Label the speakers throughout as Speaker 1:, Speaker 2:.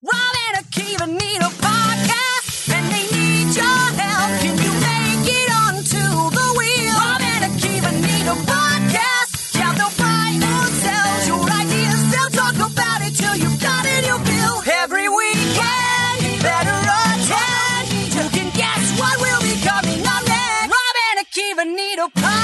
Speaker 1: Wallet Akiva need a podcast, and they need your help. Can you make it onto the wheel? Wallet Akiva need a podcast. Yeah, they'll buy or sell your ideas. They'll talk about it till you've got it, your bill. Every weekend, better attend. You can guess what will be coming on next. Robin Akiva need a podcast.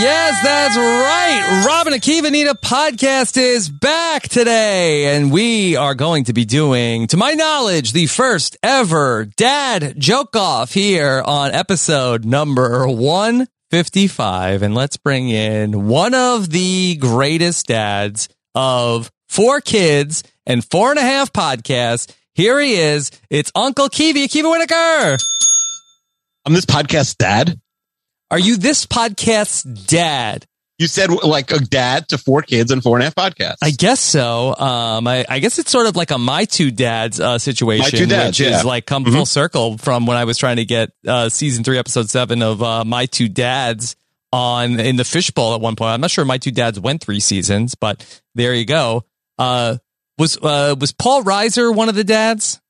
Speaker 2: Yes, that's right. Robin Akiva Nita podcast is back today, and we are going to be doing, to my knowledge, the first ever dad joke off here on episode number 155. And let's bring in one of the greatest dads of four kids and four and a half podcasts. Here he is. It's Uncle Kiwi, Akiva Whitaker.
Speaker 3: I'm this podcast dad.
Speaker 2: Are you this podcast's dad?
Speaker 3: You said like a dad to four kids and four and a half podcasts.
Speaker 2: I guess so. Um, I, I guess it's sort of like a my two dads uh, situation,
Speaker 3: My Two Dads,
Speaker 2: which
Speaker 3: yeah. Mm-hmm.
Speaker 2: is like come full circle from when I was trying to get uh, season three, episode seven of uh, my two dads on in the fishbowl at one point. I'm not sure my two dads went three seasons, but there you go. Uh, was uh, was Paul Reiser one of the dads?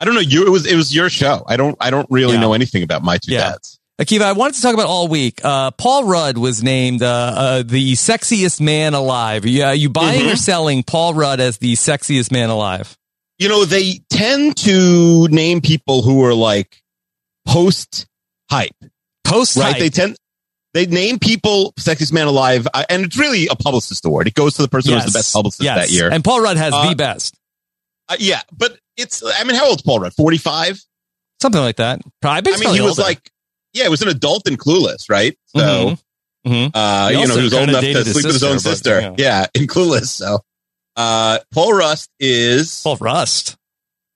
Speaker 3: I don't know. You it was it was your show. I don't I don't really
Speaker 2: Yeah.
Speaker 3: know anything about my two
Speaker 2: Yeah.
Speaker 3: dads.
Speaker 2: Akiva, I wanted to talk about all week. Uh, Paul Rudd was named uh, uh, the sexiest man alive. Yeah, you buying
Speaker 3: Mm-hmm.
Speaker 2: or selling Paul Rudd as the sexiest man alive?
Speaker 3: You know, they tend to name people who are like post hype,
Speaker 2: Post
Speaker 3: right? They tend they name people sexiest man alive, uh, and it's really a publicist award. It goes to the person who was the best publicist
Speaker 2: yes.
Speaker 3: that year.
Speaker 2: And Paul Rudd has
Speaker 3: Uh,
Speaker 2: the best,
Speaker 3: Uh, yeah, but it's I mean, how old's Paul Rudd? Forty five.
Speaker 2: something like that. Probably.
Speaker 3: I mean, he was like yeah, he was an adult and clueless, right? So.
Speaker 4: Mm-hmm.
Speaker 2: hmm
Speaker 3: Uh,
Speaker 2: He
Speaker 3: you know,
Speaker 2: also
Speaker 3: he was old
Speaker 2: kinda
Speaker 3: enough to
Speaker 2: dated
Speaker 3: sleep
Speaker 2: his
Speaker 3: with his own
Speaker 2: sister,
Speaker 3: sister.
Speaker 2: but,
Speaker 3: yeah. in Clueless. So, uh, Paul Rust is
Speaker 2: Paul Rust.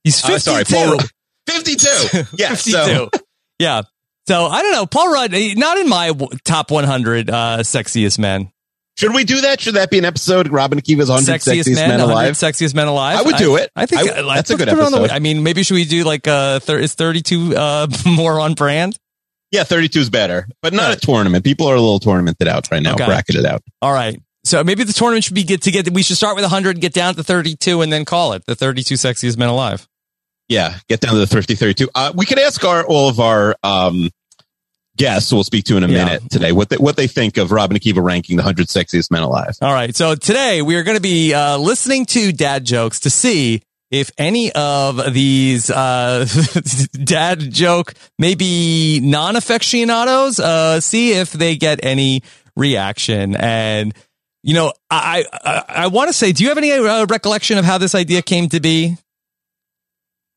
Speaker 2: He's
Speaker 3: uh,
Speaker 2: 52.
Speaker 3: sorry, Paul Ru- fifty-two. Yeah,
Speaker 2: 52.
Speaker 3: so
Speaker 2: yeah. So I don't know. Paul Rudd, eh, not in my w- top 100 uh, sexiest men.
Speaker 3: should we do that? Should that be an episode? Robin Akiva's hundred
Speaker 2: Sexiest,
Speaker 3: sexiest,
Speaker 2: men,
Speaker 3: men
Speaker 2: 100
Speaker 3: alive.
Speaker 2: Sexiest men alive.
Speaker 3: I would do it.
Speaker 2: I think
Speaker 3: I would-
Speaker 2: I-
Speaker 3: that's a
Speaker 2: let's
Speaker 3: good
Speaker 2: put it on the-
Speaker 3: episode.
Speaker 2: I mean, maybe should we do like uh, thir- is 32 uh, more on brand?
Speaker 3: yeah, thirty-two is better, but not
Speaker 2: All right.
Speaker 3: a tournament. People are a little tournamented out right now,
Speaker 2: Okay.
Speaker 3: bracketed out.
Speaker 2: All right. So maybe the tournament should be get to get. We should start with 100, get down to 32, and then call it the 32 sexiest men alive.
Speaker 3: Yeah, get down to the thrifty thirty-two. Uh, we could ask our all of our um, guests. who We'll speak to in a
Speaker 2: Yeah.
Speaker 3: minute today. What they, what they think of Robin Akiva ranking the hundred sexiest men alive?
Speaker 2: All right. So today we are going to be uh, listening to dad jokes to see if any of these uh, dad joke, maybe non aficionados, uh, see if they get any reaction. And, you know, I, I, I want to say, do you have any uh, recollection of how this idea came to be?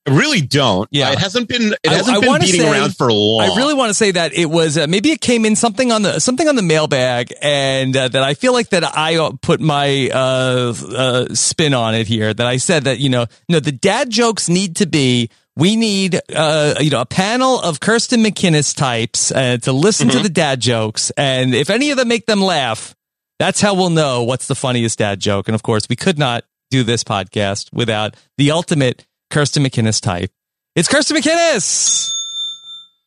Speaker 3: I really don't.
Speaker 2: Yeah.
Speaker 3: it hasn't been. It
Speaker 2: I-
Speaker 3: hasn't
Speaker 2: I
Speaker 3: been
Speaker 2: wanna
Speaker 3: beating
Speaker 2: say-
Speaker 3: around for long.
Speaker 2: I really want to say that it was uh, maybe it came in something on the something on the mailbag, and uh, that I feel like that I uh, put my uh, uh, spin on it here. That I said that you know no the dad jokes need to be. We need, uh, you know, a panel of Kirsten McInnes types uh, to listen to the dad jokes, and if any of them make them laugh, that's how we'll know what's the funniest dad joke. And of course, we could not do this podcast without the ultimate Kirsten McInnes type. It's Kirsten McInnes.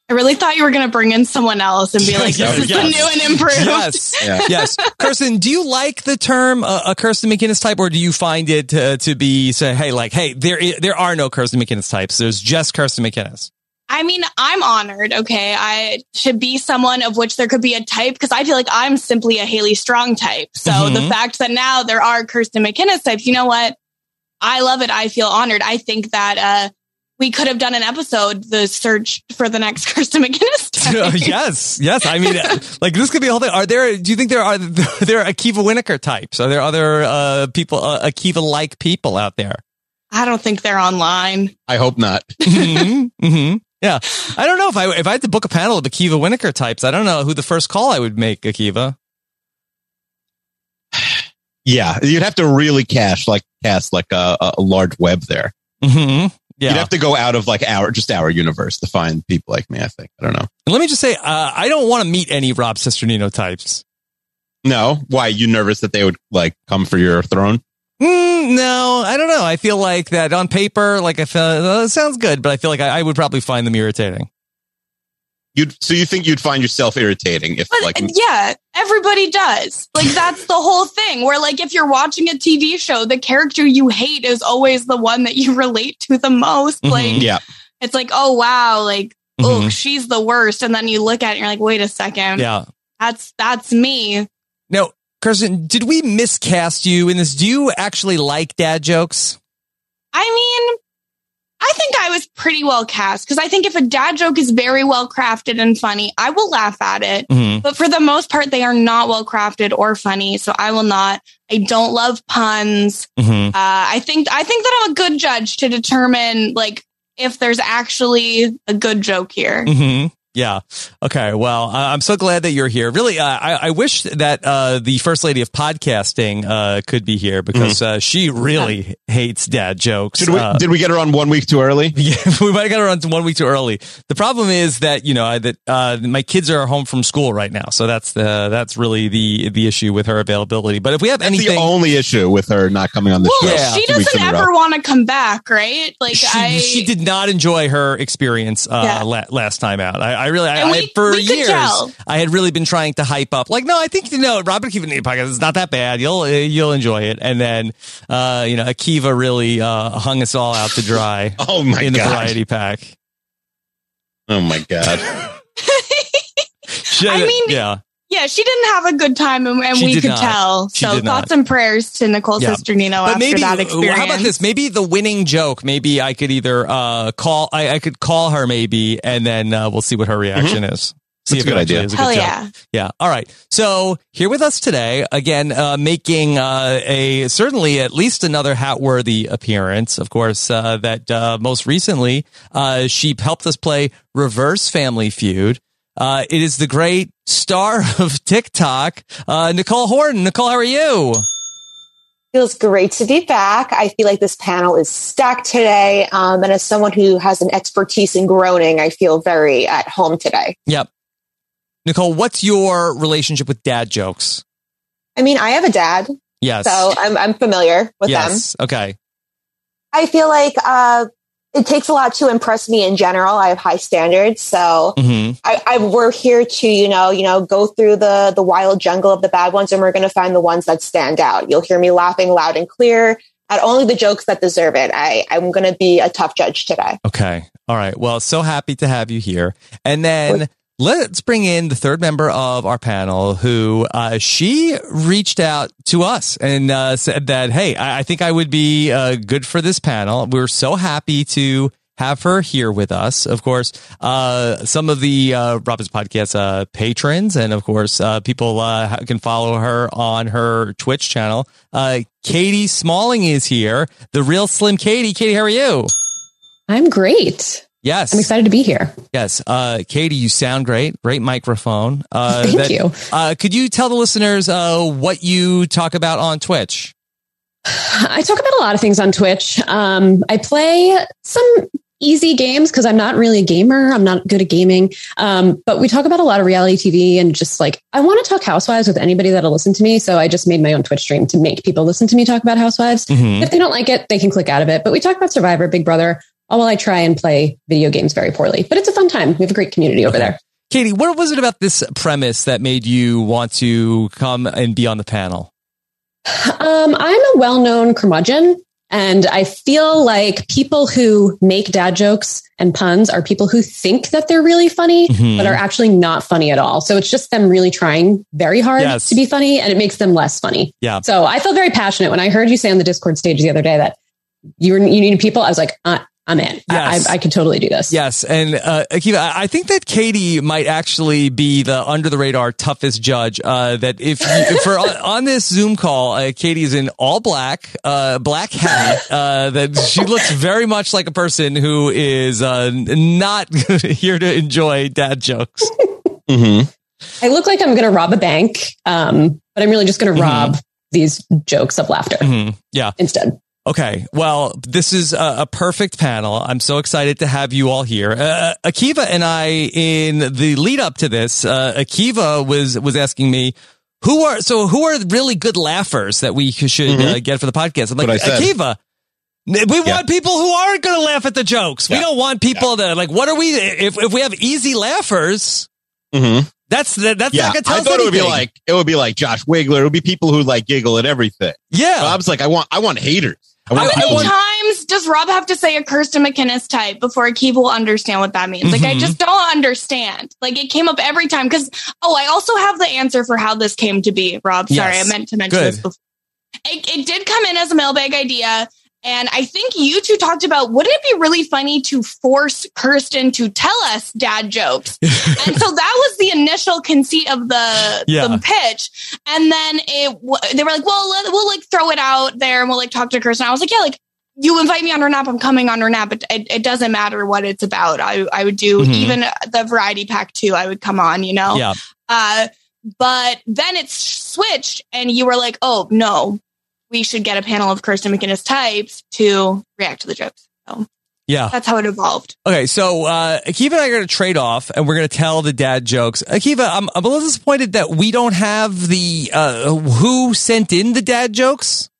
Speaker 4: I really thought you were going to bring in someone else and be like,
Speaker 2: Yes,
Speaker 4: this is the
Speaker 2: yes.
Speaker 4: new and improved.
Speaker 2: Yes.
Speaker 3: Yeah.
Speaker 2: Yes. Kirsten, do you like the term uh, a Kirsten McInnes type or do you find it uh, to be say, hey, like, hey, there, i- there are no Kirsten McInnes types. There's just Kirsten McInnes.
Speaker 4: I mean, I'm honored. Okay. I should be someone of which there could be a type because I feel like I'm simply a Haley Strong type. So
Speaker 2: Mhm.
Speaker 4: the fact that now there are Kirsten McInnes types, you know what? I love it. I feel honored. I think that uh, we could have done an episode, the search for the next Kirsten McInnes type.
Speaker 2: yes. Yes. I mean, uh, like this could be a whole thing. Are there, do you think there are, there are Akiva Winokur types? Are there other uh, people, uh, Akiva like people out there?
Speaker 4: I don't think they're online.
Speaker 3: I hope not.
Speaker 2: hmm hmm Yeah. I don't know if I, if I had to book a panel of Akiva Winokur types, I don't know who the first call I would make, Akiva.
Speaker 3: Yeah, you'd have to really cash like cast like a, a a large web there.
Speaker 2: hmm Yeah.
Speaker 3: You'd have to go out of like our just our universe to find people like me. I think I don't know.
Speaker 2: And let me just say, uh, I don't want to meet any Rob Cisternino types.
Speaker 3: No, why you nervous that they would like come for your throne?
Speaker 2: Mm, no, I don't know. I feel like that on paper, like I feel uh, it sounds good, but I feel like I, I would probably find them irritating.
Speaker 3: You'd so you think you'd find yourself irritating if
Speaker 4: But
Speaker 3: like
Speaker 4: yeah, everybody does. Like that's the whole thing. Where like if you're watching a TV show, the character you hate is always the one that you relate to the most.
Speaker 5: Mm-hmm.
Speaker 2: Mhm.
Speaker 4: Like
Speaker 3: yeah
Speaker 4: it's like, oh wow, like oh
Speaker 2: Mhm.
Speaker 4: she's the worst. And then you look at it and you're like, wait a second,
Speaker 2: Yeah.
Speaker 4: that's that's me.
Speaker 2: Now, Kirsten, did we miscast you in this? Do you actually like dad jokes?
Speaker 4: I mean, I think I was pretty well cast because I think if a dad joke is very well crafted and funny, I will laugh at it.
Speaker 2: Mm-hmm.
Speaker 4: But for the most part, they are not well crafted or funny. So I will not. I don't love puns.
Speaker 2: Mm-hmm.
Speaker 4: Uh, I think I think that I'm a good judge to determine like if there's actually a good joke here.
Speaker 2: Mm-hmm. Yeah. Okay. Well, I- I'm so glad that you're here. Really, uh, I-, I wish that uh, the first lady of podcasting uh, could be here because uh, she really hates dad jokes.
Speaker 3: did Mm-hmm. we
Speaker 2: Uh,
Speaker 3: did we get her on one week too early?
Speaker 2: Yeah, we might have got around one week too early. The problem is that you know I- that uh, my kids are home from school right now, so that's the that's really the the issue with her availability. But if we have
Speaker 3: That's
Speaker 2: anything,
Speaker 3: the only issue with her not coming on the
Speaker 4: Well,
Speaker 3: show.
Speaker 2: Yeah.
Speaker 4: she
Speaker 3: two weeks
Speaker 4: doesn't
Speaker 3: in a row.
Speaker 4: ever want to come back, right? Like
Speaker 2: she,
Speaker 4: I,
Speaker 2: she did not enjoy her experience uh,
Speaker 4: Yeah.
Speaker 2: la- last time out. I, I really, I,
Speaker 4: And we-
Speaker 2: I, for
Speaker 4: we could
Speaker 2: years,
Speaker 4: tell.
Speaker 2: I had really been trying to hype up, like, no, I think you know, Robert Akiva Need podcast is not that bad. You'll uh, you'll enjoy it. And then, uh, you know, Akiva really uh, hung us all out to dry
Speaker 3: Oh my
Speaker 2: in the
Speaker 3: god!
Speaker 2: variety pack.
Speaker 3: Oh my god!
Speaker 2: She-
Speaker 4: I mean, oh,
Speaker 2: yeah.
Speaker 4: yeah, she didn't have a good time, and, and
Speaker 2: She
Speaker 4: we
Speaker 2: did
Speaker 4: could
Speaker 2: not.
Speaker 4: tell.
Speaker 2: She
Speaker 4: so
Speaker 2: did not.
Speaker 4: thoughts and prayers to Nicole
Speaker 2: Yeah.
Speaker 4: Cisternino after that experience.
Speaker 2: How about this? Maybe the winning joke. Maybe I could either uh, call. I, I could call her maybe, and then uh, we'll see what her reaction is. See
Speaker 3: Mm-hmm. That's
Speaker 2: if
Speaker 3: a
Speaker 2: it actually
Speaker 3: good idea.
Speaker 2: is a
Speaker 4: Hell
Speaker 2: good joke.
Speaker 4: yeah!
Speaker 2: Yeah. All right. So here with us today, again, uh, making uh, a certainly at least another hat worthy appearance. Of course, uh, that uh, most recently uh, she helped us play Reverse Family Feud. Uh, it is the great star of TikTok, uh, Nicole Horton. Nicole, how are you?
Speaker 6: Feels great to be back. I feel like this panel is stacked today. Um, and as someone who has an expertise in groaning, I feel very at home today.
Speaker 2: Yep. Nicole, what's your relationship with dad jokes?
Speaker 6: I mean, I have a dad,
Speaker 2: Yes.
Speaker 6: so I'm, I'm familiar with them.
Speaker 2: yes. Okay.
Speaker 6: I feel like uh, it takes a lot to impress me in general. I have high standards. So
Speaker 2: hmm
Speaker 3: Mm-hmm.
Speaker 6: I, I, we're here to, you know, you know, go through the, the wild jungle of the bad ones and we're going to find the ones that stand out. You'll hear me laughing loud and clear at only the jokes that deserve it. I, I'm going to be a tough judge today.
Speaker 2: Okay. All right. Well, so happy to have you here. And then let's bring in the third member of our panel who uh, she reached out to us and uh, said that, hey, I, I think I would be uh, good for this panel. We're so happy to have her here with us. Of course, uh, some of the uh, Robin's podcast uh, patrons, and of course, uh, people uh, ha- can follow her on her Twitch channel. Uh, Katie Smalling is here, the real Slim Katie. Katie, how are you?
Speaker 7: I'm great.
Speaker 2: Yes.
Speaker 7: I'm excited to be here.
Speaker 2: Yes, uh, Katie, you sound great. Great microphone. Uh,
Speaker 7: Thank
Speaker 2: that-
Speaker 7: you.
Speaker 2: Uh, could you tell the listeners uh, what you talk about on Twitch?
Speaker 7: I talk about a lot of things on Twitch. Um, I play some easy games because I'm not really a gamer. I'm not good at gaming. Um, but we talk about a lot of reality TV and just like, I want to talk housewives with anybody that'll listen to me. So I just made my own Twitch stream
Speaker 4: Mm-hmm.
Speaker 5: Mm-hmm.
Speaker 7: to make people listen to me talk about housewives. If they don't like it, they can click out of it. But we talk about Survivor, Big Brother, all while I try and play video games very poorly. But it's a fun time. We have a great community over there.
Speaker 2: Katie, what was it about this premise that made you want to come and be on the panel?
Speaker 7: Um, I'm a well known curmudgeon, and I feel like people who make dad jokes and puns are people who think that they're really funny,
Speaker 2: Mhm.
Speaker 7: but are actually not funny at all. So it's just them really trying very hard
Speaker 2: Yes.
Speaker 7: to be funny, and it makes them less funny.
Speaker 2: Yeah.
Speaker 7: So I felt very passionate when I heard you say on the Discord stage the other day that you were you needed people. I was like, uh, I'm in.
Speaker 2: Yes.
Speaker 7: I, I, I could totally do this.
Speaker 2: Yes, and uh, Akiva, I I think that Katie might actually be the under the radar toughest judge. Uh, that if you, for on, on this Zoom call, uh, Katie is in all black, uh, black hat. Uh, that she looks very much like a person who is uh, not here to enjoy dad jokes.
Speaker 3: Mm-hmm.
Speaker 7: I look like I'm going to rob a bank, um, but I'm really just
Speaker 2: Mm-hmm.
Speaker 7: going to rob these jokes of laughter
Speaker 2: Mhm. Yeah.
Speaker 7: instead.
Speaker 2: Okay. Well, this is a, a perfect panel. I'm so excited to have you all here. Uh, Akiva and I, in the lead up to this, uh, Akiva was was asking me. Who are so? Who are really good laughers that we should uh, get for the podcast? I'm like
Speaker 3: Mm-hmm. What I said.
Speaker 2: Akiva. n- We
Speaker 3: Yeah.
Speaker 2: want people who aren't going to laugh at the jokes. We
Speaker 3: Yeah.
Speaker 2: don't want people that like. What are we? If if we have easy laughers,
Speaker 3: Mm-hmm.
Speaker 2: that's that, that's
Speaker 3: Yeah,
Speaker 2: not going to tell
Speaker 3: I
Speaker 2: us
Speaker 3: thought it would be
Speaker 2: anything.
Speaker 3: like it would be like Josh Wiggler. It would be people who like giggle at everything.
Speaker 2: yeah,
Speaker 3: Bob's like, I want, I want haters. I
Speaker 4: How
Speaker 3: want
Speaker 4: many
Speaker 3: people.
Speaker 4: times does Rob have to say a Kirsten McInnes type before Akiva will understand what that means? Like, I
Speaker 3: Mm-hmm.
Speaker 2: Mhm.
Speaker 4: just don't understand. Like, it came up every time because, oh, I also have the answer for how this came to be, Rob. Sorry,
Speaker 2: Yes.
Speaker 4: I meant to mention
Speaker 2: Good.
Speaker 4: this before. It, it did come in as a mailbag idea. And I think you two talked about wouldn't it be really funny to force Kirsten to tell us dad jokes? and so that was the initial conceit of the,
Speaker 2: Yeah.
Speaker 4: the pitch. And then it, w- they were like, well, let, we'll like throw it out there and we'll like talk to Kirsten. I was like, yeah, like you invite me on her nap, I'm coming on her nap. It, it, it doesn't matter what it's about. I, I would do
Speaker 2: Mhm.
Speaker 4: even the variety pack too. I would come on, you know?
Speaker 2: Yeah.
Speaker 4: Uh, but then it switched and you were like, oh no, we should get a panel of Kirsten McInnes types to react to the jokes. So
Speaker 2: yeah.
Speaker 4: that's how it evolved.
Speaker 2: Okay, so uh, Akiva and I are going to trade off, and we're going to tell the dad jokes. Akiva, I'm, I'm a little disappointed that we don't have the uh, who sent in the dad jokes.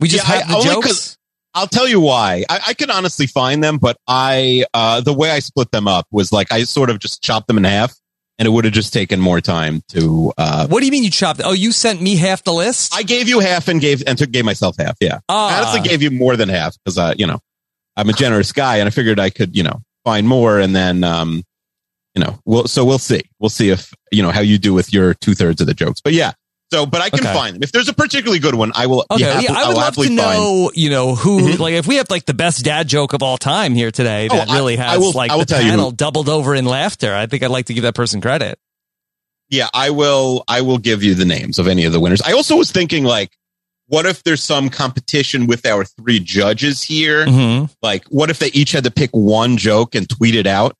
Speaker 2: We just
Speaker 3: Yeah, I-
Speaker 2: have the
Speaker 3: only 'cause-
Speaker 2: jokes.
Speaker 3: I'll tell you why. I, I could honestly find them, but I, uh, the way I split them up was like I sort of just chopped them in half, and it would have just taken more time to. Uh,
Speaker 2: What do you mean you chopped? Oh, you sent me half the list.
Speaker 3: I gave you half and gave and took gave myself half. Yeah, I
Speaker 2: Ah,
Speaker 3: honestly gave you more than half because uh, you know I'm a generous guy, and I figured I could you know find more, and then um, you know we'll so we'll see we'll see if you know how you do with your two thirds of the jokes, but yeah. So, but I can
Speaker 2: Okay.
Speaker 3: find them. If there's a particularly good one, I will.
Speaker 2: okay. yeah,
Speaker 3: yeah, happily-
Speaker 2: I would
Speaker 3: will
Speaker 2: love
Speaker 3: happily
Speaker 2: to know, you know, who
Speaker 3: Mhm.
Speaker 2: like if we have like the best dad joke of all time here today
Speaker 3: Oh,
Speaker 2: that
Speaker 3: I-
Speaker 2: really has
Speaker 3: I will-
Speaker 2: like
Speaker 3: I will
Speaker 2: the
Speaker 3: tell you
Speaker 2: panel
Speaker 3: who-
Speaker 2: doubled over in laughter. I think I'd like to give that person credit.
Speaker 3: yeah i will i will give you the names of any of the winners i also was thinking like what if there's some competition with our three judges here
Speaker 2: Mm-hmm.
Speaker 3: like what if they each had to pick one joke and tweet it out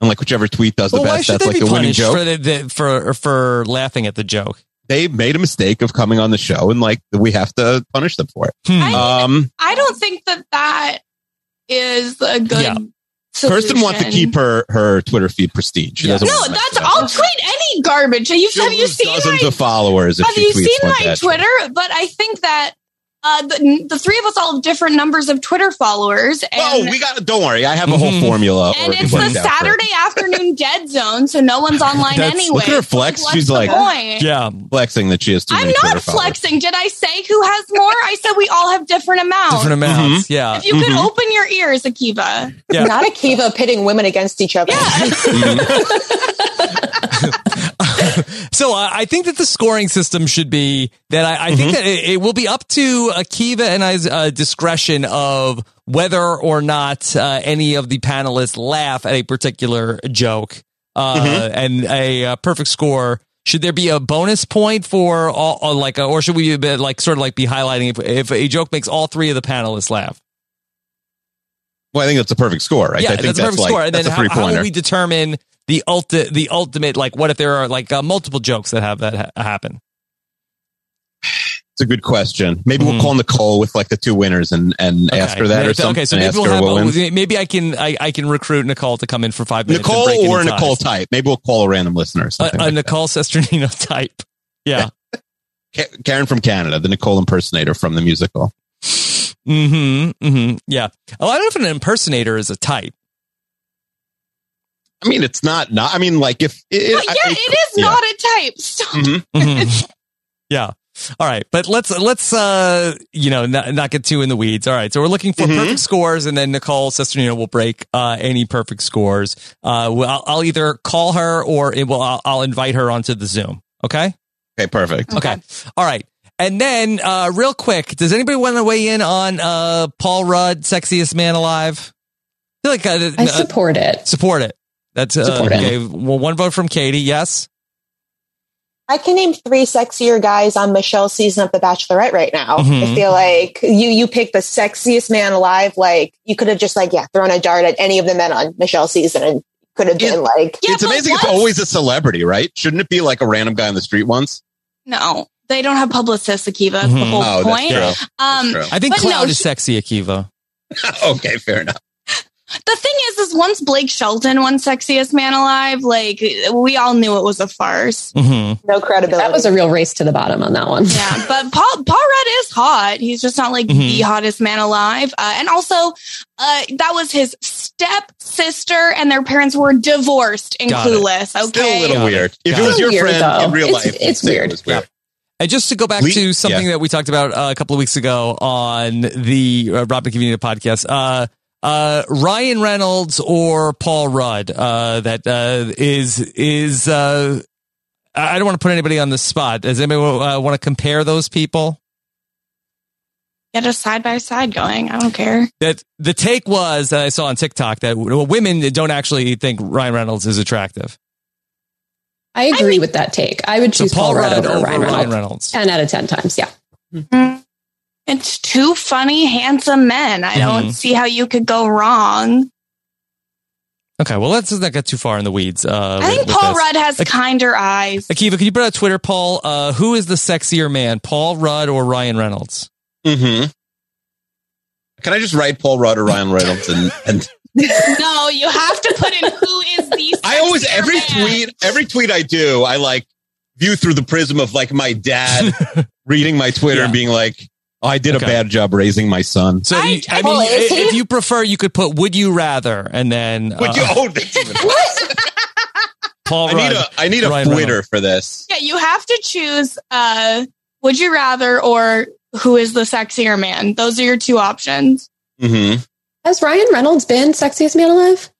Speaker 3: and like whichever tweet does the
Speaker 2: Well, why
Speaker 3: best
Speaker 2: should
Speaker 3: that's
Speaker 2: they
Speaker 3: like
Speaker 2: be
Speaker 3: the winning
Speaker 2: punished
Speaker 3: joke
Speaker 2: for the, the, for for laughing at the joke?
Speaker 3: they made a mistake of coming on the show and like we have to punish them for it
Speaker 2: Hmm.
Speaker 4: I-
Speaker 3: um
Speaker 4: I don't think that that is a good
Speaker 2: Yeah.
Speaker 4: solution.
Speaker 3: kirsten wants to keep her her twitter feed prestige she
Speaker 2: Yeah.
Speaker 3: doesn't
Speaker 4: No,
Speaker 3: want to mess
Speaker 4: that's
Speaker 3: it up.
Speaker 4: I'll tweet any garbage. Have you,
Speaker 3: She'll
Speaker 4: have you
Speaker 3: lose
Speaker 4: seen
Speaker 3: dozens
Speaker 4: my
Speaker 3: of followers if
Speaker 4: have
Speaker 3: she
Speaker 4: you
Speaker 3: tweets
Speaker 4: seen
Speaker 3: like
Speaker 4: my
Speaker 3: that.
Speaker 4: Twitter? But I think that uh, the, the three of us all have different numbers of Twitter followers. And,
Speaker 3: oh we got don't worry i have a
Speaker 2: Mhm.
Speaker 3: whole formula
Speaker 4: and
Speaker 3: already
Speaker 4: it's the
Speaker 3: worked out for it.
Speaker 4: Saturday afternoon dead zone, so no one's online
Speaker 2: That's-
Speaker 4: anyway.
Speaker 3: look at her flex.
Speaker 4: So what's
Speaker 3: She's
Speaker 4: the
Speaker 3: like-
Speaker 4: point?
Speaker 2: Yeah,
Speaker 3: flexing that she has too
Speaker 4: I'm
Speaker 3: many Twitter
Speaker 4: not
Speaker 3: followers.
Speaker 4: flexing. Did I say who has more? I said we all have different amounts.
Speaker 2: different
Speaker 3: Mm-hmm.
Speaker 2: amounts. Yeah,
Speaker 4: if you could
Speaker 3: Mhm.
Speaker 4: open your ears, Akiva.
Speaker 2: Yeah.
Speaker 6: Not a Kiva pitting women against each other.
Speaker 8: 嗯
Speaker 2: so uh, I think that the scoring system should be that I, I
Speaker 3: Mm-hmm.
Speaker 2: think that it, it will be up to Akiva and I's uh, discretion of whether or not uh, any of the panelists laugh at a particular joke uh,
Speaker 3: Mm-hmm.
Speaker 2: and a uh, perfect score. Should there be a bonus point for all, or like, uh, or should we be, like sort of like be highlighting if, if a joke makes all three of the panelists laugh?
Speaker 3: Well, I think that's a perfect score, right?
Speaker 2: Yeah,
Speaker 3: I think
Speaker 2: that's a perfect
Speaker 3: like,
Speaker 2: score. And then
Speaker 3: that's a
Speaker 2: how,
Speaker 3: three
Speaker 2: how
Speaker 3: pointer.
Speaker 2: will we determine the ulti- the ultimate? Like, what if there are like uh, multiple jokes that have that ha- happen?
Speaker 3: It's a good question. Maybe
Speaker 2: Mhm.
Speaker 3: we'll call Nicole with like the two winners and and ask her that
Speaker 2: maybe,
Speaker 3: or something.
Speaker 2: Okay, so
Speaker 3: and
Speaker 2: maybe
Speaker 3: ask
Speaker 2: we'll
Speaker 3: her
Speaker 2: have.
Speaker 3: what wins.
Speaker 2: a- maybe I can I, I can recruit Nicole to come in for five minutes. and break
Speaker 3: Nicole
Speaker 2: into
Speaker 3: or
Speaker 2: ties.
Speaker 3: Nicole type. Maybe we'll call a random listener. Or
Speaker 2: a,
Speaker 3: something
Speaker 2: a
Speaker 3: like
Speaker 2: Nicole Sesternino type. Yeah.
Speaker 3: that. Ka- Karen from Canada, the Nicole impersonator from the musical.
Speaker 2: Mm-hmm. Mm-hmm. Yeah. Oh, I don't know if an impersonator is a type.
Speaker 3: I mean, it's not. Not. I mean, like if it,
Speaker 4: But yeah,
Speaker 3: I-
Speaker 4: it is
Speaker 3: yeah.
Speaker 4: not a type. Stop.
Speaker 3: Mhm.
Speaker 2: Mhm. yeah. All right, but let's let's uh you know not, not get too in the weeds. All right, so we're looking for
Speaker 3: Mhm.
Speaker 2: perfect scores, and then Nicole Sesternino will break uh, any perfect scores. Uh, well, I'll, I'll either call her or it will. I'll, I'll invite her onto the Zoom. Okay.
Speaker 3: Okay, perfect.
Speaker 2: Okay. All right. And then, uh, real quick, does anybody want to weigh in on uh, Paul Rudd, sexiest man alive? I feel like uh,
Speaker 7: I
Speaker 2: uh,
Speaker 7: support it.
Speaker 2: support it. That's uh,
Speaker 7: Support it.
Speaker 2: okay. Well, one vote from Katie. Yes.
Speaker 6: I can name three sexier guys on Michelle's season of The Bachelorette right now.
Speaker 2: Mhm.
Speaker 6: I feel like you you picked the sexiest man alive. Like you could have just like yeah thrown a dart at any of the men on Michelle's season and could have been like
Speaker 4: Yeah,
Speaker 3: it's
Speaker 4: but
Speaker 3: amazing. It's
Speaker 4: what?
Speaker 3: always a celebrity, right? Shouldn't it be like a random guy on the street once?
Speaker 4: No, they don't have publicists, Akiva. That's the
Speaker 2: Mhm.
Speaker 4: whole
Speaker 3: Oh,
Speaker 4: point.
Speaker 3: that's true.
Speaker 4: Um,
Speaker 3: That's
Speaker 2: I think
Speaker 4: But no,
Speaker 2: Cloud is
Speaker 4: she-
Speaker 2: sexy, Akiva.
Speaker 3: true. okay, fair enough.
Speaker 4: the thing is, is once Blake Shelton won Sexiest Man Alive, like we all knew it was a farce.
Speaker 2: hmm
Speaker 6: no credibility.
Speaker 7: That was a real race to the bottom on that one.
Speaker 4: Yeah, but Paul Paul Rudd is hot. He's just not like
Speaker 2: Mhm.
Speaker 4: the hottest man alive. Uh, and also, uh, that was his stepsister, and their parents were divorced in
Speaker 2: Got it.
Speaker 4: Clueless.
Speaker 3: Still a
Speaker 4: Okay,
Speaker 3: little
Speaker 2: Got it.
Speaker 3: weird. If
Speaker 2: Got
Speaker 3: it was
Speaker 7: it.
Speaker 3: your
Speaker 7: Weird,
Speaker 3: friend
Speaker 7: though.
Speaker 3: in real
Speaker 7: It's-
Speaker 3: life,
Speaker 7: it's
Speaker 3: you'd say
Speaker 7: weird.
Speaker 3: It was weird.
Speaker 2: And just to go back
Speaker 3: Le-
Speaker 2: to something
Speaker 3: yeah.
Speaker 2: that we talked about uh, a couple of weeks ago on the uh, Robin Community podcast, uh, uh, Ryan Reynolds or Paul Rudd, uh, that uh, is is uh, I I don't want to put anybody on the spot. Does anybody uh, want to compare those people?
Speaker 4: get a side by side going. I don't care.
Speaker 2: That the take was that I saw on TikTok that well, women don't actually think Ryan Reynolds is attractive.
Speaker 7: I agree with that take. I would
Speaker 2: So
Speaker 7: choose Paul, Rudd over, Ryan Reynolds.
Speaker 2: Reynolds.
Speaker 7: 10 out of 10 times. Yeah.
Speaker 4: It's two funny, handsome men. I don't see how you could go wrong.
Speaker 2: Okay, well let's not get too far in the weeds. Uh,
Speaker 4: I
Speaker 2: with-
Speaker 4: think
Speaker 2: with
Speaker 4: Paul
Speaker 2: this.
Speaker 4: Rudd has
Speaker 2: Like-
Speaker 4: kinder eyes.
Speaker 2: Akiva, can you put out Twitter poll? Uh, who is the sexier man, Paul Rudd or Ryan Reynolds?
Speaker 3: hmm Can I just write Paul Rudd or Ryan Reynolds? And, and
Speaker 4: no, you have to put in who is the.
Speaker 3: I always
Speaker 4: sexier
Speaker 3: every
Speaker 4: man.
Speaker 3: tweet, every tweet I do, I like view through the prism of like my dad reading my Twitter
Speaker 2: Yeah.
Speaker 3: and being like, "Oh, I did
Speaker 2: Okay.
Speaker 3: a bad job raising my son."
Speaker 2: So,
Speaker 4: I-
Speaker 2: you, I,
Speaker 4: I-
Speaker 2: mean,
Speaker 4: Oh,
Speaker 2: if,
Speaker 4: is he?
Speaker 2: if you prefer, you could put "Would you rather" and then uh,
Speaker 3: Would you? Oh, that's even
Speaker 2: Paul
Speaker 3: I
Speaker 2: Rudd.
Speaker 3: need a I need a
Speaker 2: Ryan
Speaker 3: Twitter
Speaker 2: Reynolds.
Speaker 3: for this.
Speaker 4: Yeah, you have to choose uh would you rather or who is the sexier man? Those are your two options.
Speaker 3: hmm
Speaker 7: Has Ryan Reynolds been sexiest man alive?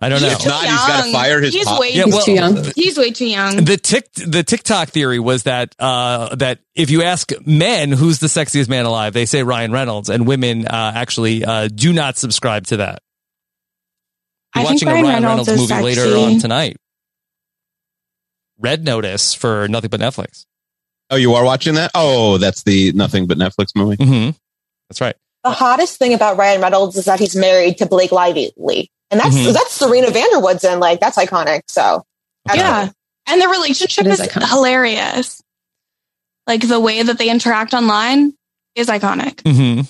Speaker 2: I don't know.
Speaker 3: It's not. He's got to
Speaker 4: Young.
Speaker 3: fire his.
Speaker 4: He's
Speaker 3: pop-
Speaker 4: way
Speaker 2: Yeah,
Speaker 7: He's
Speaker 2: well, uh,
Speaker 7: too young.
Speaker 4: he's way too young.
Speaker 2: The tick the TikTok theory was that uh, that if you ask men who's the sexiest man alive, they say Ryan Reynolds, and women uh, actually uh, do not subscribe to that. We're
Speaker 4: I think
Speaker 2: watching a
Speaker 4: Ryan
Speaker 2: Ryan Reynolds,
Speaker 4: Reynolds is
Speaker 2: movie later
Speaker 4: sexy.
Speaker 2: on tonight. Red Notice for nothing but Netflix.
Speaker 3: Oh, you are watching that? Oh, that's the nothing but Netflix movie.
Speaker 2: Mm-hmm. That's right.
Speaker 6: the hottest thing about Ryan Reynolds is that he's married to Blake Lively, and that's
Speaker 2: Mhm.
Speaker 6: that's Serena Vanderwood's and like that's iconic. So
Speaker 4: yeah. And the relationship
Speaker 7: It is
Speaker 4: is,
Speaker 7: iconic.
Speaker 4: hilarious. Like the way that they interact online is iconic.
Speaker 2: Mm-hmm.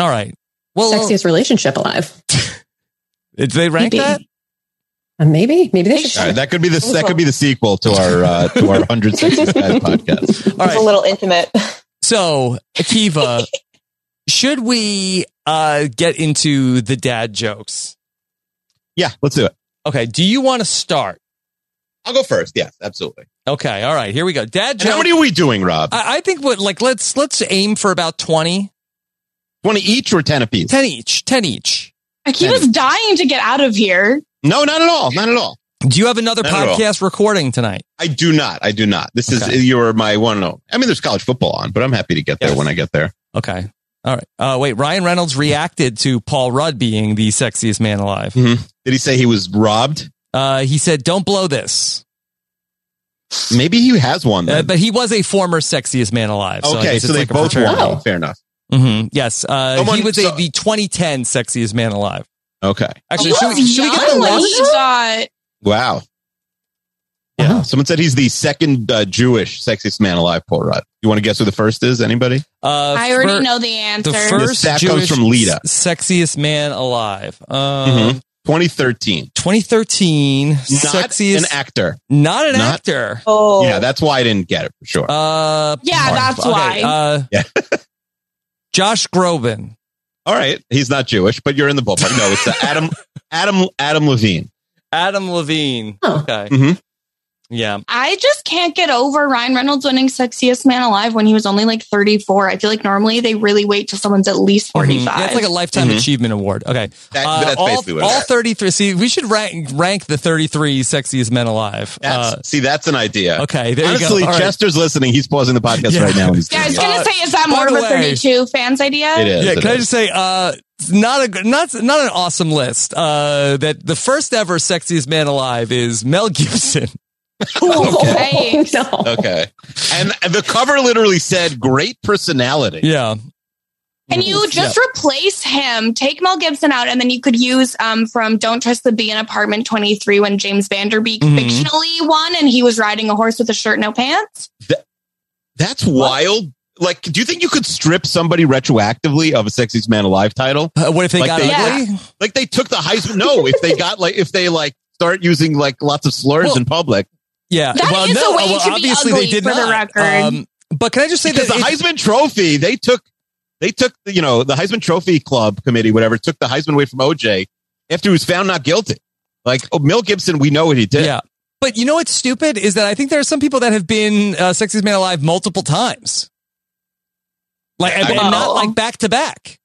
Speaker 2: All right. Well,
Speaker 7: sexiest relationship alive.
Speaker 2: did they rank
Speaker 4: Maybe.
Speaker 2: that?
Speaker 7: Uh, maybe. Maybe they
Speaker 3: All
Speaker 7: should.
Speaker 3: right, that could be the that could be the sequel to our uh, to our hundred sixty five podcast.
Speaker 2: All
Speaker 6: it's a
Speaker 2: right.
Speaker 6: little intimate.
Speaker 2: So, Akiva, should we uh, get into the dad jokes?
Speaker 3: Yeah, let's do it.
Speaker 2: Okay. Do you want to start?
Speaker 3: I'll go first. Yes, absolutely.
Speaker 2: Okay. All right. Here we go. Dad
Speaker 3: And how
Speaker 2: jokes.
Speaker 3: many are we doing, Rob?
Speaker 2: I, I think what like let's let's aim for about 20,
Speaker 3: Twenty each or ten apiece?
Speaker 2: 10 each, ten each.
Speaker 4: Akiva's dying to get out of here.
Speaker 3: No, not at all. Not at all.
Speaker 2: Do you have another
Speaker 3: Not at all.
Speaker 2: podcast recording tonight?
Speaker 3: I do not. I do not. This
Speaker 2: Okay.
Speaker 3: is you're my one. and only. I mean, there's college football on, but I'm happy to get there
Speaker 2: Yes.
Speaker 3: when I get there.
Speaker 2: Okay. All right. Uh, wait. Ryan Reynolds reacted to Paul Rudd being the sexiest man alive.
Speaker 3: Mm-hmm. Did he say he was robbed?
Speaker 2: Uh, he said, "Don't blow this,"
Speaker 3: Maybe he has one.
Speaker 2: uh,
Speaker 3: Then.
Speaker 2: but he was a former sexiest man alive. I
Speaker 3: okay,
Speaker 2: guess
Speaker 3: so,
Speaker 2: it's
Speaker 3: they
Speaker 2: like a
Speaker 3: both
Speaker 2: fraternity.
Speaker 3: won. Fair enough.
Speaker 2: hmm Yes, uh, he
Speaker 3: Someone-
Speaker 2: was a,
Speaker 3: so-
Speaker 2: the 2010 sexiest man alive.
Speaker 3: Okay.
Speaker 2: Actually,
Speaker 4: he
Speaker 2: should,
Speaker 4: was
Speaker 2: we- should we
Speaker 4: young
Speaker 2: get the
Speaker 4: when
Speaker 2: last?
Speaker 4: he got
Speaker 3: Wow.
Speaker 2: Yeah.
Speaker 3: Wow. Someone said he's the second uh, Jewish sexiest man alive, Paul Rudd. You want to guess who the first is? Anybody?
Speaker 2: Uh,
Speaker 4: I already
Speaker 2: fir-
Speaker 4: know the
Speaker 2: The
Speaker 4: answer.
Speaker 2: first
Speaker 3: That
Speaker 2: Jewish
Speaker 3: comes from Lita.
Speaker 2: s- sexiest man alive. Uh,
Speaker 3: Mhm. 2013.
Speaker 2: 2013
Speaker 3: Not
Speaker 2: sexiest,
Speaker 3: an actor.
Speaker 2: not an
Speaker 3: not-
Speaker 2: actor.
Speaker 6: Oh,
Speaker 3: Uh, Yeah, that's why I didn't get it for sure.
Speaker 2: Uh,
Speaker 4: Yeah,
Speaker 2: Mark-
Speaker 4: that's
Speaker 2: okay,
Speaker 4: why.
Speaker 2: Uh,
Speaker 3: Yeah.
Speaker 2: Josh Groban.
Speaker 3: All right, he's not Jewish, but you're in the ballpark. No, it's uh, Adam Adam Adam Levine.
Speaker 2: Adam Levine.
Speaker 7: Oh.
Speaker 2: Okay.
Speaker 3: Mhm.
Speaker 2: Yeah.
Speaker 4: I just can't get over Ryan Reynolds winning Sexiest Man Alive when he was only like 34. I feel like normally they really wait till someone's at least 45.
Speaker 2: Mhm. Yeah, it's like a lifetime
Speaker 3: Mhm.
Speaker 2: achievement award. Okay.
Speaker 3: That-
Speaker 2: Uh,
Speaker 3: that's
Speaker 2: all,
Speaker 3: basically what it
Speaker 2: all
Speaker 3: is.
Speaker 2: 33. See, we should rank rank the 33 sexiest men alive.
Speaker 3: That's,
Speaker 2: Uh,
Speaker 3: see, that's an idea.
Speaker 2: okay. There you
Speaker 3: Honestly,
Speaker 2: go. All right.
Speaker 3: Chester's listening. He's pausing the podcast
Speaker 2: Yeah.
Speaker 3: right now. and He's
Speaker 4: yeah, I was
Speaker 3: doing
Speaker 4: gonna
Speaker 2: Uh,
Speaker 4: say, is that
Speaker 2: by
Speaker 4: more of
Speaker 2: the
Speaker 4: a
Speaker 2: way-
Speaker 4: 32 fans idea?
Speaker 3: it. it is.
Speaker 2: yeah,
Speaker 3: it
Speaker 2: can I
Speaker 3: is.
Speaker 2: just say, uh, it's not a not not an awesome list. Uh, that the first ever sexiest man alive is Mel Gibson.
Speaker 7: Oh, no.
Speaker 3: Okay. And the cover literally said great personality.
Speaker 2: Yeah,
Speaker 4: Can you just replace him? Take Mel Gibson out, and then you could use um, from Don't Trust the Bee in Apartment 23 when James Vanderbeek
Speaker 2: Mhm.
Speaker 4: fictionally won and he was riding a horse with a shirt, no pants.
Speaker 3: That's wild. Like, do you think you could strip somebody retroactively of a Sexiest Man Alive title?
Speaker 2: Uh, what if they
Speaker 3: Like
Speaker 2: got
Speaker 3: they-
Speaker 2: ugly?
Speaker 3: Like, they took the Heisman. No, if they got like, if they like start using like lots of slurs
Speaker 2: Well,
Speaker 3: in public,
Speaker 2: Yeah,
Speaker 4: That is a way to be ugly, for the record.
Speaker 2: Um, but can I just say that
Speaker 3: because the
Speaker 2: it-
Speaker 3: Heisman Trophy, they took, they took, the, you know, the Heisman Trophy Club committee, whatever, took the Heisman away from OJ after he was found not guilty. Like, oh, Mel Gibson, we know what he did.
Speaker 2: Yeah. But you know what's stupid is that I think there are some people that have been uh, Sexiest Man Alive multiple times. Like, and,
Speaker 3: I
Speaker 2: and not
Speaker 4: know.
Speaker 2: like back to back.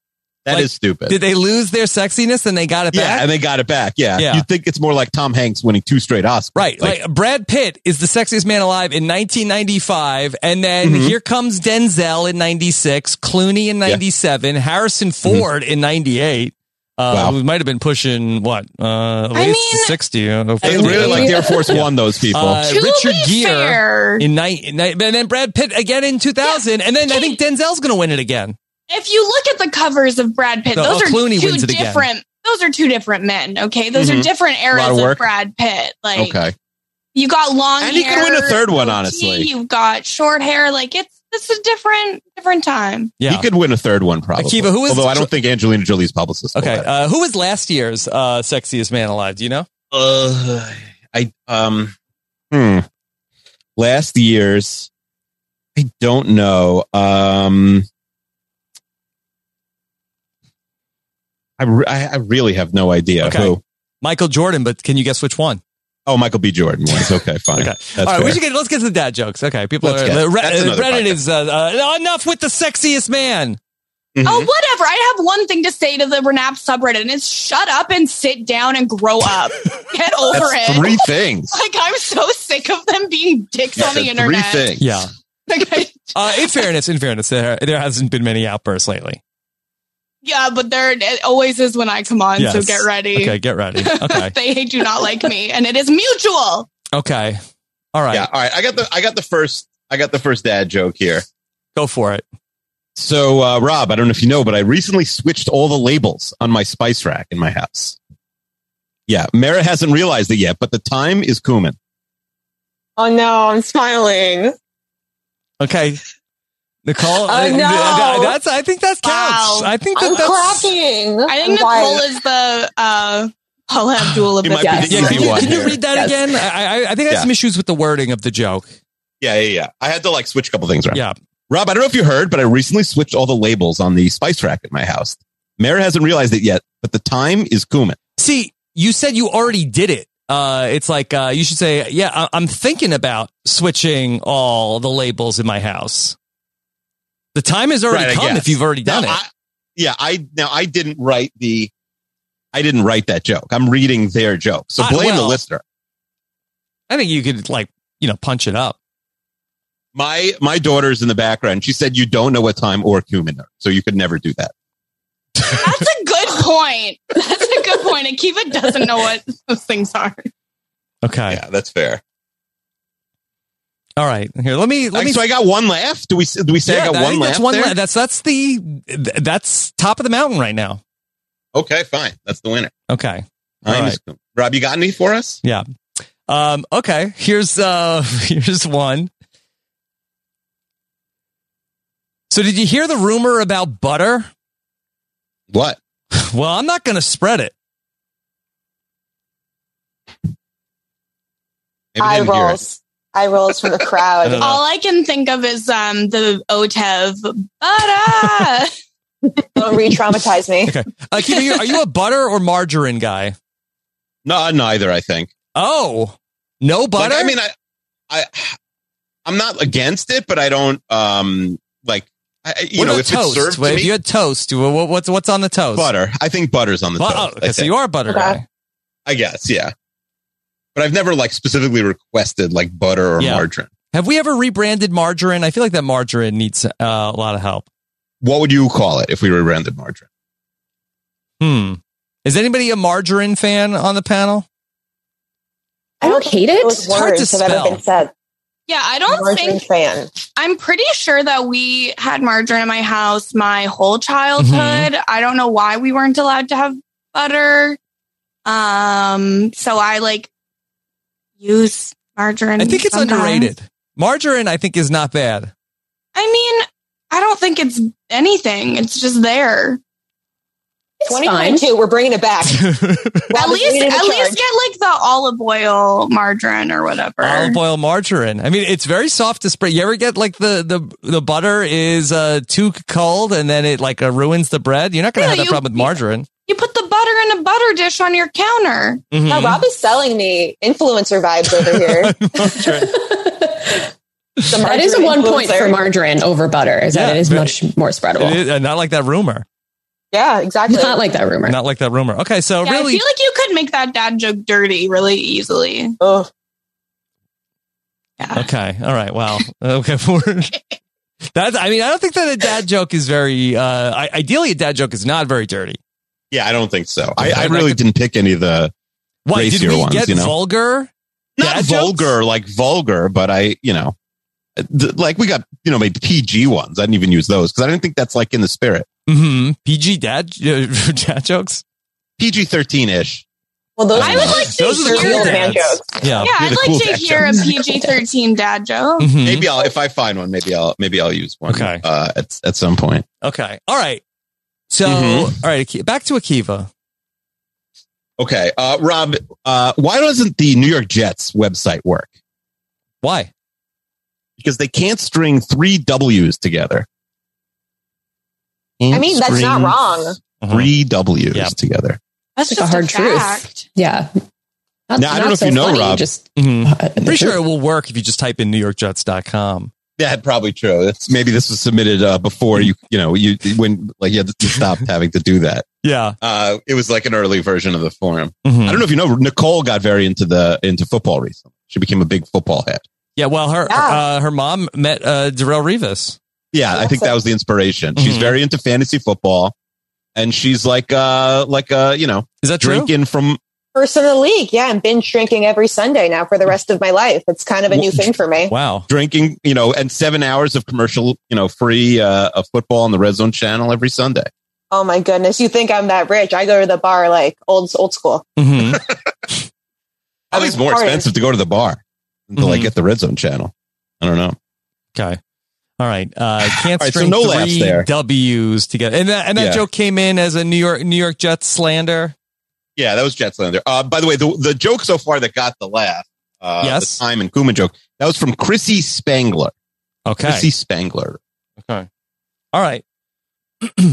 Speaker 3: That
Speaker 2: Like,
Speaker 3: is stupid.
Speaker 2: Did they lose their sexiness and they got it
Speaker 3: yeah,
Speaker 2: back?
Speaker 3: and they got it back. Yeah.
Speaker 2: Yeah.
Speaker 3: you think it's more like Tom Hanks winning two straight Oscars.
Speaker 2: right.
Speaker 3: Like,
Speaker 2: Like, Brad Pitt is the sexiest man alive in 1995. And then
Speaker 3: Mhm.
Speaker 2: here comes Denzel in 96, Clooney in 97, Harrison Ford in 98. Uh,
Speaker 3: Mm-hmm. Wow.
Speaker 2: who might have been pushing what? Uh, at
Speaker 4: I
Speaker 2: least
Speaker 4: mean-
Speaker 2: 60. uh,
Speaker 3: they
Speaker 2: 50.
Speaker 3: really like Air Force One, those people.
Speaker 2: Uh,
Speaker 4: To
Speaker 2: Richard
Speaker 4: be
Speaker 2: Gere
Speaker 4: fair,
Speaker 2: in night, and then Brad Pitt again in 2000, and then I think Denzel's going to win it again.
Speaker 4: if you look at the covers of Brad Pitt,
Speaker 2: No,
Speaker 4: those
Speaker 2: oh,
Speaker 4: are
Speaker 2: Clooney
Speaker 4: two
Speaker 2: wins it again.
Speaker 4: different. Those are two different men. Okay, those are
Speaker 3: Mhm.
Speaker 4: different
Speaker 3: lot
Speaker 4: eras
Speaker 3: of
Speaker 4: of,
Speaker 3: work.
Speaker 4: Brad Pitt. Like
Speaker 3: okay.
Speaker 4: you got long,
Speaker 3: And he could
Speaker 4: hair,
Speaker 3: win a third one,
Speaker 4: goatee,
Speaker 3: honestly.
Speaker 4: You've got short hair. Like it's this is a different different time.
Speaker 3: He could win a third one, probably.
Speaker 2: Akiva, who is-
Speaker 3: Although I don't think Angelina Jolie's publicist. will
Speaker 2: Okay.
Speaker 3: let her.
Speaker 2: Uh, who was last year's uh, sexiest man alive? Do you know?
Speaker 3: Uh,
Speaker 8: 哎
Speaker 3: I um, hmm. Last year's, I don't know. Um, I re- I I really have no idea
Speaker 2: Okay.
Speaker 3: who.
Speaker 2: Michael Jordan, but can you guess which one?
Speaker 3: Oh, Michael B. Jordan was okay. Fine.
Speaker 2: Okay.
Speaker 3: That's
Speaker 2: All right, we
Speaker 3: fair.
Speaker 2: should get let's get to the dad jokes. Okay, people
Speaker 3: Let's
Speaker 2: are
Speaker 3: get-
Speaker 2: the Re-
Speaker 3: that's
Speaker 2: uh,
Speaker 3: another
Speaker 2: Reddit
Speaker 3: podcast.
Speaker 2: is uh, uh, enough with the sexiest man.
Speaker 3: Mhm.
Speaker 4: Oh, whatever. I have one thing to say to the Renap subreddit, and it's shut up and sit down and grow up. Get over
Speaker 3: That's
Speaker 4: it.
Speaker 3: three things.
Speaker 4: like I'm so sick of them being dicks on
Speaker 3: That's
Speaker 4: the
Speaker 3: three
Speaker 4: internet.
Speaker 3: things.
Speaker 2: Yeah.
Speaker 4: Like, I-
Speaker 2: Uh, in fairness, in fairness, there, there hasn't been many outbursts lately.
Speaker 4: yeah, but there it always is when I come on. So
Speaker 2: Yes.
Speaker 4: get ready.
Speaker 2: Okay, get ready. Okay.
Speaker 4: they do not like me, and it is mutual.
Speaker 2: okay. All right.
Speaker 3: Yeah. All right. I got the I got the first I got the first dad joke here.
Speaker 2: Go for it.
Speaker 3: So uh, Rob, I don't know if you know, but I recently switched all the labels on my spice rack in my house. Yeah, Mara hasn't realized it yet, but the time is cumin.
Speaker 6: Oh no, I'm smiling.
Speaker 2: Okay. Nicole,
Speaker 6: Oh,
Speaker 2: I-
Speaker 6: no.
Speaker 2: that- Uh, that's. I think that's
Speaker 4: Wow.
Speaker 2: counts. I think that
Speaker 6: I'm
Speaker 2: that's.
Speaker 6: cracking.
Speaker 4: I think
Speaker 6: Why?
Speaker 4: Nicole is the uh, Paul Abdul of
Speaker 3: It
Speaker 4: this.
Speaker 3: might be
Speaker 6: Yes.
Speaker 3: the
Speaker 2: Yeah,
Speaker 3: easy
Speaker 2: can you,
Speaker 3: one.
Speaker 2: can you
Speaker 3: here.
Speaker 2: read that
Speaker 6: Yes.
Speaker 2: again? I, I, I think I had
Speaker 3: Yeah.
Speaker 2: some issues with the wording of the joke.
Speaker 3: Yeah, yeah, yeah. I had to like switch a couple things around.
Speaker 2: Yeah.
Speaker 3: Rob, I don't know if you heard, but I recently switched all the labels on the spice rack at my house. Mara hasn't realized it yet, but the time is cumin.
Speaker 2: See, you said you already did it. Uh, it's like uh, you should say, "Yeah, I- I'm thinking about switching all the labels in my house." The time has already
Speaker 3: Right, I
Speaker 2: come
Speaker 3: guess.
Speaker 2: if you've already done it.
Speaker 3: Now, I, yeah, I now I didn't write the I didn't write that joke. I'm reading their joke. So
Speaker 2: I- Ah,
Speaker 3: blame
Speaker 2: well-
Speaker 3: the listener.
Speaker 2: I, think you could like you know punch it up.
Speaker 3: My my daughter's in the background. She said you don't know what time or cumin are, so you could never do that.
Speaker 4: That's a good point. That's a good point. Akiva doesn't know what those things are.
Speaker 2: Okay,
Speaker 3: Yeah, that's fair.
Speaker 2: all right. Here, let me let
Speaker 3: Like,
Speaker 2: me.
Speaker 3: so I got one laugh. Do we do we say I got
Speaker 2: that-
Speaker 3: one
Speaker 2: think
Speaker 3: laugh?
Speaker 2: that's one
Speaker 3: there?
Speaker 2: la- That's that's the th- that's top of the mountain right now.
Speaker 3: Okay, fine. That's the winner.
Speaker 2: Okay. All
Speaker 3: Time is cumin. Rob, you got any for us?
Speaker 2: Um, okay, here's uh, here's one. So, did you hear the rumor about butter?
Speaker 3: What?
Speaker 2: Well, I'm not going to spread it.
Speaker 3: Maybe they
Speaker 6: Eye
Speaker 3: didn't hear it.
Speaker 6: rolls. Eye rolls from the crowd.
Speaker 2: I don't know.
Speaker 4: E uh, All I can think of is um, the Otev butter.
Speaker 6: Don't re-traumatize me.
Speaker 2: Okay. Uh, Kiva, you- are you a butter or margarine guy?
Speaker 3: No, uh, neither. I think.
Speaker 2: Oh, no butter.
Speaker 3: Like, I mean, I, I, I'm not against it, but I don't. Um, like, I, I- you
Speaker 2: What
Speaker 3: know,
Speaker 2: about
Speaker 3: if
Speaker 2: toast?
Speaker 3: it's served to
Speaker 2: Wait,
Speaker 3: me,
Speaker 2: if you had toast, wha- wha- what's what's on the toast?
Speaker 3: butter. I think butter's on the
Speaker 2: Bu-
Speaker 3: toast.
Speaker 2: oh, okay,
Speaker 3: I,
Speaker 2: so
Speaker 3: think.
Speaker 2: you are a butter
Speaker 6: Okay.
Speaker 2: guy.
Speaker 3: I guess, yeah. But I've never like specifically requested like butter or
Speaker 2: Yeah.
Speaker 3: margarine.
Speaker 2: Have we ever rebranded margarine? I feel like that margarine needs uh, a lot of help.
Speaker 3: What would you call it if we rebranded margarine?
Speaker 2: Hmm. Is anybody a margarine fan on the panel?
Speaker 7: I don't hate it.
Speaker 6: Those
Speaker 2: It's hard
Speaker 6: words
Speaker 2: to
Speaker 6: have ever
Speaker 2: spell.
Speaker 6: been said.
Speaker 4: Yeah, I don't
Speaker 6: Margarine
Speaker 4: think
Speaker 6: fan.
Speaker 4: I'm pretty sure that we had margarine in my house my whole childhood.
Speaker 2: Mm-hmm.
Speaker 4: I don't know why we weren't allowed to have butter. Um, so I like use margarine.
Speaker 2: I think it's
Speaker 4: sometimes.
Speaker 2: underrated. Margarine, I think, is not bad.
Speaker 4: I mean, I don't think it's anything. It's just there.
Speaker 7: It's fine.
Speaker 6: 2022, we're bringing it back.
Speaker 4: at
Speaker 6: Robin's
Speaker 4: least,
Speaker 6: leading the
Speaker 4: at
Speaker 6: charge.
Speaker 4: least get like the olive oil margarine or whatever.
Speaker 2: Olive oil margarine. I mean, it's very soft to spread. You ever get like the the the butter is uh, too cold and then it like uh, ruins the bread? You're not gonna
Speaker 4: Yeah,
Speaker 2: have that
Speaker 4: you-
Speaker 2: problem with margarine.
Speaker 4: You put the butter in a butter dish on your counter.
Speaker 2: Mhm.
Speaker 6: Now, Rob is selling me influencer vibes over here.
Speaker 2: Margarine.
Speaker 6: The
Speaker 7: That is a
Speaker 6: margarine
Speaker 7: one point
Speaker 6: influencer.
Speaker 7: for margarine over butter. Is that
Speaker 2: Yeah,
Speaker 7: it is
Speaker 2: but-
Speaker 7: much more spreadable.
Speaker 2: It is- uh, not like that rumor.
Speaker 6: Yeah, exactly.
Speaker 7: Not like that rumor.
Speaker 2: Not like that rumor. Okay, so
Speaker 4: Yeah, I
Speaker 2: really,
Speaker 4: feel like you could make that dad joke dirty really easily.
Speaker 6: Ugh.
Speaker 4: Yeah.
Speaker 2: okay, all right, wow, okay. we're- That's. I mean, I don't think that a dad joke is very. Uh, I, ideally, a dad joke is not very dirty.
Speaker 3: Yeah, I don't think so. I,
Speaker 2: I'd
Speaker 3: I
Speaker 2: like
Speaker 3: really
Speaker 2: to-
Speaker 3: didn't pick any of the
Speaker 2: Why did
Speaker 3: Racier
Speaker 2: we
Speaker 3: ones,
Speaker 2: get
Speaker 3: you know?
Speaker 2: vulgar?
Speaker 3: not
Speaker 2: Dad jokes?
Speaker 3: vulgar, like vulgar, but I, you know, th- like we got, you know, made PG ones. I didn't even use those because I didn't think that's like in the spirit.
Speaker 2: hmm PG dad uh, dad jokes.
Speaker 3: PG 13 ish.
Speaker 6: Well, those
Speaker 4: I
Speaker 6: are
Speaker 4: would like to
Speaker 2: Those are the
Speaker 4: hear
Speaker 2: cool
Speaker 6: real man
Speaker 2: dads.
Speaker 6: jokes.
Speaker 2: Yeah.
Speaker 4: Yeah,
Speaker 3: You're
Speaker 4: I'd
Speaker 3: the
Speaker 4: like
Speaker 3: cool
Speaker 4: to
Speaker 3: dad
Speaker 4: hear a PG thirteen dad joke.
Speaker 2: Mhm.
Speaker 3: Maybe I'll, if I find one, maybe I'll, maybe I'll use one
Speaker 2: Okay.
Speaker 3: uh, at, at some point.
Speaker 2: Okay. All right. So,
Speaker 3: Mhm.
Speaker 2: all right. Aki- Back to Akiva.
Speaker 3: Okay. Uh, Rob, uh, why doesn't the New York Jets website work?
Speaker 2: Why?
Speaker 3: Because they can't string three W's together.
Speaker 6: I mean, that's not wrong.
Speaker 3: 3 W's
Speaker 2: Uh-huh. Yeah.
Speaker 3: together.
Speaker 4: That's
Speaker 7: Like
Speaker 4: just
Speaker 7: a
Speaker 4: a
Speaker 7: hard
Speaker 4: hard
Speaker 7: truth.
Speaker 4: fact.
Speaker 7: Yeah. Not,
Speaker 3: Now, I don't know if you know, Rob.
Speaker 7: Just,
Speaker 2: Mhm.
Speaker 7: uh,
Speaker 2: I'm pretty sure it will work if you just type in NewYorkJets.com.
Speaker 3: Yeah, probably true. That's, maybe this was submitted uh, before you, you know, you when like you, had to- you stopped having to do that.
Speaker 2: Yeah.
Speaker 3: Uh, it was like an early version of the forum.
Speaker 2: Mhm.
Speaker 3: I don't know if you know, Nicole got very into the into football recently. She became a big football head.
Speaker 2: Yeah. Well, her
Speaker 6: Yeah.
Speaker 3: Ah.
Speaker 2: uh, her mom met uh, Darrell Rivas.
Speaker 3: Yeah, I think that was the inspiration. She's
Speaker 2: Mhm.
Speaker 3: very into fantasy football, and she's like uh like uh you know
Speaker 2: Is that true?
Speaker 3: drinking from
Speaker 6: First in the league. Yeah, I'm binge drinking every Sunday now for the rest of my life. It's kind of a new thing for me.
Speaker 2: Wow.
Speaker 3: drinking you know and seven hours of commercial you know free uh of football on the Red Zone channel every Sunday.
Speaker 6: Oh my goodness. You think I'm that rich. I go to the bar like old old school.
Speaker 2: hmm
Speaker 3: I think it's more
Speaker 6: Party.
Speaker 3: expensive to go to the bar than to like
Speaker 2: Mhm.
Speaker 3: get the Red Zone channel. I don't know.
Speaker 2: Okay. All right. Uh, can't
Speaker 3: All right, so
Speaker 2: string
Speaker 3: no laughs
Speaker 2: three
Speaker 3: there.
Speaker 2: W's together. And that, and that
Speaker 3: Yeah.
Speaker 2: joke came in as a New York New York Jets slander.
Speaker 3: Yeah, that was Jetslander. Uh, by the way, the, the joke so far that got the laugh, uh,
Speaker 2: Yes.
Speaker 3: the time and Kuma joke, that was from Chrissy Spangler.
Speaker 2: Okay.
Speaker 3: Chrissy Spangler.
Speaker 2: Okay. All right. All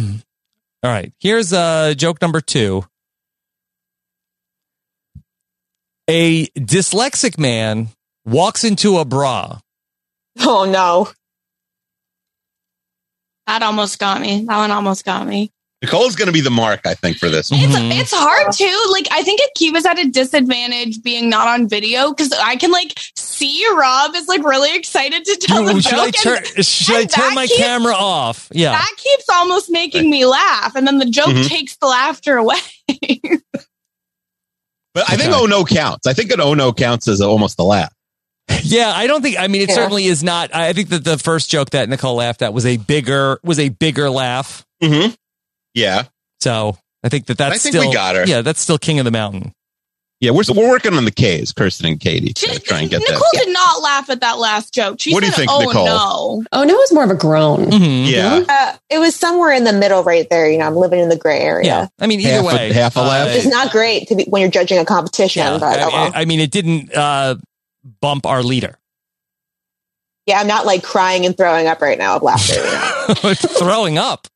Speaker 2: right. Here's uh, joke number two. A dyslexic man walks into a bra.
Speaker 6: Oh no.
Speaker 4: That almost got me. That one almost got me.
Speaker 3: Nicole's going to be the mark, I think, for this.
Speaker 2: Mhm.
Speaker 4: It's it's hard too. Like I think Akiva's at a disadvantage being not on video because I can like see Rob is like really excited to tell the
Speaker 2: Ooh,
Speaker 4: joke.
Speaker 2: should I
Speaker 4: and
Speaker 2: turn, should I
Speaker 4: and
Speaker 2: turn
Speaker 4: that
Speaker 2: my
Speaker 4: keeps-
Speaker 2: camera off? Yeah.
Speaker 4: That keeps almost making me laugh, and then the joke
Speaker 3: Mhm.
Speaker 4: takes the laughter away.
Speaker 3: But I think
Speaker 2: Okay.
Speaker 3: Oh No counts. I think an Oh No counts as almost a laugh.
Speaker 2: Yeah, I don't think I mean it
Speaker 6: Yeah.
Speaker 2: certainly is not I I think that the first joke that Nicole laughed at was a bigger was a bigger laugh.
Speaker 3: Mm-hmm. Yeah.
Speaker 2: So I think that that's
Speaker 3: I think
Speaker 2: still
Speaker 3: we got her.
Speaker 2: Yeah, that's still King of the Mountain.
Speaker 3: Yeah, we're, we're working on the K's, Kirsten and Katie.
Speaker 4: She-
Speaker 3: to try and get
Speaker 4: Nicole
Speaker 3: that.
Speaker 4: did not laugh at that last joke. She
Speaker 3: What do
Speaker 4: said,
Speaker 3: you think,
Speaker 4: "Oh
Speaker 3: Nicole?"
Speaker 4: no!"
Speaker 7: Oh, no, it's more of a groan.
Speaker 2: Mhm.
Speaker 3: Yeah.
Speaker 6: Uh, it was somewhere in the middle right there. You know, I'm living in the gray area.
Speaker 2: Yeah. I mean uh, either
Speaker 3: Half a-
Speaker 2: way.
Speaker 3: half a laugh?
Speaker 6: It's not great to be when you're judging a competition,
Speaker 2: Yeah,
Speaker 6: but oh well.
Speaker 2: I, I mean, it didn't uh, bump our leader.
Speaker 6: yeah, I'm not like crying and throwing up right now of laughter. you know.
Speaker 2: Throwing up.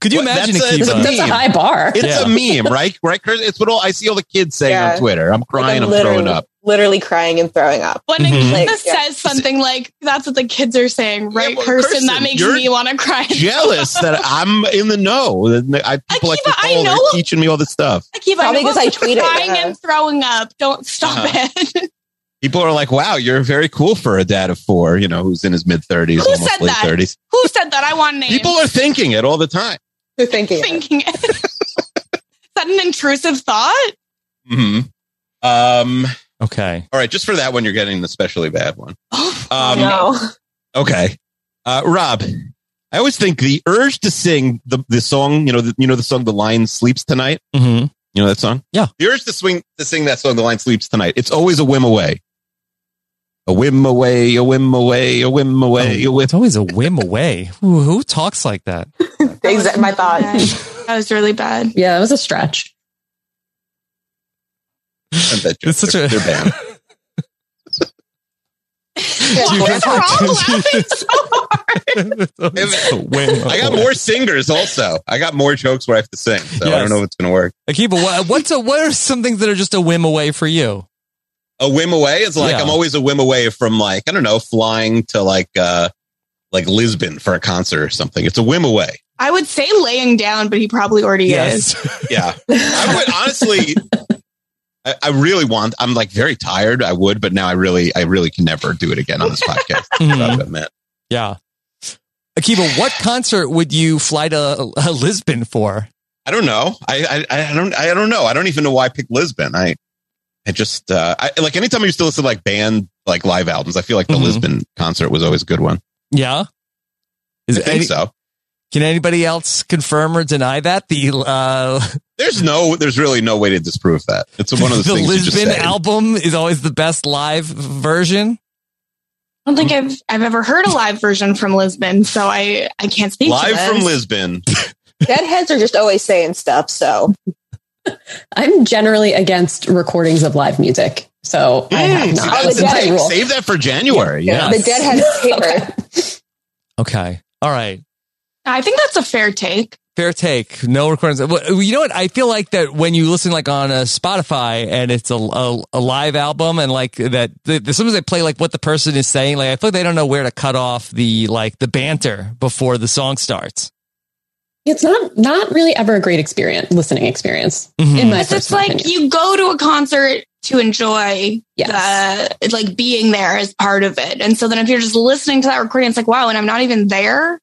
Speaker 2: Could you
Speaker 3: What?
Speaker 2: imagine
Speaker 3: That's a-
Speaker 2: Akiva?
Speaker 3: that's a
Speaker 7: That's a
Speaker 3: Meme.
Speaker 7: high bar.
Speaker 3: It's
Speaker 2: Yeah.
Speaker 3: a meme, right? Right, Chris? It's what all I see all the kids saying
Speaker 6: Yeah.
Speaker 3: on Twitter. I'm
Speaker 6: Like,
Speaker 3: crying,
Speaker 6: I'm
Speaker 3: I'm throwing
Speaker 6: literally,
Speaker 3: up.
Speaker 6: literally crying and throwing up.
Speaker 4: When
Speaker 2: Mhm.
Speaker 4: Akiva
Speaker 6: Like, yeah.
Speaker 4: says something like, that's what the kids are saying, right,
Speaker 3: well,
Speaker 4: Kirsten?
Speaker 3: Kirsten,
Speaker 4: That makes
Speaker 3: you're
Speaker 4: me want to cry.
Speaker 3: Jealous that I'm in the know. That I people like
Speaker 4: Akiva, I
Speaker 3: Nicole
Speaker 4: know-
Speaker 3: are teaching me all this stuff.
Speaker 4: Akiva,
Speaker 6: Probably
Speaker 4: I know
Speaker 6: 'cause I
Speaker 4: I'm
Speaker 6: tweeted,
Speaker 4: Crying
Speaker 6: yeah.
Speaker 4: and throwing up. Don't stop
Speaker 3: Uh-huh.
Speaker 4: it.
Speaker 3: People are like, "Wow, you're very cool for a dad of four, you know, who's in his mid 30s,
Speaker 4: Who
Speaker 3: almost
Speaker 4: said
Speaker 3: late
Speaker 4: that?
Speaker 3: 30s."
Speaker 4: Who said that? I want names.
Speaker 3: People are thinking it all the time.
Speaker 6: You're thinking, it.
Speaker 4: thinking it. Is that an intrusive thought?
Speaker 3: hmm Um,
Speaker 2: okay.
Speaker 3: all right, just for that one, you're getting an especially bad one. Um,
Speaker 6: no.
Speaker 3: Okay, uh, Rob, I always think the urge to sing the, the song, you know, the, you know the song "The Lion Sleeps Tonight."
Speaker 2: hmm
Speaker 3: You know that song?
Speaker 2: Yeah.
Speaker 3: The urge to swing to sing that song, "The Lion Sleeps Tonight." It's always a whim away, a whim away, a whim away, a whim away, a whim.
Speaker 2: It's always a whim away. Who, who talks like that?
Speaker 6: Exa- my thought.
Speaker 4: That was really bad.
Speaker 7: Yeah, that was a stretch.
Speaker 3: That joke.
Speaker 2: It's such
Speaker 3: They're-
Speaker 2: a-
Speaker 3: they're banned.
Speaker 4: What's wrong laughing so hard?
Speaker 2: It's a whim
Speaker 3: I got
Speaker 2: away.
Speaker 3: more singers also. I got more jokes where I have to sing, so I
Speaker 2: Yes.
Speaker 3: don't know if it's going to work.
Speaker 2: Akiba, what, what's a, what are some things that are just a whim away for you?
Speaker 3: a whim away is like
Speaker 2: Yeah.
Speaker 3: I'm always a whim away from like I don't know flying to like uh like Lisbon for a concert or something. It's a whim away.
Speaker 4: I would say laying down, but he probably already is.
Speaker 3: Yeah, I would honestly. I, I really want. I'm like very tired. I would, but now I really, I really can never do it again on this podcast.
Speaker 2: Mhm.
Speaker 3: I've admit.
Speaker 2: Yeah. Akiva, what concert would you fly to uh, Lisbon for?
Speaker 3: I don't know. I, I, I don't, I don't know. I don't even know why I picked Lisbon. I, I just, uh, I like anytime I used to listen to like band like live albums. I feel like the
Speaker 2: Mhm.
Speaker 3: Lisbon concert was always a good one.
Speaker 2: Yeah. Is
Speaker 3: I
Speaker 2: it
Speaker 3: think
Speaker 2: any,
Speaker 3: so.
Speaker 2: Can anybody else confirm or deny that? The uh,
Speaker 3: There's no, there's really no way to disprove that. It's one of those
Speaker 2: the
Speaker 3: things. you just
Speaker 2: Lisbon
Speaker 3: say.
Speaker 2: album is always the best live version.
Speaker 4: I don't think I've I've ever heard a live version from Lisbon, so I I can't speak. to
Speaker 3: live
Speaker 4: this.
Speaker 3: from Lisbon.
Speaker 6: Deadheads are just always saying stuff. So
Speaker 7: I'm generally against recordings of live music. So I have
Speaker 3: Mm, see,
Speaker 7: not.
Speaker 6: Oh,
Speaker 3: that's
Speaker 7: That's
Speaker 6: the
Speaker 7: my
Speaker 6: dead-
Speaker 3: insane.
Speaker 7: rule.
Speaker 3: Save that for January. Yeah.
Speaker 2: Yeah.
Speaker 6: the Deadheads taper.
Speaker 2: Okay. All right.
Speaker 4: I think that's a fair take.
Speaker 2: Fair take. No recordings. Well, You know what? I feel like that when you listen like on a Spotify and it's a, a, a live album and like that, the, the, sometimes they play like what the person is saying. Like I feel like they don't know where to cut off the like the banter before the song starts.
Speaker 7: It's not not really ever a great experience, listening experience.
Speaker 2: Mhm.
Speaker 7: In my
Speaker 4: Because it's
Speaker 7: personal
Speaker 4: like
Speaker 7: opinion.
Speaker 4: you go to a concert to enjoy
Speaker 7: Yes.
Speaker 4: the like being there as part of it, and so then if you're just listening to that recording, it's like wow, and I'm not even there.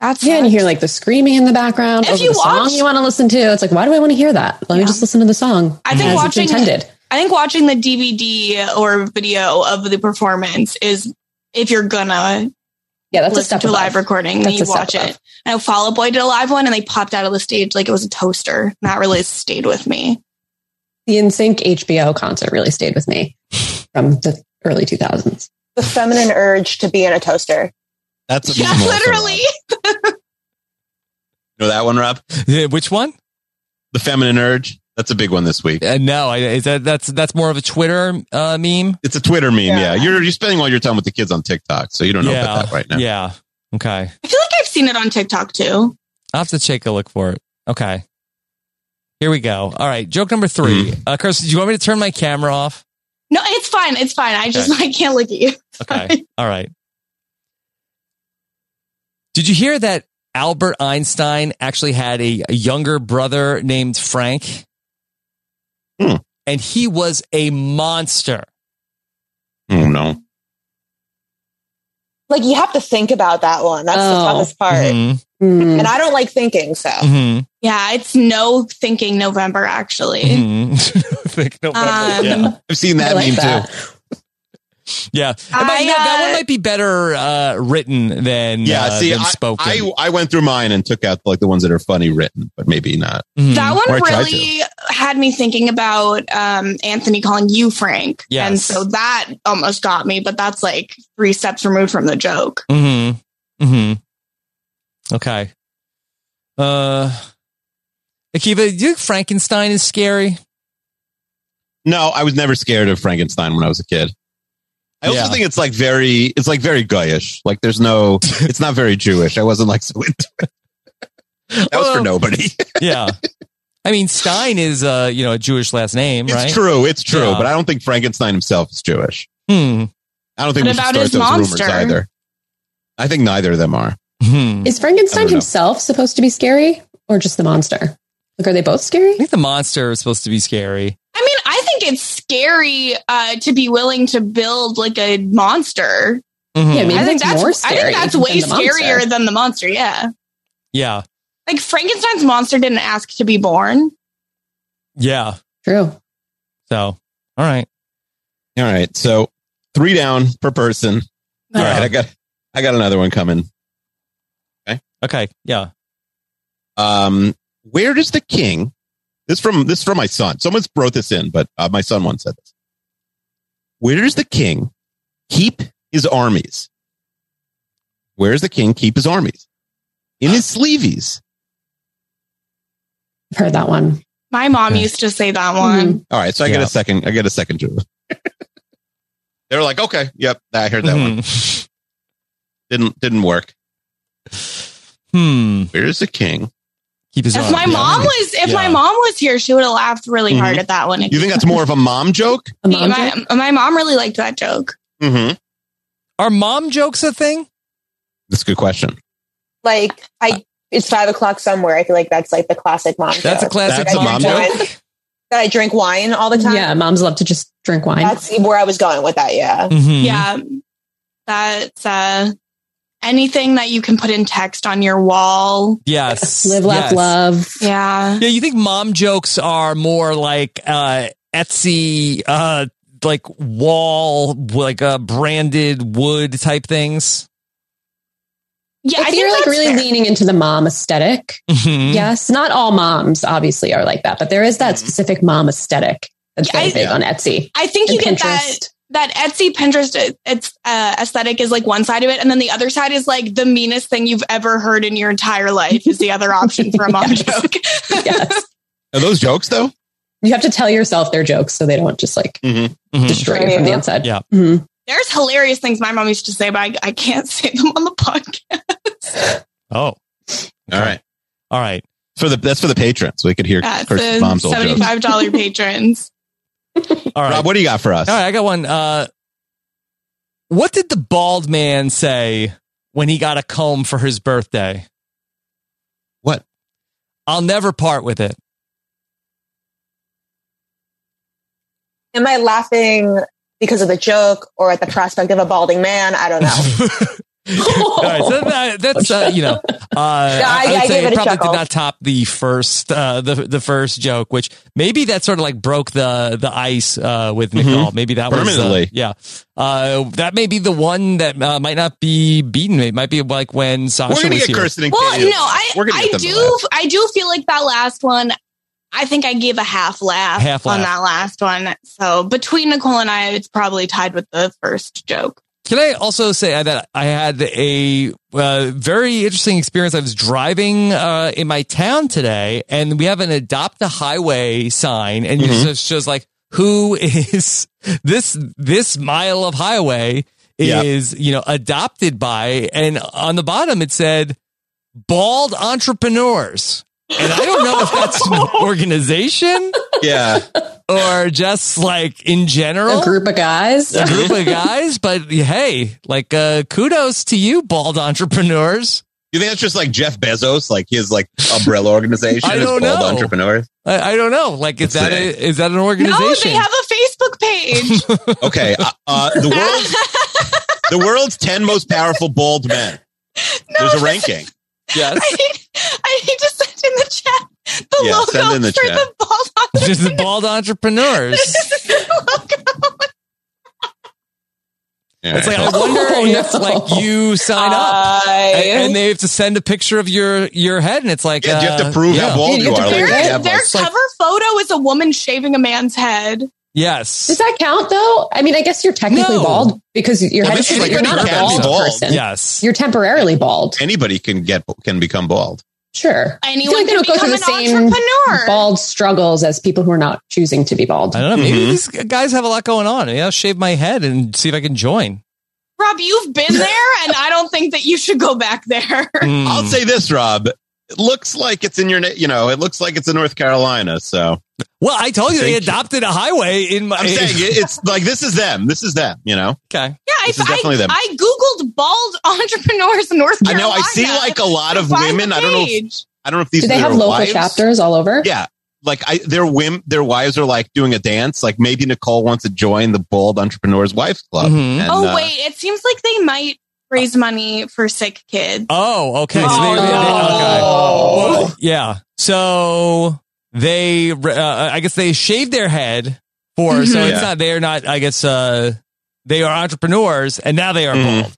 Speaker 4: That's
Speaker 7: Yeah, and you
Speaker 4: sucks.
Speaker 7: hear like the screaming in the background.
Speaker 4: If
Speaker 7: over
Speaker 4: you
Speaker 7: the song
Speaker 4: watch-
Speaker 7: you want to listen to, it's like, why do I want to hear that? Let me
Speaker 4: Yeah.
Speaker 7: just listen to the song.
Speaker 4: I think
Speaker 7: as
Speaker 4: watching-
Speaker 7: it's intended.
Speaker 4: I think watching the DVD or video of the performance is if you're gonna
Speaker 7: Yeah, that's a
Speaker 4: listen
Speaker 7: step
Speaker 4: to a live
Speaker 7: above.
Speaker 4: recording,
Speaker 7: That's
Speaker 4: then
Speaker 7: a
Speaker 4: you
Speaker 7: step
Speaker 4: watch
Speaker 7: above.
Speaker 4: it. I know Fall Out Boy did a live one, and they popped out of the stage like it was a toaster. And that really stayed with me.
Speaker 7: The InSync HBO concert really stayed with me from the early 2000s.
Speaker 6: The feminine urge to be in a toaster.
Speaker 3: That's a
Speaker 4: yeah,
Speaker 3: meme also,
Speaker 4: literally.
Speaker 3: Rob. You know that one, Rob?
Speaker 2: Yeah, Which one?
Speaker 3: The feminine urge. That's a big one this week.
Speaker 2: Uh, no, I, is that that's that's more of a Twitter uh, meme.
Speaker 3: It's a Twitter meme.
Speaker 6: Yeah.
Speaker 3: Yeah. You're, you're spending all your time with the kids on TikTok. So you don't know about that right now.
Speaker 2: Yeah. Okay.
Speaker 4: I feel like I've seen it on TikTok too.
Speaker 2: I'll have to take a look for it. Okay. Here we go. All right. Joke number three.
Speaker 3: Mm-hmm.
Speaker 2: Uh, Kirsten, do you want me to turn my camera off?
Speaker 4: No, it's fine. It's fine. I just I can't look at you.
Speaker 2: Okay. All right. Did you hear that Albert Einstein actually had a, a younger brother named Frank?
Speaker 3: Hmm.
Speaker 2: And he was a monster.
Speaker 3: Oh, no.
Speaker 6: Like you have to think about that one. That's the
Speaker 7: Oh.
Speaker 6: toughest part.
Speaker 2: Mhm.
Speaker 7: Hmm.
Speaker 6: And I don't like thinking. So
Speaker 2: Mhm.
Speaker 4: Yeah, it's no thinking November actually.
Speaker 2: Mhm. Think no problem.
Speaker 4: Um,
Speaker 2: yeah.
Speaker 3: I've seen
Speaker 7: I
Speaker 3: that
Speaker 7: like
Speaker 3: meme
Speaker 7: that.
Speaker 3: too.
Speaker 2: Yeah. It might-
Speaker 4: I,
Speaker 2: no, that
Speaker 4: uh,
Speaker 2: one might be better uh, written
Speaker 3: um,
Speaker 2: than,
Speaker 3: Yeah.
Speaker 2: uh,
Speaker 3: see,
Speaker 2: than
Speaker 3: I,
Speaker 2: spoken.
Speaker 3: I, I went through mine and took out like the ones that are funny written, but maybe not.
Speaker 2: Mhm.
Speaker 4: That one
Speaker 3: Hmm. Or I tried
Speaker 4: really had me thinking about um, Anthony calling you Frank.
Speaker 2: Yes.
Speaker 4: And so that almost got me, but that's like three steps removed from the joke.
Speaker 2: Mm-hmm. Mm-hmm. Okay. Uh Akiva, do you think Frankenstein is scary?
Speaker 3: No, I was never scared of Frankenstein when I was a kid. I also
Speaker 2: Yeah.
Speaker 3: think it's like very, it's like very guyish. Like there's no, it's not very Jewish. I wasn't like so into That was
Speaker 2: Well-
Speaker 3: for nobody.
Speaker 2: yeah. I mean, Stein is uh, you know a Jewish last name,
Speaker 3: It's
Speaker 2: right?
Speaker 3: true. It's true.
Speaker 2: Yeah.
Speaker 3: But I don't think Frankenstein himself is Jewish.
Speaker 2: Hmm.
Speaker 3: I
Speaker 4: What
Speaker 3: don't think we should
Speaker 4: about
Speaker 3: start
Speaker 4: his
Speaker 3: those
Speaker 4: monster?
Speaker 3: rumors either. I think neither of them are.
Speaker 2: Hmm.
Speaker 7: Is
Speaker 3: I
Speaker 7: Frankenstein
Speaker 3: don't know.
Speaker 7: himself supposed to be scary or just the monster? Like, are they both
Speaker 2: I
Speaker 7: scary?
Speaker 2: think the monster is supposed to be scary.
Speaker 4: I mean, I think it's scary uh, to be willing to build like a monster.
Speaker 2: Mhm.
Speaker 7: Yeah, I mean-
Speaker 4: I think
Speaker 7: That's
Speaker 4: that's
Speaker 7: more
Speaker 4: I
Speaker 7: scary
Speaker 4: think that's
Speaker 7: than
Speaker 4: way
Speaker 7: the monster.
Speaker 4: scarier than the monster. Yeah,
Speaker 2: yeah,
Speaker 4: like Frankenstein's monster didn't ask to be born.
Speaker 2: yeah.
Speaker 7: True.
Speaker 2: So, all right.
Speaker 3: All right. So three down per person. All
Speaker 2: Yeah.
Speaker 3: right. I got I got another one coming.
Speaker 2: Okay, yeah.
Speaker 3: Um, where does the king? This from this from my son. Someone's wrote this in, but uh, my son once said this. Where does the king keep his armies? Where does the king keep his armies? In his sleeves.
Speaker 7: I've heard that one.
Speaker 4: My mom used to say that
Speaker 7: Mm-hmm.
Speaker 4: one.
Speaker 3: All right, so I get
Speaker 2: Yeah.
Speaker 3: a second. I get a second joke. they were like, "Okay, yep, I heard that one."
Speaker 2: Mhm.
Speaker 3: Didn't didn't work.
Speaker 2: Hmm.
Speaker 3: Where's the king?
Speaker 2: Keep his
Speaker 4: If
Speaker 2: arm.
Speaker 4: my
Speaker 2: Yeah.
Speaker 4: mom was, if my
Speaker 2: Yeah.
Speaker 4: mom was here, she would have laughed really
Speaker 3: Mhm.
Speaker 4: hard at that one.
Speaker 3: You think that's more of a mom joke?
Speaker 7: A mom joke?
Speaker 4: my, my mom really liked that joke.
Speaker 3: Mm-hmm.
Speaker 2: Are mom jokes a thing?
Speaker 3: That's a good question.
Speaker 6: Like I, it's five o'clock somewhere. I feel like that's like the classic mom.
Speaker 2: That's a
Speaker 6: joke.
Speaker 2: classic
Speaker 3: That's a
Speaker 2: mom,
Speaker 3: mom
Speaker 2: joke.
Speaker 6: joke? That I drink wine all the time.
Speaker 7: Yeah, moms love to just drink wine.
Speaker 6: That's where I was going with that. Yeah.
Speaker 3: Mm-hmm.
Speaker 2: Mhm.
Speaker 4: Yeah, that's uh, anything that you can put in text on your wall.
Speaker 2: Yes.
Speaker 7: Live, laugh,
Speaker 2: yes.
Speaker 7: love.
Speaker 4: Yeah,
Speaker 2: Yeah, you think mom jokes are more like uh, Etsy, uh, like wall, like uh, branded wood type things?
Speaker 4: yeah.
Speaker 7: if you're like
Speaker 4: that's
Speaker 7: really
Speaker 4: fair.
Speaker 7: leaning into the mom aesthetic,
Speaker 3: Mm-hmm.
Speaker 2: Mhm.
Speaker 7: yes, not all moms obviously are like that, but there is that
Speaker 3: Mhm.
Speaker 7: specific mom aesthetic that's
Speaker 4: Yeah,
Speaker 7: very
Speaker 4: I-
Speaker 7: big on Etsy.
Speaker 4: I think you
Speaker 7: and
Speaker 4: get that
Speaker 7: Pinterest.
Speaker 4: that Etsy Pinterest it- it's uh, aesthetic is like one side of it, and then the other side is like the meanest thing you've ever heard in your entire life is the other option for a mom
Speaker 7: Yes.
Speaker 4: joke.
Speaker 7: yes.
Speaker 3: Are those jokes though?
Speaker 7: You have to tell yourself their jokes so they don't just like
Speaker 3: Mm-hmm.
Speaker 2: Mhm.
Speaker 7: destroy you from the
Speaker 6: Yeah.
Speaker 7: inside.
Speaker 2: Yeah.
Speaker 7: Mhm.
Speaker 4: There's hilarious things my mom used to say, but I, I can't say them on the podcast.
Speaker 2: Oh,
Speaker 3: All right.
Speaker 2: all right.
Speaker 3: For the that's for the patrons. We could hear
Speaker 4: That's
Speaker 3: Kirsten's
Speaker 4: the
Speaker 3: mom's old jokes.
Speaker 4: seventy-five dollar patrons.
Speaker 2: All right.
Speaker 3: Rob, what do you got for us?
Speaker 2: All right, I got one. Uh, what did the bald man say when he got a comb for his birthday?
Speaker 3: What?
Speaker 2: I'll never part with it.
Speaker 6: Am I laughing because of the joke or at the prospect of a balding man? I don't know.
Speaker 2: All right, so that- that's uh, you know, uh, I,
Speaker 6: I-
Speaker 2: would
Speaker 6: I
Speaker 2: say
Speaker 6: gave it
Speaker 2: it
Speaker 6: a
Speaker 2: probably
Speaker 6: chuckle.
Speaker 2: did not top the first uh, the the first joke, which maybe that sort of like broke the the ice uh, with
Speaker 3: Mhm.
Speaker 2: Nicole. Maybe that
Speaker 3: Permanently.
Speaker 2: was uh, yeah. Uh, that may be the one that uh, might not be beaten. It might be like when Sasha
Speaker 3: We're gonna
Speaker 2: was
Speaker 3: get
Speaker 2: here.
Speaker 3: Kirsten and
Speaker 4: Well,
Speaker 3: Katie.
Speaker 4: no, I
Speaker 3: We're gonna get
Speaker 4: I
Speaker 3: them to
Speaker 4: do I do feel like that last one. I think I gave a half laugh,
Speaker 2: Half
Speaker 4: on
Speaker 2: laugh.
Speaker 4: that last one. So between Nicole and I, it's probably tied with the first joke.
Speaker 2: Can I also say that I had a uh, very interesting experience? I was driving uh, in my town today, and we have an adopt a highway sign, and
Speaker 3: Mhm.
Speaker 2: it just shows like who is this this mile of highway
Speaker 3: Yeah.
Speaker 2: is you know adopted by, and on the bottom it said bald entrepreneurs, and I don't know if that's an organization
Speaker 3: Yeah.
Speaker 2: or just like in general
Speaker 7: a group of guys.
Speaker 2: a group of guys, but hey, like uh, kudos to you, bald entrepreneurs.
Speaker 3: You think that's just like Jeff Bezos, like his like umbrella organization?
Speaker 2: I
Speaker 3: is
Speaker 2: don't
Speaker 3: called
Speaker 2: know.
Speaker 3: Entrepreneurs.
Speaker 2: I, I don't know, like is that
Speaker 3: Let's
Speaker 2: a, is that an
Speaker 4: No,
Speaker 2: organization?
Speaker 4: they have a Facebook page.
Speaker 3: Okay, uh, uh, the world's the world's ten most powerful bald men.
Speaker 4: no,
Speaker 3: There's a ranking.
Speaker 2: yes,
Speaker 4: I need, I need to send in the chat the
Speaker 3: Yeah,
Speaker 4: logo
Speaker 3: send in the
Speaker 4: for
Speaker 3: chat.
Speaker 4: the bald on
Speaker 2: there's the bald entrepreneurs. It's like I wonder
Speaker 7: Oh,
Speaker 2: if
Speaker 7: no.
Speaker 2: like you sign up.
Speaker 6: I-
Speaker 2: And, and they have to send a picture of your your head, and it's like
Speaker 3: Yeah, you have to
Speaker 2: uh,
Speaker 3: prove
Speaker 2: yeah.
Speaker 3: how bald
Speaker 7: You
Speaker 3: you,
Speaker 7: have to
Speaker 3: are.
Speaker 7: prove
Speaker 3: Like,
Speaker 7: it.
Speaker 3: yeah,
Speaker 4: Their,
Speaker 3: but
Speaker 4: their
Speaker 3: it's like-
Speaker 4: cover photo is a woman shaving a man's head.
Speaker 2: Yes,
Speaker 7: Does that count though? I mean, I guess you're technically
Speaker 2: No.
Speaker 7: bald because your
Speaker 3: Well,
Speaker 7: head
Speaker 3: this
Speaker 7: is
Speaker 3: is like
Speaker 7: you're
Speaker 3: a
Speaker 7: not a
Speaker 3: temporary
Speaker 7: bald,
Speaker 3: bald.
Speaker 7: person.
Speaker 2: yes,
Speaker 7: You're temporarily bald.
Speaker 3: anybody can get can become bald.
Speaker 7: Sure. I feel
Speaker 4: Anyone can
Speaker 7: like they don't go
Speaker 4: become
Speaker 7: through
Speaker 4: an
Speaker 7: the same
Speaker 4: entrepreneur.
Speaker 7: Bald struggles as people who are not choosing to be bald.
Speaker 2: I don't know. Maybe
Speaker 3: Mhm.
Speaker 2: these guys have a lot going on. Maybe I'll shave my head and see if I can join.
Speaker 4: Rob, you've been there, and I don't think that you should go back there.
Speaker 2: Mm.
Speaker 3: I'll say this, Rob. it looks like it's in your, na- you know, it looks like it's in North Carolina. So
Speaker 2: Well, I told you they
Speaker 3: Thank you.
Speaker 2: adopted a highway in my.
Speaker 3: I'm saying it, it's like this is them. This is them. You know,
Speaker 2: okay.
Speaker 4: Yeah, I,
Speaker 3: This is definitely
Speaker 4: I,
Speaker 3: them.
Speaker 4: I googled bald entrepreneurs in North
Speaker 3: I know.
Speaker 4: Carolina.
Speaker 3: I see like a lot of
Speaker 4: Find the
Speaker 3: women. I don't know. If,
Speaker 4: page.
Speaker 3: I don't know if these
Speaker 7: Do they
Speaker 3: are
Speaker 7: have
Speaker 3: their
Speaker 7: local
Speaker 3: wives.
Speaker 7: chapters all over?
Speaker 3: Yeah, like I, their whim, their wives are like doing a dance. Like maybe Nicole wants to join the Bold Entrepreneurs Wives Club.
Speaker 7: Mm-hmm.
Speaker 2: Mhm.
Speaker 3: And,
Speaker 4: Oh
Speaker 3: uh,
Speaker 4: wait, it seems like they might raise money for sick kids.
Speaker 2: Oh, okay. So
Speaker 4: Oh,
Speaker 2: they, they- they- okay.
Speaker 3: no.
Speaker 2: Well, yeah. So they, uh, I guess they shaved their head for. So
Speaker 3: Mhm.
Speaker 2: it's
Speaker 3: Yeah.
Speaker 2: not. They're not. I guess uh, they are entrepreneurs, and now they are
Speaker 3: Mhm.
Speaker 2: bald.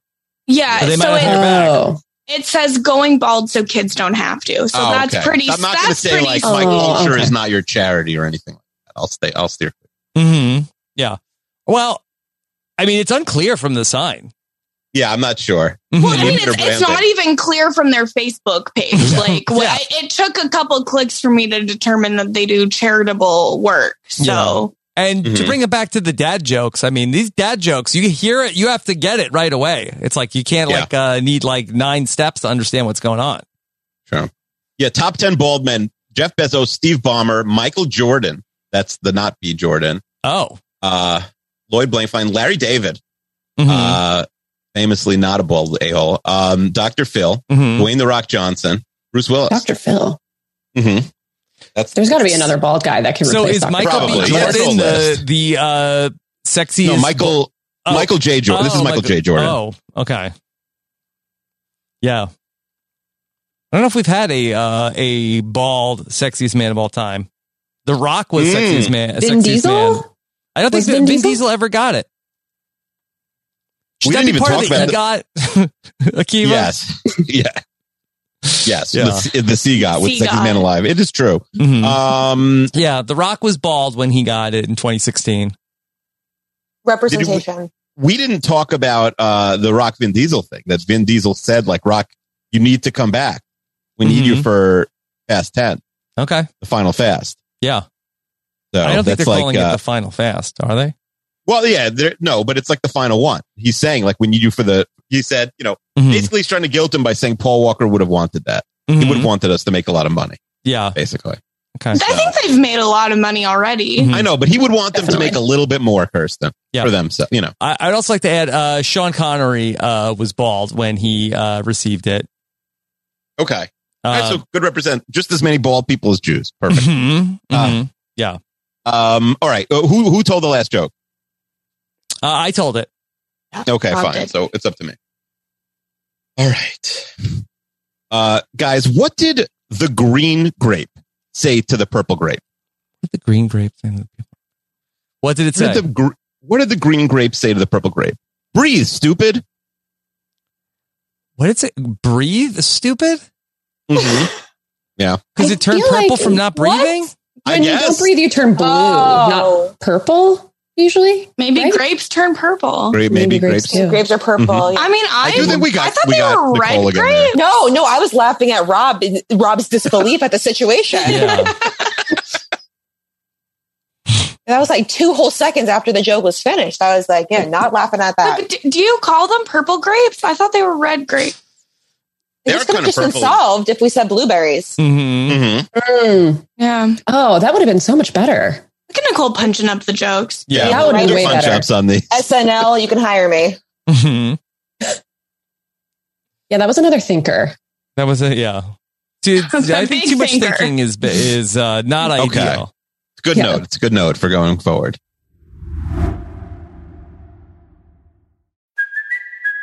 Speaker 4: Yeah,
Speaker 2: So they might
Speaker 4: so
Speaker 2: have
Speaker 4: it,
Speaker 2: had back.
Speaker 7: Oh,
Speaker 4: it says going bald so kids don't have to. So
Speaker 3: Oh,
Speaker 4: that's
Speaker 3: okay.
Speaker 4: pretty.
Speaker 3: I'm not going to
Speaker 4: that's
Speaker 3: say
Speaker 4: pretty.
Speaker 3: like my
Speaker 7: Oh,
Speaker 3: culture
Speaker 7: okay.
Speaker 3: is not your charity or anything like that. I'll stay. I'll steer.
Speaker 2: Mm-hmm. Yeah. Well, I mean, it's unclear from the sign. Mm-hmm.
Speaker 3: Yeah, I'm not sure.
Speaker 4: well, I
Speaker 3: Mhm.
Speaker 4: mean, it's,
Speaker 3: Their
Speaker 4: it's not
Speaker 3: branding.
Speaker 4: even clear from their Facebook page. Like, what I, it took a couple clicks for me to determine that they do charitable work. So,
Speaker 2: And to
Speaker 3: Mhm.
Speaker 2: bring it back to the dad jokes, I mean, these dad jokes, you hear it, you have to get it right away. It's like you can't
Speaker 3: Yeah.
Speaker 2: like uh, need like nine steps to understand what's going on.
Speaker 3: Yeah, top ten bald men: Jeff Bezos, Steve Ballmer, Michael Jordan. That's the not B Jordan.
Speaker 2: Oh,
Speaker 3: Uh, Lloyd Blankfein, Larry David,
Speaker 7: Mm-hmm.
Speaker 2: Mhm.
Speaker 3: uh, famously not a bald a hole. Um, Dr. Phil,
Speaker 7: Mm-hmm.
Speaker 2: Mhm.
Speaker 3: Dwayne the Rock Johnson, Bruce Willis.
Speaker 7: Dr. Phil.
Speaker 3: Mhm. That's
Speaker 7: There's got to be another bald guy that can
Speaker 2: so
Speaker 7: replace
Speaker 2: is
Speaker 7: Dr.
Speaker 2: Michael
Speaker 7: Phil.
Speaker 3: Probably,
Speaker 2: B.
Speaker 3: yes.
Speaker 2: Jordan the
Speaker 3: List.
Speaker 2: the uh, sexiest?
Speaker 3: no Michael
Speaker 2: Oh.
Speaker 3: Michael J Jordan. this
Speaker 2: Oh,
Speaker 3: is Michael J Jordan.
Speaker 2: Oh, okay. Yeah, I don't know if we've had a uh, a bald sexiest man of all time. The Rock was
Speaker 3: Mm.
Speaker 2: sexiest man.
Speaker 7: Vin
Speaker 2: sexiest
Speaker 7: Diesel?
Speaker 2: Man. I don't think
Speaker 7: Was
Speaker 2: Vin,
Speaker 7: Vin
Speaker 2: Vin
Speaker 7: Diesel?
Speaker 2: Diesel ever got it.
Speaker 3: We
Speaker 2: Should
Speaker 3: didn't even
Speaker 2: that be part
Speaker 3: talk
Speaker 2: of the
Speaker 3: about
Speaker 2: EGOT, Akiva?
Speaker 3: Yes. yeah. Yes.
Speaker 2: Yeah.
Speaker 3: The, the sea god with
Speaker 4: Sea
Speaker 3: Sexiest
Speaker 4: God.
Speaker 3: Man Alive. It is true.
Speaker 2: Mhm.
Speaker 3: Mm-hmm. Um,
Speaker 2: yeah, The Rock was bald when he got it in 2016.
Speaker 6: Representation.
Speaker 3: we didn't talk about uh, the Rock Vin Diesel thing that Vin Diesel said, like, Rock, you need to come back. We need
Speaker 2: Mm-hmm.
Speaker 3: you for Fast 10,
Speaker 2: Okay.
Speaker 3: the final fast.
Speaker 2: Yeah.
Speaker 3: So
Speaker 2: I don't think
Speaker 3: Oh, that's
Speaker 2: they're
Speaker 3: like,
Speaker 2: calling it
Speaker 3: uh,
Speaker 2: the final fast, are they?
Speaker 3: well, yeah, there- no, but it's like the final one. He's saying, like, we need you for the, he said, you know,
Speaker 2: Mhm.
Speaker 3: basically he's trying to guilt him by saying Paul Walker would have wanted that. He
Speaker 2: Mhm.
Speaker 3: would have wanted us to make a lot of money,
Speaker 2: Yeah.
Speaker 3: basically.
Speaker 2: Okay.
Speaker 4: I think they've made a lot of money already.
Speaker 2: Mhm.
Speaker 3: I know, but he would want them
Speaker 7: Mm-hmm. Definitely.
Speaker 3: to make a little bit more, Kirsten,
Speaker 2: Yeah.
Speaker 3: for them. So, you know.
Speaker 2: I, I'd also like to add uh, Sean Connery uh, was bald when he uh, received it.
Speaker 3: Okay. All right,
Speaker 2: Uh,
Speaker 3: so good represent just as many bald people as Jews. Perfect.
Speaker 2: mhm,
Speaker 3: Ah.
Speaker 2: mhm.
Speaker 3: um, all right. Uh, who who told the last joke?
Speaker 2: Uh, I told it.
Speaker 3: Okay,
Speaker 4: Bob
Speaker 3: fine.
Speaker 4: did.
Speaker 3: So it's up to me. All right. Uh, guys, what did the green grape say to the purple grape?
Speaker 2: The green grape thing. What did it
Speaker 3: What
Speaker 2: say?
Speaker 3: did the, gr- what did the green grape say to the purple grape? Breathe, stupid.
Speaker 2: what did it say? Breathe, stupid?
Speaker 3: Mhm.
Speaker 2: Because
Speaker 7: I
Speaker 2: it turned
Speaker 7: feel
Speaker 2: purple
Speaker 7: like-
Speaker 2: from not
Speaker 7: what?
Speaker 2: breathing?
Speaker 3: I
Speaker 7: When you don't
Speaker 3: guess
Speaker 7: breathe, you turn blue, not
Speaker 6: Oh,
Speaker 7: purple, usually.
Speaker 4: Maybe
Speaker 7: Right?
Speaker 4: grapes turn purple.
Speaker 3: grape, maybe,
Speaker 7: Maybe grapes
Speaker 3: grapes. Mm-hmm.
Speaker 7: too.
Speaker 6: grapes are purple. yeah.
Speaker 4: I mean,
Speaker 3: I
Speaker 4: I,
Speaker 3: do think we got
Speaker 4: I thought
Speaker 3: we
Speaker 4: they
Speaker 3: got
Speaker 4: were
Speaker 3: Nicole
Speaker 4: red
Speaker 3: again. there.
Speaker 4: grapes.
Speaker 6: No, no, I was laughing at Rob, Rob's disbelief at the situation.
Speaker 2: Yeah.
Speaker 6: That was like two whole seconds after the joke was finished. I was like, yeah, not laughing at that.
Speaker 4: But do- do you call them purple grapes? I thought they were red grapes.
Speaker 3: They
Speaker 6: This
Speaker 3: are
Speaker 6: could have
Speaker 3: kinda
Speaker 6: just been
Speaker 3: purple.
Speaker 6: solved if we said blueberries.
Speaker 2: hmm
Speaker 9: Mm-hmm.
Speaker 3: Mhm.
Speaker 7: Mm.
Speaker 4: Yeah.
Speaker 7: Oh, that would have been so much better.
Speaker 4: Look at Nicole punching up the jokes.
Speaker 3: Yeah,
Speaker 7: That would
Speaker 3: we'll
Speaker 7: be
Speaker 3: do
Speaker 7: way
Speaker 3: punch
Speaker 7: better.
Speaker 3: ups on these.
Speaker 6: SNL, you can hire me.
Speaker 2: hmm
Speaker 7: Yeah, that was another thinker.
Speaker 2: That was it. Yeah. Dude,
Speaker 4: That's a
Speaker 2: I think
Speaker 4: big
Speaker 2: too much
Speaker 4: thinker.
Speaker 2: thinking is is uh, not
Speaker 3: Okay.
Speaker 2: ideal.
Speaker 3: It's a good
Speaker 7: Yeah.
Speaker 3: note. It's a good note for going forward.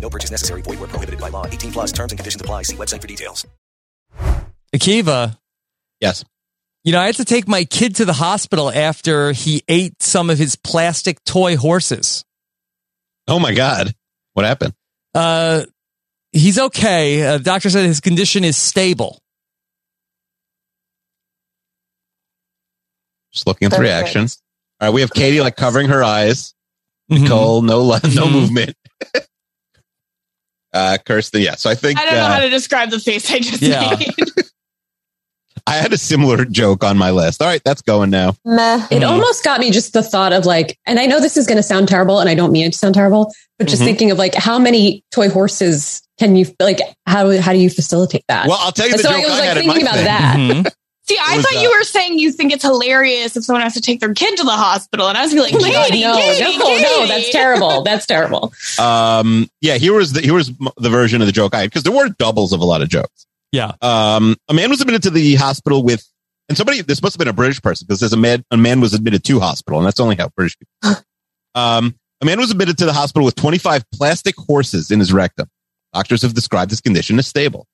Speaker 9: No purchase necessary. Void where prohibited by law. 18 plus terms and conditions apply. See website for details.
Speaker 2: Akiva,
Speaker 3: Yes.
Speaker 2: you know, I had to take my kid to the hospital after he ate some of his plastic toy horses.
Speaker 3: Oh my God. What happened?
Speaker 2: Uh, he's okay. Uh, doctor said his condition is stable.
Speaker 3: Just looking at the
Speaker 6: Perfect.
Speaker 3: reaction. All right. We have Katie like covering her eyes.
Speaker 2: Mhm.
Speaker 3: Nicole, no, lo- no
Speaker 2: Mhm.
Speaker 3: movement. uh, Kirsten. Yeah. So I think
Speaker 4: I don't know
Speaker 3: uh,
Speaker 4: how to describe the face I just
Speaker 2: Yeah.
Speaker 4: made.
Speaker 3: I had a similar joke on my list. All right. That's going now.
Speaker 6: Meh.
Speaker 7: It
Speaker 3: Hmm.
Speaker 2: Mhm.
Speaker 7: almost got me just the thought of like, and I know this is going to sound terrible and I don't mean it to sound terrible, but just
Speaker 3: Mhm.
Speaker 7: thinking of like how many toy horses can you like, how, how do you facilitate that?
Speaker 3: Well, I'll tell you the
Speaker 7: so I
Speaker 3: joke
Speaker 7: was
Speaker 3: I,
Speaker 7: like
Speaker 3: had in
Speaker 7: thinking
Speaker 3: my
Speaker 7: about
Speaker 3: thing. Mm-hmm.
Speaker 7: that.
Speaker 4: Mm-hmm.
Speaker 2: Mhm.
Speaker 4: See, I
Speaker 3: was
Speaker 4: thought
Speaker 3: that?
Speaker 4: you were saying you think it's hilarious if someone has to take their kid to the hospital, and I was gonna be like,
Speaker 7: Oh my God,
Speaker 4: Katie,
Speaker 7: no,
Speaker 4: Katie,
Speaker 7: no, no,
Speaker 4: Katie.
Speaker 7: that's terrible. That's terrible.
Speaker 3: Um, yeah, here was the, here was m- the version of the joke I had because there were doubles of a lot of jokes.
Speaker 2: Yeah.
Speaker 3: Um, a man was admitted to the hospital with, and somebody this must have been a British person because there's a man a man was admitted to hospital, and that's only how British people. um, a man was admitted to the hospital with 25 plastic horses in his rectum. Doctors have described his condition as stable.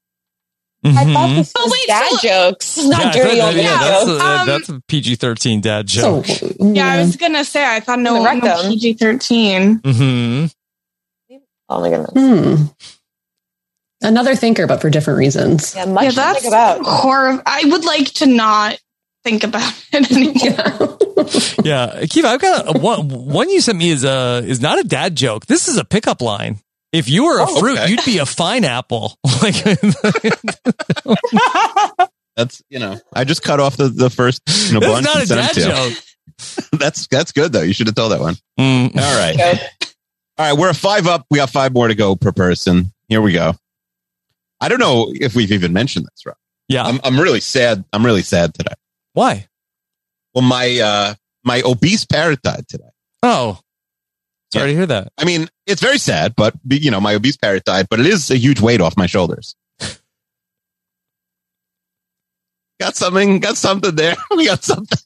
Speaker 6: I thought
Speaker 2: Mhm.
Speaker 6: this
Speaker 4: But
Speaker 6: was
Speaker 4: Oh, wait,
Speaker 6: dad
Speaker 4: so-
Speaker 6: jokes, Ah, not
Speaker 2: Yeah, I
Speaker 6: dirty
Speaker 2: thought-
Speaker 6: old
Speaker 2: yeah,
Speaker 6: man
Speaker 2: that's,
Speaker 6: jokes.
Speaker 2: a- that-
Speaker 4: Um,
Speaker 2: that's a PG thirteen dad
Speaker 7: So,
Speaker 2: joke.
Speaker 4: Yeah, I was gonna say I thought no,
Speaker 6: The
Speaker 4: no
Speaker 6: rectum.
Speaker 4: PG thirteen.
Speaker 2: hmm
Speaker 6: Oh my goodness.
Speaker 7: hmm. another thinker, but for different reasons.
Speaker 6: Yeah, much
Speaker 4: Yeah,
Speaker 6: to think
Speaker 4: that's
Speaker 6: about.
Speaker 4: horrible. I would like to not think about it anymore.
Speaker 7: Yeah.
Speaker 2: Yeah, Akiva, I've got a, one. One you sent me is a is not a dad joke. This is a pickup line. If you were a
Speaker 3: Oh,
Speaker 2: fruit,
Speaker 3: okay.
Speaker 2: you'd be a fine apple. Like,
Speaker 3: That's you know, I just cut off the, the first you know
Speaker 2: that's
Speaker 3: bunch
Speaker 2: not
Speaker 3: and
Speaker 2: a
Speaker 3: sent
Speaker 2: dad
Speaker 3: him to.
Speaker 2: joke.
Speaker 3: That's that's good though. You should have told that one.
Speaker 2: Mm.
Speaker 3: All right.
Speaker 6: Joke.
Speaker 3: All right, we're a five up. We got five more to go per person. Here we go. I don't know if we've even mentioned this, Rob.
Speaker 2: Yeah.
Speaker 3: I'm, I'm really sad. I'm really sad today.
Speaker 2: Why?
Speaker 3: Well, my uh, my obese parrot died today.
Speaker 2: Oh, sorry to hear that.
Speaker 3: I mean, it's very sad, but you know, my obese parrot died. But it is a huge weight off my shoulders. got something. Got something there. we got something.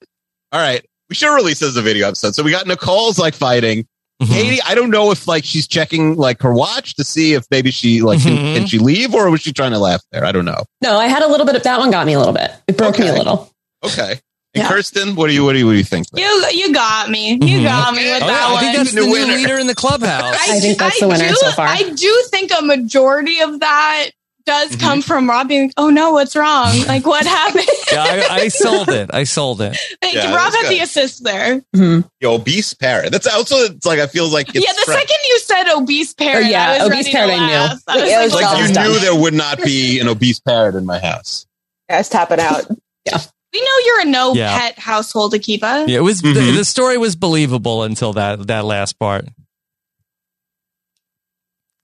Speaker 3: All right. We should release this as a video episode. So we got Nicole's like fighting.
Speaker 2: Mm-hmm.
Speaker 3: Katie, I don't know if like she's checking like her watch to see if maybe she like
Speaker 2: Mhm.
Speaker 3: can, can she leave or was she trying to laugh there? I don't know.
Speaker 7: No, I had a little bit of that one got me a little bit. It broke me a
Speaker 3: Okay.
Speaker 7: little.
Speaker 3: Okay. And
Speaker 4: Yeah.
Speaker 3: Kirsten, what do you what do you what do you think? there?
Speaker 4: You you got me.
Speaker 2: Mhm.
Speaker 3: Mm-hmm.
Speaker 4: You got me with
Speaker 2: Oh,
Speaker 4: that
Speaker 2: yeah, I
Speaker 4: one.
Speaker 2: think that's the,
Speaker 3: The
Speaker 2: new
Speaker 3: winner.
Speaker 2: leader in the clubhouse.
Speaker 7: I think that's the winner
Speaker 4: do,
Speaker 7: so far.
Speaker 4: I do think a majority of that does
Speaker 3: Mhm.
Speaker 4: come from Rob being, like, oh no, what's wrong? Like, what happened?
Speaker 2: yeah, I, I sold it. I sold it.
Speaker 4: like, Rob
Speaker 3: Yeah, that's
Speaker 4: had the
Speaker 3: good.
Speaker 4: assist there.
Speaker 7: Mhm.
Speaker 3: The obese parrot. That's also it's like I feel like it's
Speaker 4: yeah, the
Speaker 3: fra-
Speaker 4: second you said obese parent,
Speaker 7: Oh, yeah,
Speaker 4: I was
Speaker 7: obese
Speaker 4: ready
Speaker 7: parent
Speaker 4: to
Speaker 7: I knew.
Speaker 4: laugh. I
Speaker 6: Yeah,
Speaker 4: was
Speaker 6: it
Speaker 4: like,
Speaker 6: was
Speaker 4: what
Speaker 6: all
Speaker 3: like you
Speaker 4: the-
Speaker 6: done.
Speaker 3: knew there would not be an obese parrot in my house.
Speaker 6: Guys, tap it out.
Speaker 4: we know you're a no
Speaker 2: Yeah.
Speaker 4: pet household, Akiva.
Speaker 2: Yeah, it was the,
Speaker 4: Mm-hmm.
Speaker 3: Mhm.
Speaker 2: the story was believable until that that last part.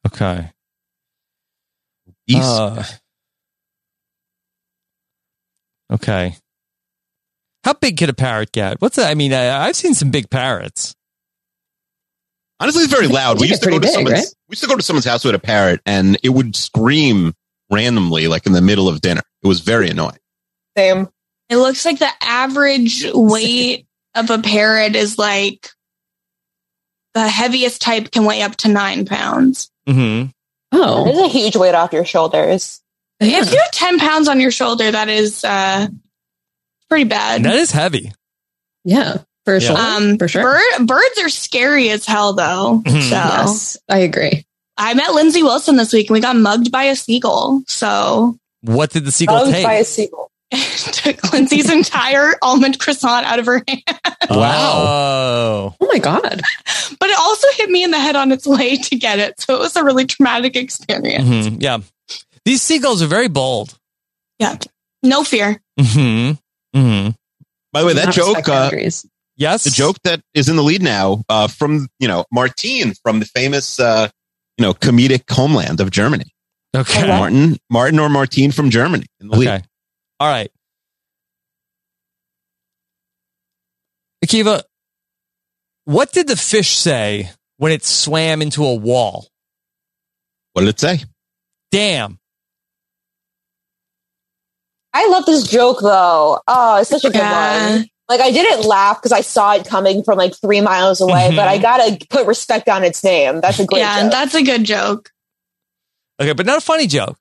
Speaker 2: Okay.
Speaker 3: Obese-
Speaker 2: Uh, okay. How big could a parrot get? What's that? I mean, I, I've seen some big parrots.
Speaker 3: Honestly, it's very loud. We
Speaker 7: It's
Speaker 3: used to go
Speaker 7: pretty
Speaker 3: to
Speaker 7: big,
Speaker 3: someone's
Speaker 7: right?
Speaker 3: we used to go to someone's house with a parrot and it would scream randomly like in the middle of dinner. It was very annoying.
Speaker 6: Same.
Speaker 4: It looks like the average weight of a parrot is like the heaviest type can weigh up to nine pounds.
Speaker 2: Mm-hmm.
Speaker 6: There's
Speaker 7: Oh,
Speaker 6: a huge weight off your shoulders.
Speaker 7: yeah.
Speaker 4: If you're ten pounds on your shoulder, that is uh, pretty bad.
Speaker 2: That is heavy.
Speaker 7: yeah, for sure.
Speaker 4: um,
Speaker 7: for sure.
Speaker 4: bir- birds are scary as hell, though. So
Speaker 2: Mhm.
Speaker 7: yes, I agree.
Speaker 4: I met Lindsay Wilson this week, and we got mugged by a seagull. So
Speaker 2: What did the seagull
Speaker 6: Owned
Speaker 2: take?
Speaker 6: by a seagull.
Speaker 4: took Lindsay's entire almond croissant out of her hand,
Speaker 2: Wow.
Speaker 7: Oh my god.
Speaker 4: but it also hit me in the head on its way to get it. So it was a really traumatic experience.
Speaker 2: Mhm, Yeah. These seagulls are very bold.
Speaker 4: No fear.
Speaker 2: hmm hmm
Speaker 3: By the way, that
Speaker 7: Not
Speaker 3: joke
Speaker 7: respect
Speaker 3: uh,
Speaker 7: boundaries.
Speaker 2: Yes.
Speaker 3: the joke that is in the lead now uh, from you know Martin from the famous uh, you know comedic homeland of Germany.
Speaker 2: Okay.
Speaker 3: Martin Martin or Martin from Germany in the lead.
Speaker 2: Okay. All right. Akiva, what did the fish say when it swam into a wall?
Speaker 3: What did it say?
Speaker 2: Damn.
Speaker 6: I love this joke though. Oh, it's such a good
Speaker 4: Yeah.
Speaker 6: one. Like I didn't laugh because I saw it coming from like three miles away,
Speaker 2: Mhm.
Speaker 6: but I gotta put respect on its name. That's a great
Speaker 4: yeah,
Speaker 6: joke.
Speaker 4: that's a good joke.
Speaker 2: Okay, but not a funny joke.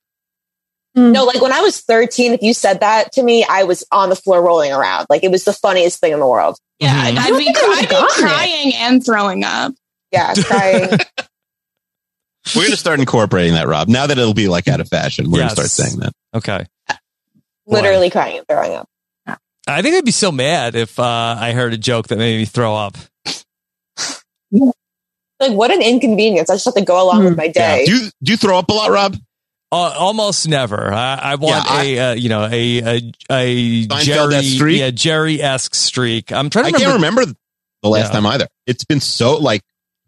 Speaker 6: no,
Speaker 4: Mm.
Speaker 6: like when I was 13, if you said that to me, I was on the floor rolling around. Like it was the funniest thing in the world.
Speaker 4: Yeah,
Speaker 2: Mhm.
Speaker 4: I'd,
Speaker 6: don't
Speaker 4: be,
Speaker 6: think I would've
Speaker 4: I'd be
Speaker 6: gotten it.
Speaker 4: crying and throwing up.
Speaker 6: Yeah, crying.
Speaker 3: We're going to start incorporating that, Rob. Now that it'll be like out of fashion, we're going to
Speaker 2: Yes.
Speaker 3: start saying that.
Speaker 2: Okay.
Speaker 6: literally crying and throwing up.
Speaker 2: I think I'd be so mad if uh, I heard a joke that made me throw up.
Speaker 6: Like what an inconvenience. I just have to go along
Speaker 7: Hmm.
Speaker 4: Mm.
Speaker 6: with my
Speaker 3: Yeah.
Speaker 6: day.
Speaker 3: Do you do you throw up a lot, Rob?
Speaker 2: Uh, almost never. I, I want
Speaker 3: Yeah, I-
Speaker 2: a uh, you know a a, a
Speaker 3: Seinfeld
Speaker 2: Jerry
Speaker 3: that streak?
Speaker 2: yeah Jerry esque streak. I'm trying
Speaker 3: I,
Speaker 2: to
Speaker 3: can't
Speaker 2: remember.
Speaker 3: remember the last
Speaker 2: Yeah.
Speaker 3: time either. It's been so like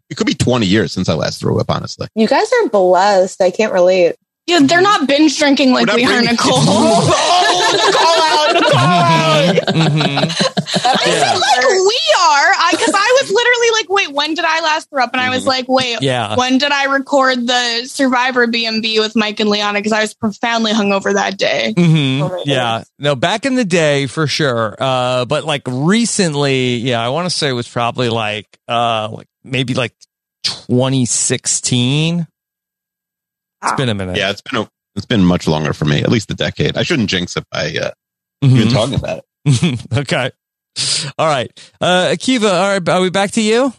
Speaker 3: it could be twenty years since I last threw up. Honestly,
Speaker 6: you guys are blessed. I can't relate.
Speaker 4: Yeah, they're not binge drinking like
Speaker 3: We're not Oh,
Speaker 4: we are,
Speaker 3: bringing-
Speaker 4: Nicole.
Speaker 2: Mhm.
Speaker 6: That
Speaker 2: Yeah.
Speaker 6: makes it
Speaker 4: like
Speaker 6: worse.
Speaker 4: we are because I, was literally like wait when did i last throw up and i was like wait
Speaker 2: Mm-hmm. Yeah.
Speaker 4: when did i record the survivor bmb with mike and leona because i was profoundly hungover that day
Speaker 2: hmm
Speaker 6: Oh my
Speaker 2: yeah.
Speaker 6: goodness.
Speaker 2: No, back in the day for sure. Uh, but like recently, yeah, I want to say it was probably like uh, like maybe like 2016. It's
Speaker 4: Wow.
Speaker 2: been a minute.
Speaker 3: yeah, it's been a, it's been much longer for me. At least a decade. I shouldn't jinx it by uh, even
Speaker 2: Mhm.
Speaker 3: talking about it.
Speaker 2: okay. All right. Uh, Akiva, all right, are we back to you?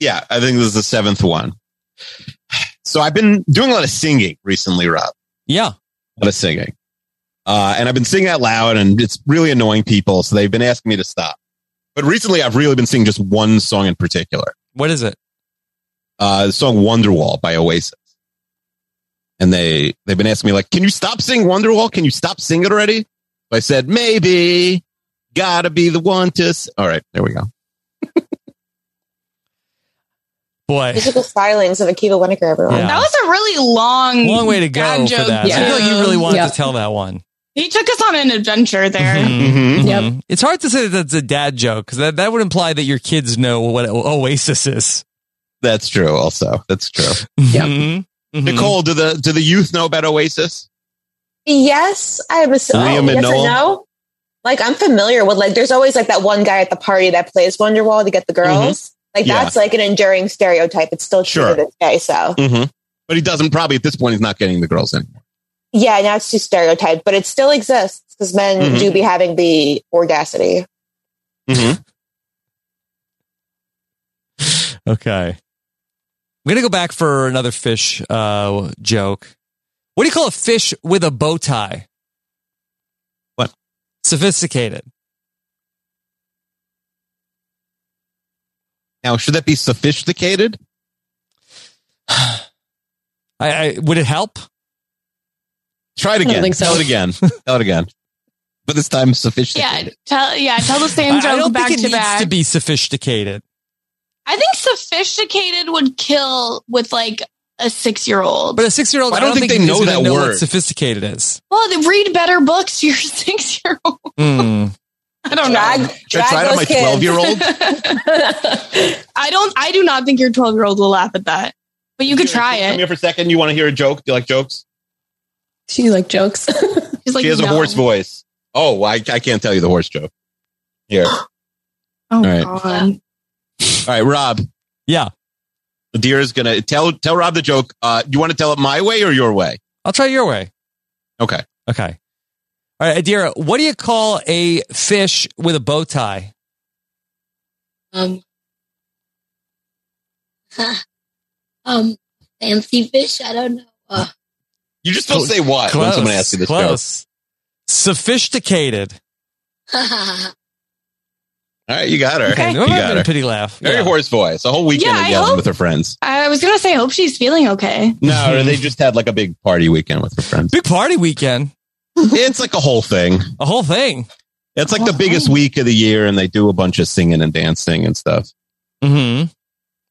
Speaker 3: Yeah, I think this is the seventh one. So I've been doing a lot of singing recently, Rob.
Speaker 2: Yeah.
Speaker 3: a lot of singing. Uh, and I've been singing out loud and it's really annoying people. So they've been asking me to stop. But recently I've really been singing just one song in particular,
Speaker 2: What is it?
Speaker 3: uh, the song Wonderwall by Oasis. And they, they've been asking me like, can you stop singing Wonderwall? Can you stop singing it already? So I said, maybe gotta be the one to, s-" all right, there we go.
Speaker 2: Boy.
Speaker 6: Musical stylings of Akiva Winokur, everyone.
Speaker 2: Yeah.
Speaker 4: that was a really long
Speaker 2: Long way to
Speaker 4: Um, dad
Speaker 2: go for
Speaker 4: joke,
Speaker 2: that. I
Speaker 7: yeah.
Speaker 2: feel like you really wanted
Speaker 7: Yeah.
Speaker 2: to tell that one.
Speaker 4: he took us on an adventure there
Speaker 3: Mhm.
Speaker 2: Mhm. It's hard to say that that's a dad joke because that, that would imply that your kids know what O- Oasis is.
Speaker 3: That's true. Also, that's true.
Speaker 7: Yep.
Speaker 2: Mhm. Mhm.
Speaker 3: Nicole, do the, do the youth know about Oasis?
Speaker 6: Yes, I was. Oh,
Speaker 3: Liam and
Speaker 6: yes and
Speaker 3: Noel?
Speaker 6: no. Like I'm familiar with like there's always like that one guy at the party that plays Wonderwall to get the girls. Like
Speaker 3: Mm-hmm. Yeah.
Speaker 6: that's like an enduring stereotype. It's still true
Speaker 3: Sure.
Speaker 6: to this day. So
Speaker 3: Mm-hmm. But he doesn't probably at this point, he's not getting the girls anymore.
Speaker 6: yeah, now it's too stereotyped, but it still exists because men
Speaker 3: Mhm.
Speaker 6: do be having the orgasity.
Speaker 3: Mm-hmm.
Speaker 2: Okay. I'm going to go back for another fish uh, joke. What do you call a fish with a bow tie?
Speaker 3: What?
Speaker 2: Sophisticated.
Speaker 3: Now, should that be sophisticated?
Speaker 2: I, I Would it help?
Speaker 3: Try it
Speaker 7: don't
Speaker 3: again.
Speaker 7: think so.
Speaker 3: Tell it again. Tell it again. But this time
Speaker 4: yeah
Speaker 3: sophisticated.
Speaker 4: tell yeah tell the
Speaker 2: I,
Speaker 4: same
Speaker 2: I
Speaker 4: joke
Speaker 2: don't
Speaker 4: back
Speaker 2: think it
Speaker 4: to
Speaker 2: needs
Speaker 4: back
Speaker 2: to be sophisticated.
Speaker 4: i think sophisticated would kill with like a six-year-old
Speaker 2: But a six year old,
Speaker 3: I don't think they know that
Speaker 2: know What
Speaker 3: word.
Speaker 2: sophisticated is.
Speaker 4: well they read better books to your six-year-old
Speaker 2: Mm.
Speaker 4: i don't
Speaker 6: Drag,
Speaker 4: know
Speaker 3: Should I
Speaker 6: drag
Speaker 3: try it
Speaker 6: those
Speaker 3: on my
Speaker 6: kids.
Speaker 3: 12 year old?
Speaker 4: I don't. I do not think your twelve year old will laugh at that. But you could try
Speaker 3: Come
Speaker 4: it.
Speaker 3: here for a second. You want to hear a joke? Do you like jokes?
Speaker 7: She like jokes.
Speaker 4: She's like,
Speaker 3: she has a
Speaker 4: no.
Speaker 3: horse voice. Oh, I, I can't tell you the horse joke. Here. All
Speaker 4: Oh,
Speaker 3: right.
Speaker 4: God.
Speaker 3: right, Rob.
Speaker 2: Yeah.
Speaker 3: Deer is going to tell tell Rob the joke. Uh, you want to tell it my way or your way?
Speaker 2: I'll try your way.
Speaker 3: Okay.
Speaker 2: Okay. All right, Adira, what do you call a fish with a bow tie?
Speaker 4: Mm-hmm.
Speaker 10: Um, um, fancy fish. I don't know. Uh,
Speaker 3: You just don't say what when someone asks you this
Speaker 2: close. Sophisticated.
Speaker 3: joke. All right, you got her.
Speaker 4: Okay.
Speaker 3: You
Speaker 2: That might have
Speaker 3: got
Speaker 2: been a
Speaker 3: her.
Speaker 2: pity laugh.
Speaker 3: Very
Speaker 2: Yeah.
Speaker 3: horse voice. A whole weekend
Speaker 4: Yeah,
Speaker 3: of
Speaker 4: I
Speaker 3: yelling
Speaker 4: hope-
Speaker 3: with her friends.
Speaker 4: I was gonna say, I hope she's feeling okay.
Speaker 3: No, they just had like a big party weekend with her friends.
Speaker 2: Big party weekend.
Speaker 3: it's like a whole thing.
Speaker 2: A whole thing.
Speaker 3: It's like the
Speaker 4: Oh,
Speaker 3: biggest
Speaker 4: nice.
Speaker 3: week of the year, and they do a bunch of singing and dancing and stuff.
Speaker 2: Mm-hmm.
Speaker 6: Sounds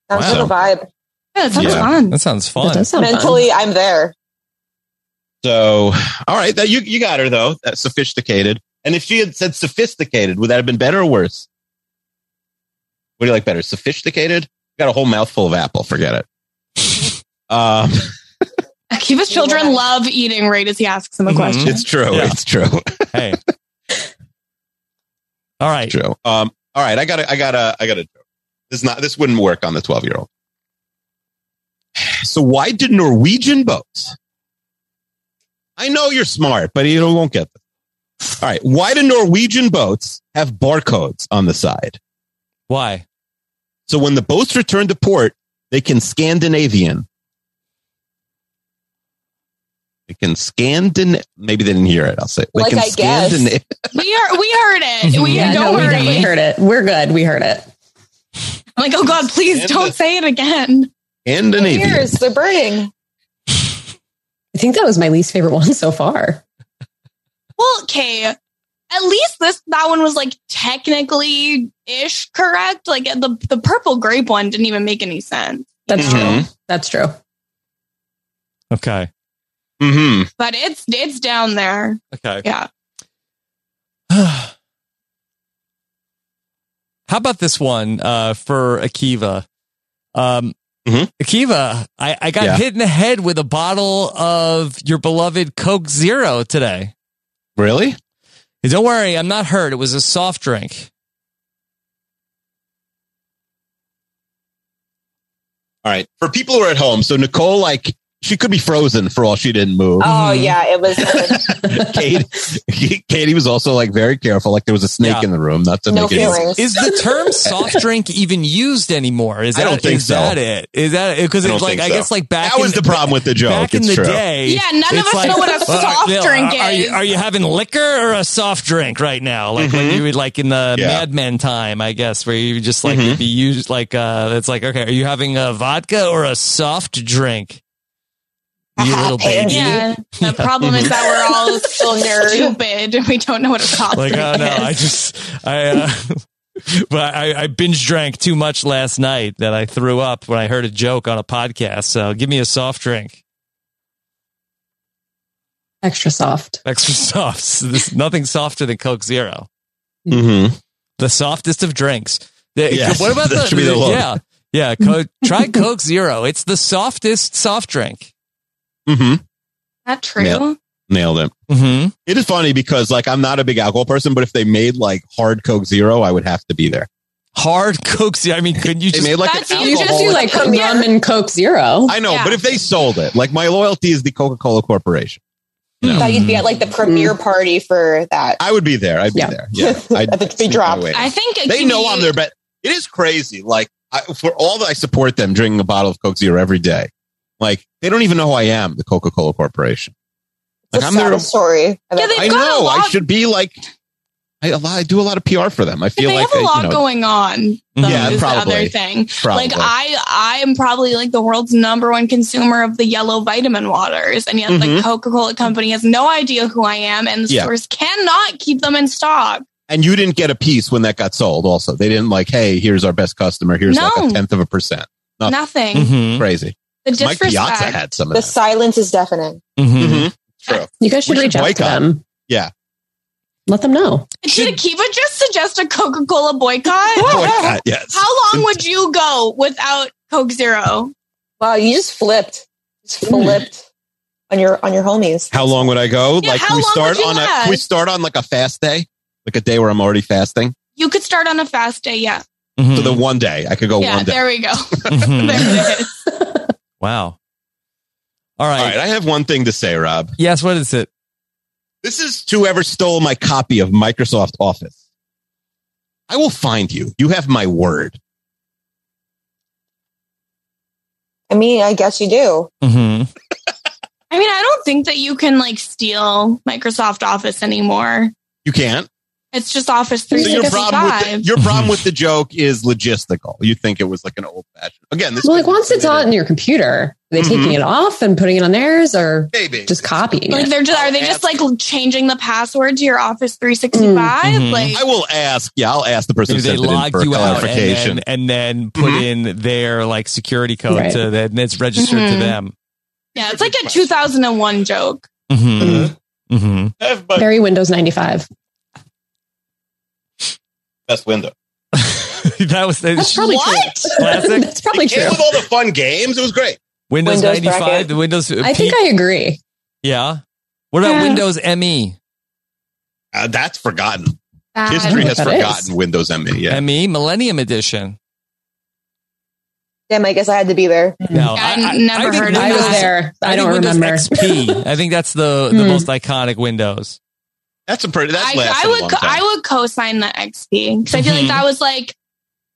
Speaker 3: Wow.
Speaker 6: like a vibe.
Speaker 4: Yeah, that sounds
Speaker 3: Yeah.
Speaker 4: fun.
Speaker 2: That sounds
Speaker 7: that
Speaker 2: fun.
Speaker 7: does sound fun.
Speaker 6: Mentally, I'm there.
Speaker 3: So, all right, that you you got her though. That's sophisticated. And if she had said sophisticated, would that have been better or worse? What do you like better, sophisticated? Got a whole mouthful of apple. Forget it. um,
Speaker 4: Kiva's children love eating right as he asks
Speaker 3: Mm-hmm.
Speaker 4: them a question.
Speaker 3: It's true. It's true.
Speaker 2: hey. All right.
Speaker 3: True. Um, all right. I got to I got to I got to joke. This is not this wouldn't work on the 12-year-old. So why did Norwegian boats? I know you're smart, but you won't get this. All right. Why do Norwegian boats have barcodes on the side?
Speaker 2: Why?
Speaker 3: So when the boats return to port, they can Scandinavian. They can Scandin. Maybe they didn't hear it. I'll say they
Speaker 4: Like
Speaker 3: can
Speaker 4: I guess.
Speaker 3: Scandina-
Speaker 4: We are. We heard
Speaker 6: Uh,
Speaker 4: it.
Speaker 3: Mm-hmm.
Speaker 4: We
Speaker 7: Yeah,
Speaker 4: don't
Speaker 7: no, we
Speaker 4: worry.
Speaker 7: definitely heard it. We're good. We heard it.
Speaker 4: I'm like, oh god, please don't say it again.
Speaker 3: Scandinavian.
Speaker 4: they're burning.
Speaker 7: I think that was my least favorite one so far.
Speaker 4: Well, okay. At least this that one was like technically ish correct. Like the the purple grape one didn't even make any sense.
Speaker 7: That's
Speaker 2: Mm-hmm.
Speaker 7: true. That's true.
Speaker 2: Okay.
Speaker 3: Mm-hmm.
Speaker 4: But it's it's down there.
Speaker 2: Okay.
Speaker 4: Yeah.
Speaker 2: How about this one uh, for Akiva? Um, Akiva, I, I got
Speaker 3: Mm-hmm. Yeah.
Speaker 2: hit in the head with a bottle of your beloved Coke Zero today.
Speaker 3: Really?
Speaker 2: Don't worry, I'm not hurt. It was a soft drink.
Speaker 3: All right. For people who are at home, so Nicole, like, she could be frozen for all she didn't move.
Speaker 6: Oh yeah, it was
Speaker 3: Katie, Katie was also like very careful. Like there was a snake in the room. Not to make it.
Speaker 2: Is the term soft drink even used anymore? Is
Speaker 3: I
Speaker 2: that,
Speaker 3: don't think
Speaker 2: is
Speaker 3: so.
Speaker 2: that it? Is that it? Because
Speaker 3: I don't
Speaker 2: it's like,
Speaker 3: think
Speaker 2: I
Speaker 3: so.
Speaker 2: guess like back
Speaker 3: That was
Speaker 2: in-
Speaker 3: the problem with the joke.
Speaker 2: Back in
Speaker 3: It's
Speaker 2: the
Speaker 3: true.
Speaker 2: day.
Speaker 4: Yeah, none of
Speaker 2: it's
Speaker 4: us know what a
Speaker 2: well,
Speaker 4: soft
Speaker 2: Bill,
Speaker 4: drink
Speaker 2: are, Are you,
Speaker 4: is.
Speaker 2: are you having liquor or a soft drink right now? Like when you would like in the
Speaker 3: Mm-hmm. Yeah.
Speaker 2: Mad
Speaker 3: Mm-hmm.
Speaker 2: Men time, I guess, where you just like it'd be used like uh it's like, okay, are you having a vodka or a soft drink? You little Oh, baby.
Speaker 4: Yeah. The problem is that we're all stupid. We don't know what a soft
Speaker 2: like
Speaker 4: drink
Speaker 2: oh no,
Speaker 4: is.
Speaker 2: I just I uh, but I, I binge drank too much last night that I threw up when I heard a joke on a podcast. So give me a soft drink,
Speaker 7: Extra soft.
Speaker 2: extra soft. So There's nothing softer than Coke Zero,
Speaker 3: Mm-hmm.
Speaker 2: the softest of drinks. The-
Speaker 3: Yes,
Speaker 2: what about
Speaker 3: that
Speaker 2: the,
Speaker 3: should be the one.
Speaker 2: yeah yeah? Co- try Coke Zero. It's the softest soft drink.
Speaker 3: Mm-hmm.
Speaker 4: that true?
Speaker 3: Yeah. Nailed it.
Speaker 2: Mm-hmm.
Speaker 3: It is funny because like I'm not a big alcohol person, but if they made like hard Coke Zero, I would have to be there.
Speaker 2: Hard Coke Zero. I mean, couldn't you
Speaker 3: They
Speaker 2: just
Speaker 3: made like
Speaker 4: That's
Speaker 3: an
Speaker 4: you
Speaker 7: You just
Speaker 3: alcohol.
Speaker 7: do like rum and Coke Zero.
Speaker 3: I know,
Speaker 4: Yeah.
Speaker 3: but if they sold it, like my loyalty is the Coca Cola Corporation.
Speaker 6: that you'd be at like the premiere party for that.
Speaker 3: Mm. I would be there. I'd be
Speaker 7: Yeah.
Speaker 3: there. Yeah, I'd
Speaker 6: At the
Speaker 3: sneak my
Speaker 6: drop.
Speaker 3: way in.
Speaker 4: I think
Speaker 3: they
Speaker 4: Akiva,
Speaker 3: know I'm their bet. It is crazy. Like I, for all that I support them drinking a bottle of Coke Zero every day. Like they don't even know who I am, the Coca Cola Corporation. Like
Speaker 6: It's a
Speaker 3: I'm their.
Speaker 6: sad story.
Speaker 4: Yeah, they-
Speaker 3: I
Speaker 4: They've got a
Speaker 3: know. I
Speaker 4: lot-
Speaker 3: should be like. I, a lot, I do a lot of PR for them. I
Speaker 4: They
Speaker 3: feel like
Speaker 4: have a
Speaker 3: I,
Speaker 4: lot
Speaker 3: you know,
Speaker 4: going on. Though,
Speaker 3: Yeah,
Speaker 4: is
Speaker 3: probably.
Speaker 4: the other thing.
Speaker 3: probably.
Speaker 4: Like I, I am probably like the world's number one consumer of the yellow vitamin waters, and yet the
Speaker 3: Mhm.
Speaker 4: Coca Cola company has no idea who I am, and the
Speaker 3: Yeah.
Speaker 4: stores cannot keep them in stock.
Speaker 3: and you didn't get a piece when that got sold. Also, they didn't like, hey, here's our best customer. Here's like
Speaker 4: No.
Speaker 3: a tenth of a percent. Nothing.
Speaker 4: Nothing.
Speaker 2: Mhm.
Speaker 3: Crazy.
Speaker 4: The
Speaker 3: Mike Piazza
Speaker 4: disrespect.
Speaker 3: had some of
Speaker 6: The
Speaker 3: that.
Speaker 6: silence is deafening.
Speaker 2: Mhm.
Speaker 3: Mhm. True.
Speaker 7: You guys should,
Speaker 3: We should
Speaker 7: reach out to
Speaker 3: boycott.
Speaker 7: them.
Speaker 3: Yeah.
Speaker 7: Let them know.
Speaker 4: Did Akiva just suggest a Coca Cola boycott?
Speaker 3: Boycott, uh, yes.
Speaker 4: How long would you go without Coke Zero?
Speaker 6: Wow, you just flipped. Just flipped on your on your homies.
Speaker 3: How long would I go?
Speaker 4: Yeah,
Speaker 3: like
Speaker 4: how
Speaker 3: can we
Speaker 4: long
Speaker 3: start
Speaker 4: would you
Speaker 3: on a
Speaker 4: last?
Speaker 3: can we start on like a fast day, like a day where I'm already fasting.
Speaker 4: You could start on a fast day. Yeah.
Speaker 3: So the one day I could go
Speaker 4: yeah.
Speaker 3: one day.
Speaker 4: There we go.
Speaker 2: Mhm.
Speaker 4: there it is.
Speaker 2: Wow. All
Speaker 3: All
Speaker 2: right.
Speaker 3: right, I have one thing to say, Rob.
Speaker 2: Yes. What is it?
Speaker 3: This is to whoever stole my copy of Microsoft Office. I will find you. You have my word.
Speaker 6: I mean, I guess you do.
Speaker 2: Mm-hmm.
Speaker 4: I mean, I don't think that you can like steal Microsoft Office anymore.
Speaker 3: You can't.
Speaker 4: It's just Office
Speaker 3: So
Speaker 7: It's
Speaker 3: your
Speaker 7: like a
Speaker 4: 365.
Speaker 3: problem with the, your problem with the joke is logistical. You think it was like an old fashioned. Again, this
Speaker 7: Well,
Speaker 3: could
Speaker 7: like
Speaker 3: be
Speaker 7: once it's on
Speaker 3: submitted-
Speaker 7: your computer, are they taking
Speaker 3: Mhm.
Speaker 7: it off and putting it on theirs or
Speaker 3: maybe
Speaker 7: just copying
Speaker 4: like
Speaker 7: it?
Speaker 4: they're just are they just like changing the password to your Office 365?
Speaker 7: Mm-hmm.
Speaker 2: Mhm.
Speaker 4: Like
Speaker 3: I will ask. Yeah, I'll ask the person who
Speaker 2: Maybe they
Speaker 3: sent it in
Speaker 2: log
Speaker 3: for
Speaker 2: you out
Speaker 3: clarification.
Speaker 2: and then, and then put in their like security code
Speaker 7: Right.
Speaker 2: to that and it's registered to
Speaker 4: Mhm.
Speaker 2: them.
Speaker 4: yeah, it's like a 2001 joke.
Speaker 2: Mm-hmm. Mm-hmm.
Speaker 3: Have my
Speaker 7: Very Windows 95.
Speaker 3: best window.
Speaker 2: that was
Speaker 7: That's probably
Speaker 4: What?
Speaker 7: true.
Speaker 2: Classic.
Speaker 7: That's probably
Speaker 3: It came
Speaker 7: true.
Speaker 3: with all the fun games. It was great.
Speaker 2: Windows,
Speaker 7: Windows
Speaker 2: 95,
Speaker 7: bracket.
Speaker 2: the Windows.
Speaker 7: I think I agree.
Speaker 2: Yeah. What about
Speaker 7: Yeah.
Speaker 2: Windows E? ME?
Speaker 3: Uh, that's forgotten.
Speaker 4: Bad.
Speaker 3: History has
Speaker 7: I don't know what that
Speaker 3: forgotten Windows ME. Yeah.
Speaker 2: ME E, Millennium Edition.
Speaker 6: Damn, I guess I had to be there.
Speaker 2: No,
Speaker 4: I never
Speaker 2: think
Speaker 4: heard of
Speaker 7: I was
Speaker 4: Windows-
Speaker 7: there. I,
Speaker 2: think
Speaker 7: don't
Speaker 2: Windows
Speaker 7: remember.
Speaker 2: XP. I think that's the the
Speaker 7: Hmm.
Speaker 2: most iconic Windows.
Speaker 3: That's a pretty. That's
Speaker 4: I,
Speaker 3: lasted
Speaker 4: I
Speaker 3: a long
Speaker 4: would co-
Speaker 3: time.
Speaker 4: I would co-sign the XP because I feel
Speaker 2: Mhm.
Speaker 4: like that was like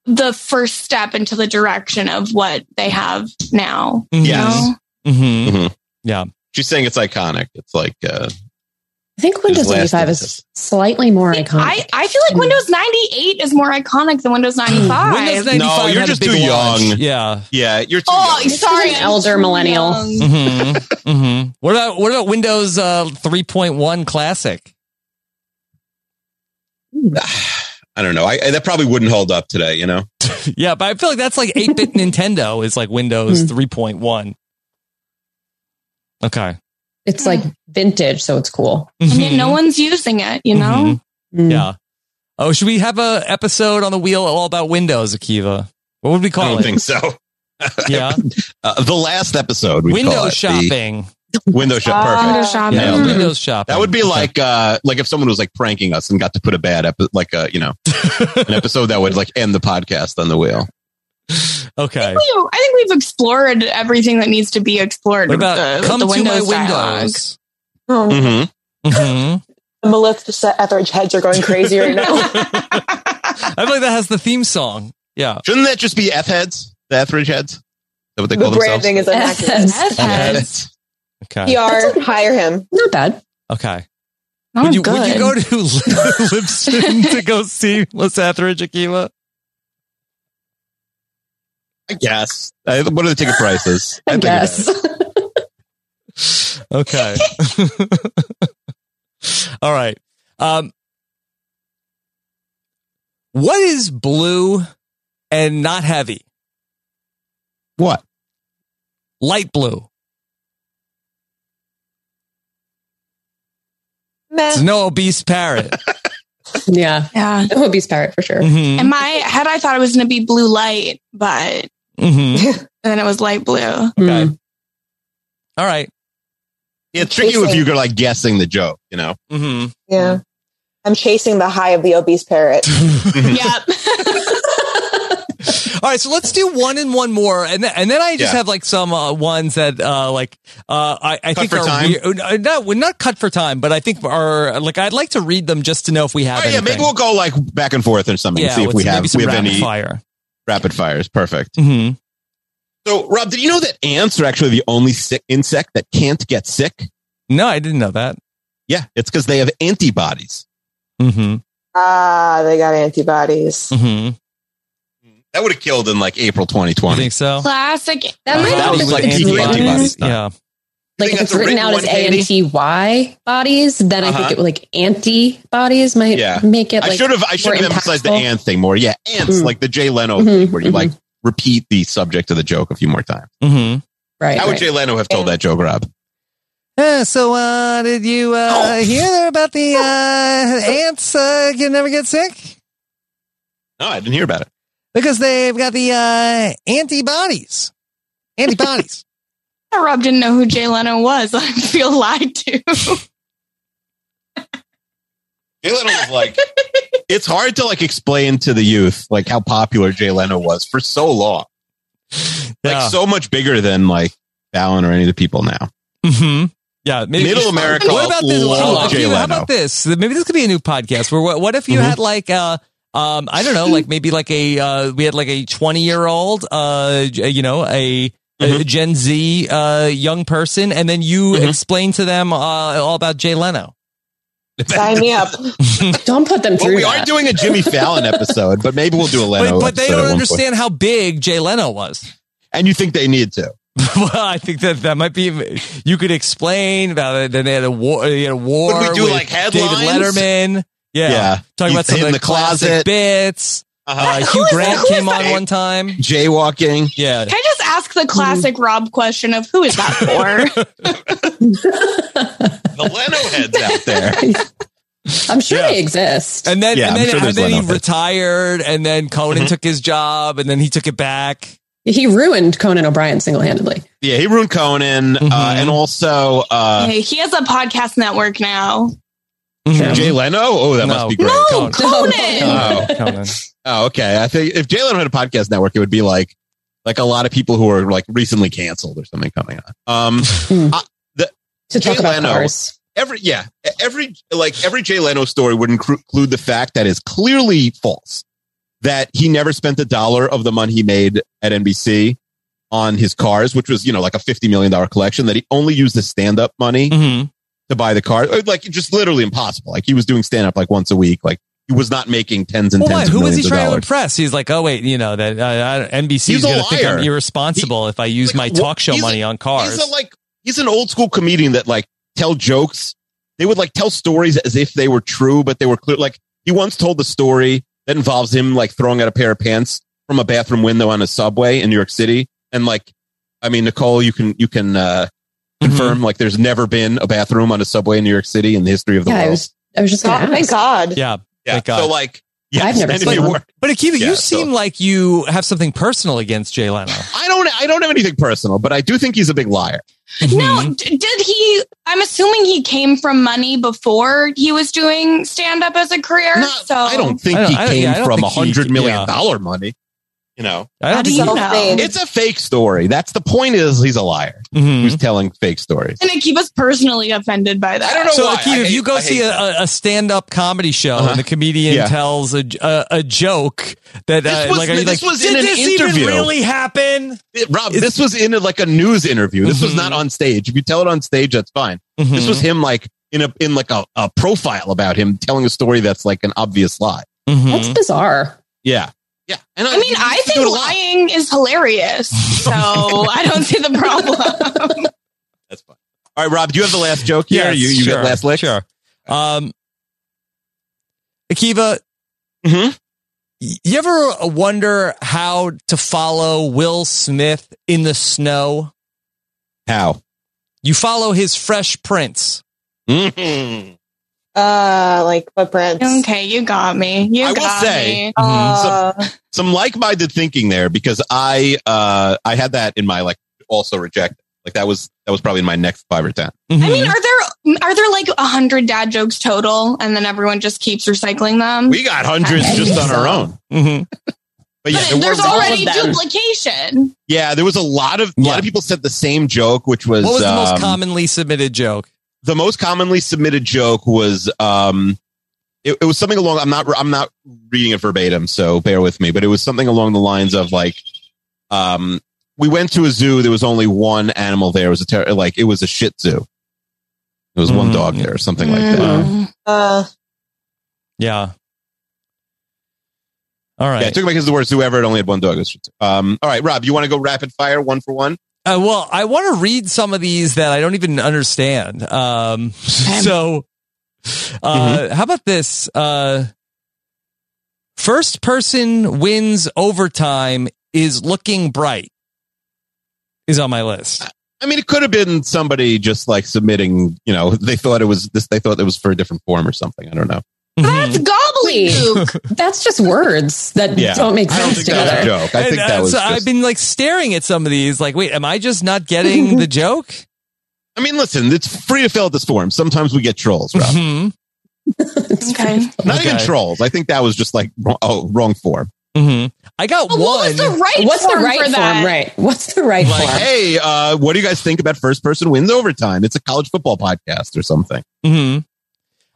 Speaker 4: the first step into the direction of what they have now.
Speaker 2: Mhm.
Speaker 4: you
Speaker 3: Yes.
Speaker 4: know?
Speaker 2: Mhm.
Speaker 3: Mhm.
Speaker 2: Yeah.
Speaker 3: She's saying it's iconic. It's like uh,
Speaker 7: I think Windows
Speaker 3: last
Speaker 7: 95
Speaker 3: Windows.
Speaker 7: is slightly more iconic.
Speaker 4: I, I feel like
Speaker 7: Mhm.
Speaker 4: Windows 98 is more iconic than Windows 95.
Speaker 2: Windows 95
Speaker 3: you're
Speaker 2: had a
Speaker 3: just
Speaker 2: big
Speaker 3: too
Speaker 2: launch.
Speaker 3: young.
Speaker 2: Yeah.
Speaker 3: yeah, you're too
Speaker 4: oh,
Speaker 3: young.
Speaker 4: sorry,
Speaker 7: This is an
Speaker 4: I'm
Speaker 7: elder
Speaker 4: too
Speaker 7: millennial.
Speaker 4: young.
Speaker 3: Mm-hmm.
Speaker 2: hmm hmm What about what about Windows uh, 3.1 Classic?
Speaker 3: I don't know. I, I- that probably wouldn't hold up today. You know,
Speaker 2: Yeah, but I feel like that's like 8-bit Nintendo is like Windows 3.1. Okay.
Speaker 7: it's like vintage, so it's cool.
Speaker 4: And
Speaker 3: Mm-hmm.
Speaker 4: yet no one's using it, you know?
Speaker 7: Mm.
Speaker 2: Yeah. Oh, should we have a episode on the wheel all about Windows, Akiva? What would we
Speaker 3: I
Speaker 2: call
Speaker 3: don't
Speaker 2: it?
Speaker 3: think so.
Speaker 2: yeah.
Speaker 3: Uh, the last episode, we
Speaker 2: Window
Speaker 3: The
Speaker 2: shopping.
Speaker 3: window shop.
Speaker 6: Ah.
Speaker 3: Perfect.
Speaker 4: Windows shopping.
Speaker 2: Yeah,
Speaker 3: Nailed it. Mm-hmm.
Speaker 2: Windows shopping.
Speaker 3: That would be
Speaker 2: Okay.
Speaker 3: like uh, like if someone was like pranking us and got to put a bad epi- like a you know an episode that would like end the podcast on the wheel.
Speaker 2: okay.
Speaker 4: We- I think we've explored everything that needs to be explored.
Speaker 2: What
Speaker 4: with
Speaker 2: about
Speaker 4: the, Uh, with
Speaker 2: come
Speaker 4: the
Speaker 2: to my
Speaker 4: Windows dialogue.
Speaker 2: Windows?
Speaker 6: Oh,
Speaker 3: Mm-hmm.
Speaker 2: hmm
Speaker 6: Melissa Etheridge heads are going crazy right now.
Speaker 2: I feel like that has the theme song. Yeah.
Speaker 3: Shouldn't that just be F heads? The Etheridge heads? Is that what they
Speaker 6: the
Speaker 3: call themselves?
Speaker 6: branding is inaccurate.
Speaker 7: That's
Speaker 3: F-heads.
Speaker 2: Okay.
Speaker 6: PR, hire him.
Speaker 7: not bad.
Speaker 2: Okay.
Speaker 4: Not
Speaker 2: would you
Speaker 4: Oh, good.
Speaker 2: would you go to Lipson to go see Liz Etheridge Akiva?
Speaker 3: I guess. Uh, what are the ticket prices?
Speaker 7: I
Speaker 3: think
Speaker 7: guess.
Speaker 2: Okay. All right. Um, what is blue and not heavy?
Speaker 3: What?
Speaker 2: Light blue.
Speaker 6: Meh.
Speaker 2: It's no obese parrot.
Speaker 7: yeah.
Speaker 4: Yeah.
Speaker 7: It would be Spirit for sure.
Speaker 2: Mm-hmm.
Speaker 4: In my head, I thought it was going to be blue light, but
Speaker 2: Mm-hmm. Oh.
Speaker 4: then it was light blue.
Speaker 2: Okay.
Speaker 7: Mm.
Speaker 2: All right.
Speaker 3: It's tricky if you go like guessing the joke, you know?
Speaker 2: Mm-hmm.
Speaker 6: Yeah. I'm chasing the high of the obese parrot.
Speaker 4: yep.
Speaker 2: All right, so let's do one and one more, and then, and then I just
Speaker 3: Yeah.
Speaker 2: have like some uh, ones that uh, like uh, I, I think
Speaker 3: for
Speaker 2: are
Speaker 3: time?
Speaker 2: weird- uh, not we're not cut for time, but I think are like I'd like to read them just to know if we have.
Speaker 3: Oh, yeah,
Speaker 2: anything.
Speaker 3: maybe we'll go like back and forth or something and see if
Speaker 2: with
Speaker 3: we
Speaker 2: maybe
Speaker 3: have,
Speaker 2: some
Speaker 3: we have
Speaker 2: rapid
Speaker 3: any
Speaker 2: fire.
Speaker 3: rapid fires. Perfect.
Speaker 2: hmm
Speaker 3: So, Rob, did you know that ants are actually the only sick insect that can't get sick?
Speaker 2: No, I didn't know that.
Speaker 3: Yeah, it's because they have antibodies.
Speaker 2: Mm-hmm.
Speaker 6: Ah, they got antibodies.
Speaker 2: Mm-hmm.
Speaker 3: That would have killed in like April
Speaker 2: You
Speaker 3: 2020.
Speaker 2: think so?
Speaker 4: Classic.
Speaker 7: That
Speaker 2: Uh,
Speaker 7: might
Speaker 3: that
Speaker 7: have
Speaker 3: was
Speaker 7: been
Speaker 3: like
Speaker 7: it's
Speaker 3: peak
Speaker 7: written-
Speaker 3: antibodies.
Speaker 2: Yeah.
Speaker 7: Like
Speaker 3: think
Speaker 7: if
Speaker 3: that's
Speaker 7: it's
Speaker 3: a
Speaker 7: written
Speaker 3: written
Speaker 7: out as
Speaker 3: one, Katie?
Speaker 7: A N T Y bodies, then I
Speaker 3: Uh-huh.
Speaker 7: think it would like antibodies might
Speaker 3: Yeah.
Speaker 7: make it
Speaker 3: I
Speaker 7: like
Speaker 3: should have I should have
Speaker 7: more
Speaker 3: emphasized the
Speaker 7: impactful.
Speaker 3: ant thing more. Yeah, ants,
Speaker 7: Mm.
Speaker 3: like the Jay Leno
Speaker 7: Mhm,
Speaker 3: thing where you
Speaker 7: mhm.
Speaker 3: like repeat the subject of the joke a few more times.
Speaker 2: Mm-hmm.
Speaker 7: right.
Speaker 3: How would
Speaker 7: right.
Speaker 3: Jay Leno have told that joke, Rob?
Speaker 2: Yeah, so, uh, did you uh,
Speaker 3: Oh.
Speaker 2: hear about the uh, ants uh, can never get sick
Speaker 3: No, I didn't hear about it.
Speaker 2: because they've got the uh, antibodies? Antibodies.
Speaker 4: Rob didn't know who Jay Leno was. I feel lied to.
Speaker 3: Jay Leno was like, it's hard to like explain to the youth like how popular Jay Leno was for so long, like
Speaker 2: Yeah.
Speaker 3: so much bigger than like Fallon or any of the people now.
Speaker 2: Mm-hmm. Yeah, maybe
Speaker 3: Middle America
Speaker 2: What about this?
Speaker 3: loved
Speaker 2: Akiva,
Speaker 3: Jay
Speaker 2: how
Speaker 3: Leno.
Speaker 2: about this? Maybe this could be a new podcast. Where what, what if you
Speaker 3: Mhm.
Speaker 2: had like uh um I don't know like maybe like a uh we had like a twenty year old uh j- you know a. A
Speaker 3: Mhm.
Speaker 2: Gen Z uh, young person, and then you
Speaker 3: Mhm.
Speaker 2: explain to them uh, all about Jay Leno.
Speaker 6: Sign me up.
Speaker 7: Don't put them
Speaker 3: Well,
Speaker 7: through
Speaker 3: we
Speaker 7: that.
Speaker 3: are doing a Jimmy Fallon episode, but maybe we'll do a
Speaker 2: But,
Speaker 3: Leno.
Speaker 2: but they
Speaker 3: episode at
Speaker 2: don't
Speaker 3: one point.
Speaker 2: understand how big Jay Leno was.
Speaker 3: and you think they need to.
Speaker 2: well, I think that that might be. You could explain about it. Then they had a war. They had a war.
Speaker 3: Would we do,
Speaker 2: with
Speaker 3: like,
Speaker 2: David
Speaker 3: headlines?
Speaker 2: Letterman? Yeah,
Speaker 3: Yeah.
Speaker 2: talking
Speaker 3: You
Speaker 2: about some
Speaker 3: hid
Speaker 2: of
Speaker 3: in
Speaker 2: the
Speaker 3: the
Speaker 2: classic
Speaker 3: closet.
Speaker 2: bits. Uh,
Speaker 4: Who
Speaker 2: Hugh
Speaker 4: is that?
Speaker 2: Grant
Speaker 4: Who is
Speaker 2: came on
Speaker 3: that?
Speaker 2: one time. Mm-hmm.
Speaker 3: Jaywalking.
Speaker 2: Yeah.
Speaker 4: Can I just ask the classic Rob question of who is that for?
Speaker 3: The Leno heads out there.
Speaker 7: I'm sure
Speaker 2: Yeah.
Speaker 7: they exist.
Speaker 2: And then,
Speaker 3: Yeah,
Speaker 2: and
Speaker 3: I'm
Speaker 2: then,
Speaker 3: sure
Speaker 2: and
Speaker 3: there's
Speaker 2: then he
Speaker 3: Leno.
Speaker 2: retired, and then Conan took his job, and then he took it back.
Speaker 7: He ruined Conan O'Brien single handedly.
Speaker 3: Yeah, he ruined Conan,
Speaker 4: Mm-hmm.
Speaker 3: uh, and also uh,
Speaker 4: Hey, he has a podcast network now.
Speaker 3: Jay Leno. Oh, that must be great.
Speaker 4: No, Conan.
Speaker 3: Oh. Oh, okay. I think if Jay Leno had a podcast network, it would be like like a lot of people who are like recently canceled or something coming on. Um,
Speaker 4: Hmm.
Speaker 3: I- the,
Speaker 7: To talk about cars.
Speaker 3: Every yeah, e, every like every Jay Leno story would inclu- include the fact that is clearly false that he never spent a dollar of the money he made at NBC on his cars, which was you know like a fifty million dollar collection. That he only used the stand up money
Speaker 2: Mm-hmm.
Speaker 3: to buy the car. Like just literally impossible. Like he was doing stand up like once a week. Like he was not making tens and
Speaker 2: Well,
Speaker 3: tens.
Speaker 2: why?
Speaker 3: of
Speaker 2: Who was he
Speaker 3: millions of
Speaker 2: trying to
Speaker 3: dollars.
Speaker 2: impress? He's like, oh wait, you know that uh, NBC is
Speaker 3: He's a
Speaker 2: going to think I'm
Speaker 3: liar.
Speaker 2: irresponsible if I use my talk show
Speaker 3: he's a-
Speaker 2: money on cars.
Speaker 3: He's a, like he's an old school comedian that like tell jokes. They would like tell stories as if they were true, but they were clear. Like he once told the story that involves him like throwing out a pair of pants from a bathroom window on a subway in New York City, and like, I mean, Nicole, you can you can uh,
Speaker 2: Mm-hmm.
Speaker 3: confirm like there's never been a bathroom on a subway in New York City in the history of the
Speaker 7: Yeah, I
Speaker 3: world.
Speaker 7: was I was just
Speaker 6: Oh
Speaker 7: gonna
Speaker 6: my
Speaker 7: ask.
Speaker 6: god.
Speaker 2: yeah,
Speaker 3: yeah.
Speaker 2: thank God.
Speaker 3: So like, yes,
Speaker 7: I've never
Speaker 3: and if
Speaker 7: seen
Speaker 3: you
Speaker 7: one.
Speaker 3: were-
Speaker 2: but Akiva,
Speaker 3: Yeah,
Speaker 2: you
Speaker 3: so-
Speaker 2: seem like you have something personal against Jay Leno.
Speaker 3: I don't I don't have anything personal, but I do think he's a big liar.
Speaker 4: No, d- did he? I'm assuming he came from money before he was doing stand up as a career.
Speaker 3: Not-
Speaker 4: so
Speaker 3: I don't think
Speaker 2: Um, I don't-
Speaker 3: he
Speaker 2: I don't-
Speaker 3: came
Speaker 2: yeah, I don't
Speaker 3: from a
Speaker 2: think he-
Speaker 3: hundred
Speaker 2: yeah.
Speaker 3: million dollar money. You know,
Speaker 2: I
Speaker 4: How
Speaker 2: don't
Speaker 4: do
Speaker 2: think
Speaker 4: you
Speaker 2: he-
Speaker 4: know?
Speaker 6: Self-made.
Speaker 3: it's a fake story. That's the point. Is he's a liar
Speaker 2: Mhm.
Speaker 3: who's telling fake stories?
Speaker 4: And Akiva's personally offended by that.
Speaker 3: I don't know
Speaker 2: So,
Speaker 3: why.
Speaker 2: Akiva,
Speaker 3: I
Speaker 2: if
Speaker 3: hate-
Speaker 2: you go
Speaker 3: I
Speaker 2: see
Speaker 3: hate
Speaker 2: a,
Speaker 3: that.
Speaker 2: a- a stand-up comedy show
Speaker 3: Uh-huh.
Speaker 2: and the comedian
Speaker 3: Yeah.
Speaker 2: tells a, a a joke that
Speaker 3: This
Speaker 2: uh,
Speaker 3: was-
Speaker 2: like, are you
Speaker 3: this
Speaker 2: like,
Speaker 3: was in
Speaker 2: did
Speaker 3: an
Speaker 2: this
Speaker 3: interview."
Speaker 2: even really happen?
Speaker 3: It- Rob, this was in a, like a news interview. This was
Speaker 2: Mhm.
Speaker 3: not on stage. If you tell it on stage, that's fine.
Speaker 2: Mm-hmm.
Speaker 3: This was him like in a in like a, a profile about him telling a story that's like an obvious lie.
Speaker 2: Mhm.
Speaker 7: That's bizarre.
Speaker 3: Yeah, yeah. And
Speaker 4: I mean, I think lying is hilarious. So I don't see the problem.
Speaker 3: That's fine. All right, Rob, do you have the last joke here?
Speaker 2: Yes,
Speaker 3: you you
Speaker 2: sure,
Speaker 3: got last lick.
Speaker 2: Sure. Um, Akiva,
Speaker 3: hmm
Speaker 2: y- you ever wonder how to follow Will Smith in the snow?
Speaker 3: How?
Speaker 2: You follow his fresh prints.
Speaker 3: Mhm.
Speaker 6: Uh, like footprints.
Speaker 4: okay, you got me. You
Speaker 3: I will
Speaker 4: got
Speaker 3: say- Mhm.
Speaker 4: me.
Speaker 6: Uh,
Speaker 3: some like-minded thinking there because I uh I had that in my like also reject like that was that was probably in my next five or ten.
Speaker 4: I
Speaker 3: mhm.
Speaker 4: mean, are there are there like a hundred dad jokes total, and then everyone just keeps recycling them?
Speaker 3: We got hundreds just on our own,
Speaker 2: Mhm.
Speaker 3: Mm-hmm. but yeah,
Speaker 4: but
Speaker 3: there
Speaker 4: there's
Speaker 3: were,
Speaker 4: already
Speaker 7: all of them.
Speaker 4: duplication.
Speaker 3: yeah, there was a lot of a
Speaker 2: Yeah.
Speaker 3: lot of people said the same joke, which was,
Speaker 2: what was the most
Speaker 3: um,
Speaker 2: commonly submitted joke?
Speaker 3: the most commonly submitted joke was um it, it was something along i'm not i'm not reading it verbatim so bear with me but it was something along the lines of like um we went to a zoo there was only one animal there it was a ter- like it was a shih tzu there was one
Speaker 2: Mhm.
Speaker 3: dog there or something like that
Speaker 6: uh,
Speaker 2: Yeah. All
Speaker 3: yeah
Speaker 2: right.
Speaker 3: it took my kids to the worst zoo ever it only had one dog It was shih tzu. um all right rob you want to go rapid fire one for one
Speaker 2: Uh, well, I want to read some of these that I don't even understand. Um, so, uh,
Speaker 3: Mm-hmm.
Speaker 2: how about this? Uh, first person wins overtime is looking bright is on my
Speaker 4: Uh,
Speaker 2: list.
Speaker 3: I mean, it could have been somebody just like submitting. You know, they thought it was this. They thought it was for a different form or something. I don't know.
Speaker 4: That's
Speaker 2: Hmm.
Speaker 4: gobbledygook.
Speaker 7: That's just words that
Speaker 3: Yeah.
Speaker 7: don't make
Speaker 3: I don't
Speaker 7: sense
Speaker 3: think that was a
Speaker 7: together.
Speaker 3: joke. I
Speaker 2: And,
Speaker 3: think
Speaker 2: uh,
Speaker 3: that was.
Speaker 2: so
Speaker 3: just-
Speaker 2: I've been like staring at some of these. Like, wait, am I just not getting the joke?
Speaker 3: I mean, listen, it's free to fill out this form. Sometimes we get trolls, Rob.
Speaker 2: Mhm.
Speaker 4: okay.
Speaker 3: Not even
Speaker 2: Okay.
Speaker 3: trolls. I think that was just like wrong, oh, wrong form.
Speaker 2: Mhm. I got
Speaker 4: But
Speaker 2: one.
Speaker 4: what was the right
Speaker 7: What's the
Speaker 4: form
Speaker 7: right
Speaker 4: for
Speaker 7: form?
Speaker 4: that?
Speaker 7: Right. What's the right
Speaker 3: Like,
Speaker 7: form?
Speaker 3: hey, uh, what do you guys think about first person wins overtime? It's a college football podcast or something.
Speaker 2: hmm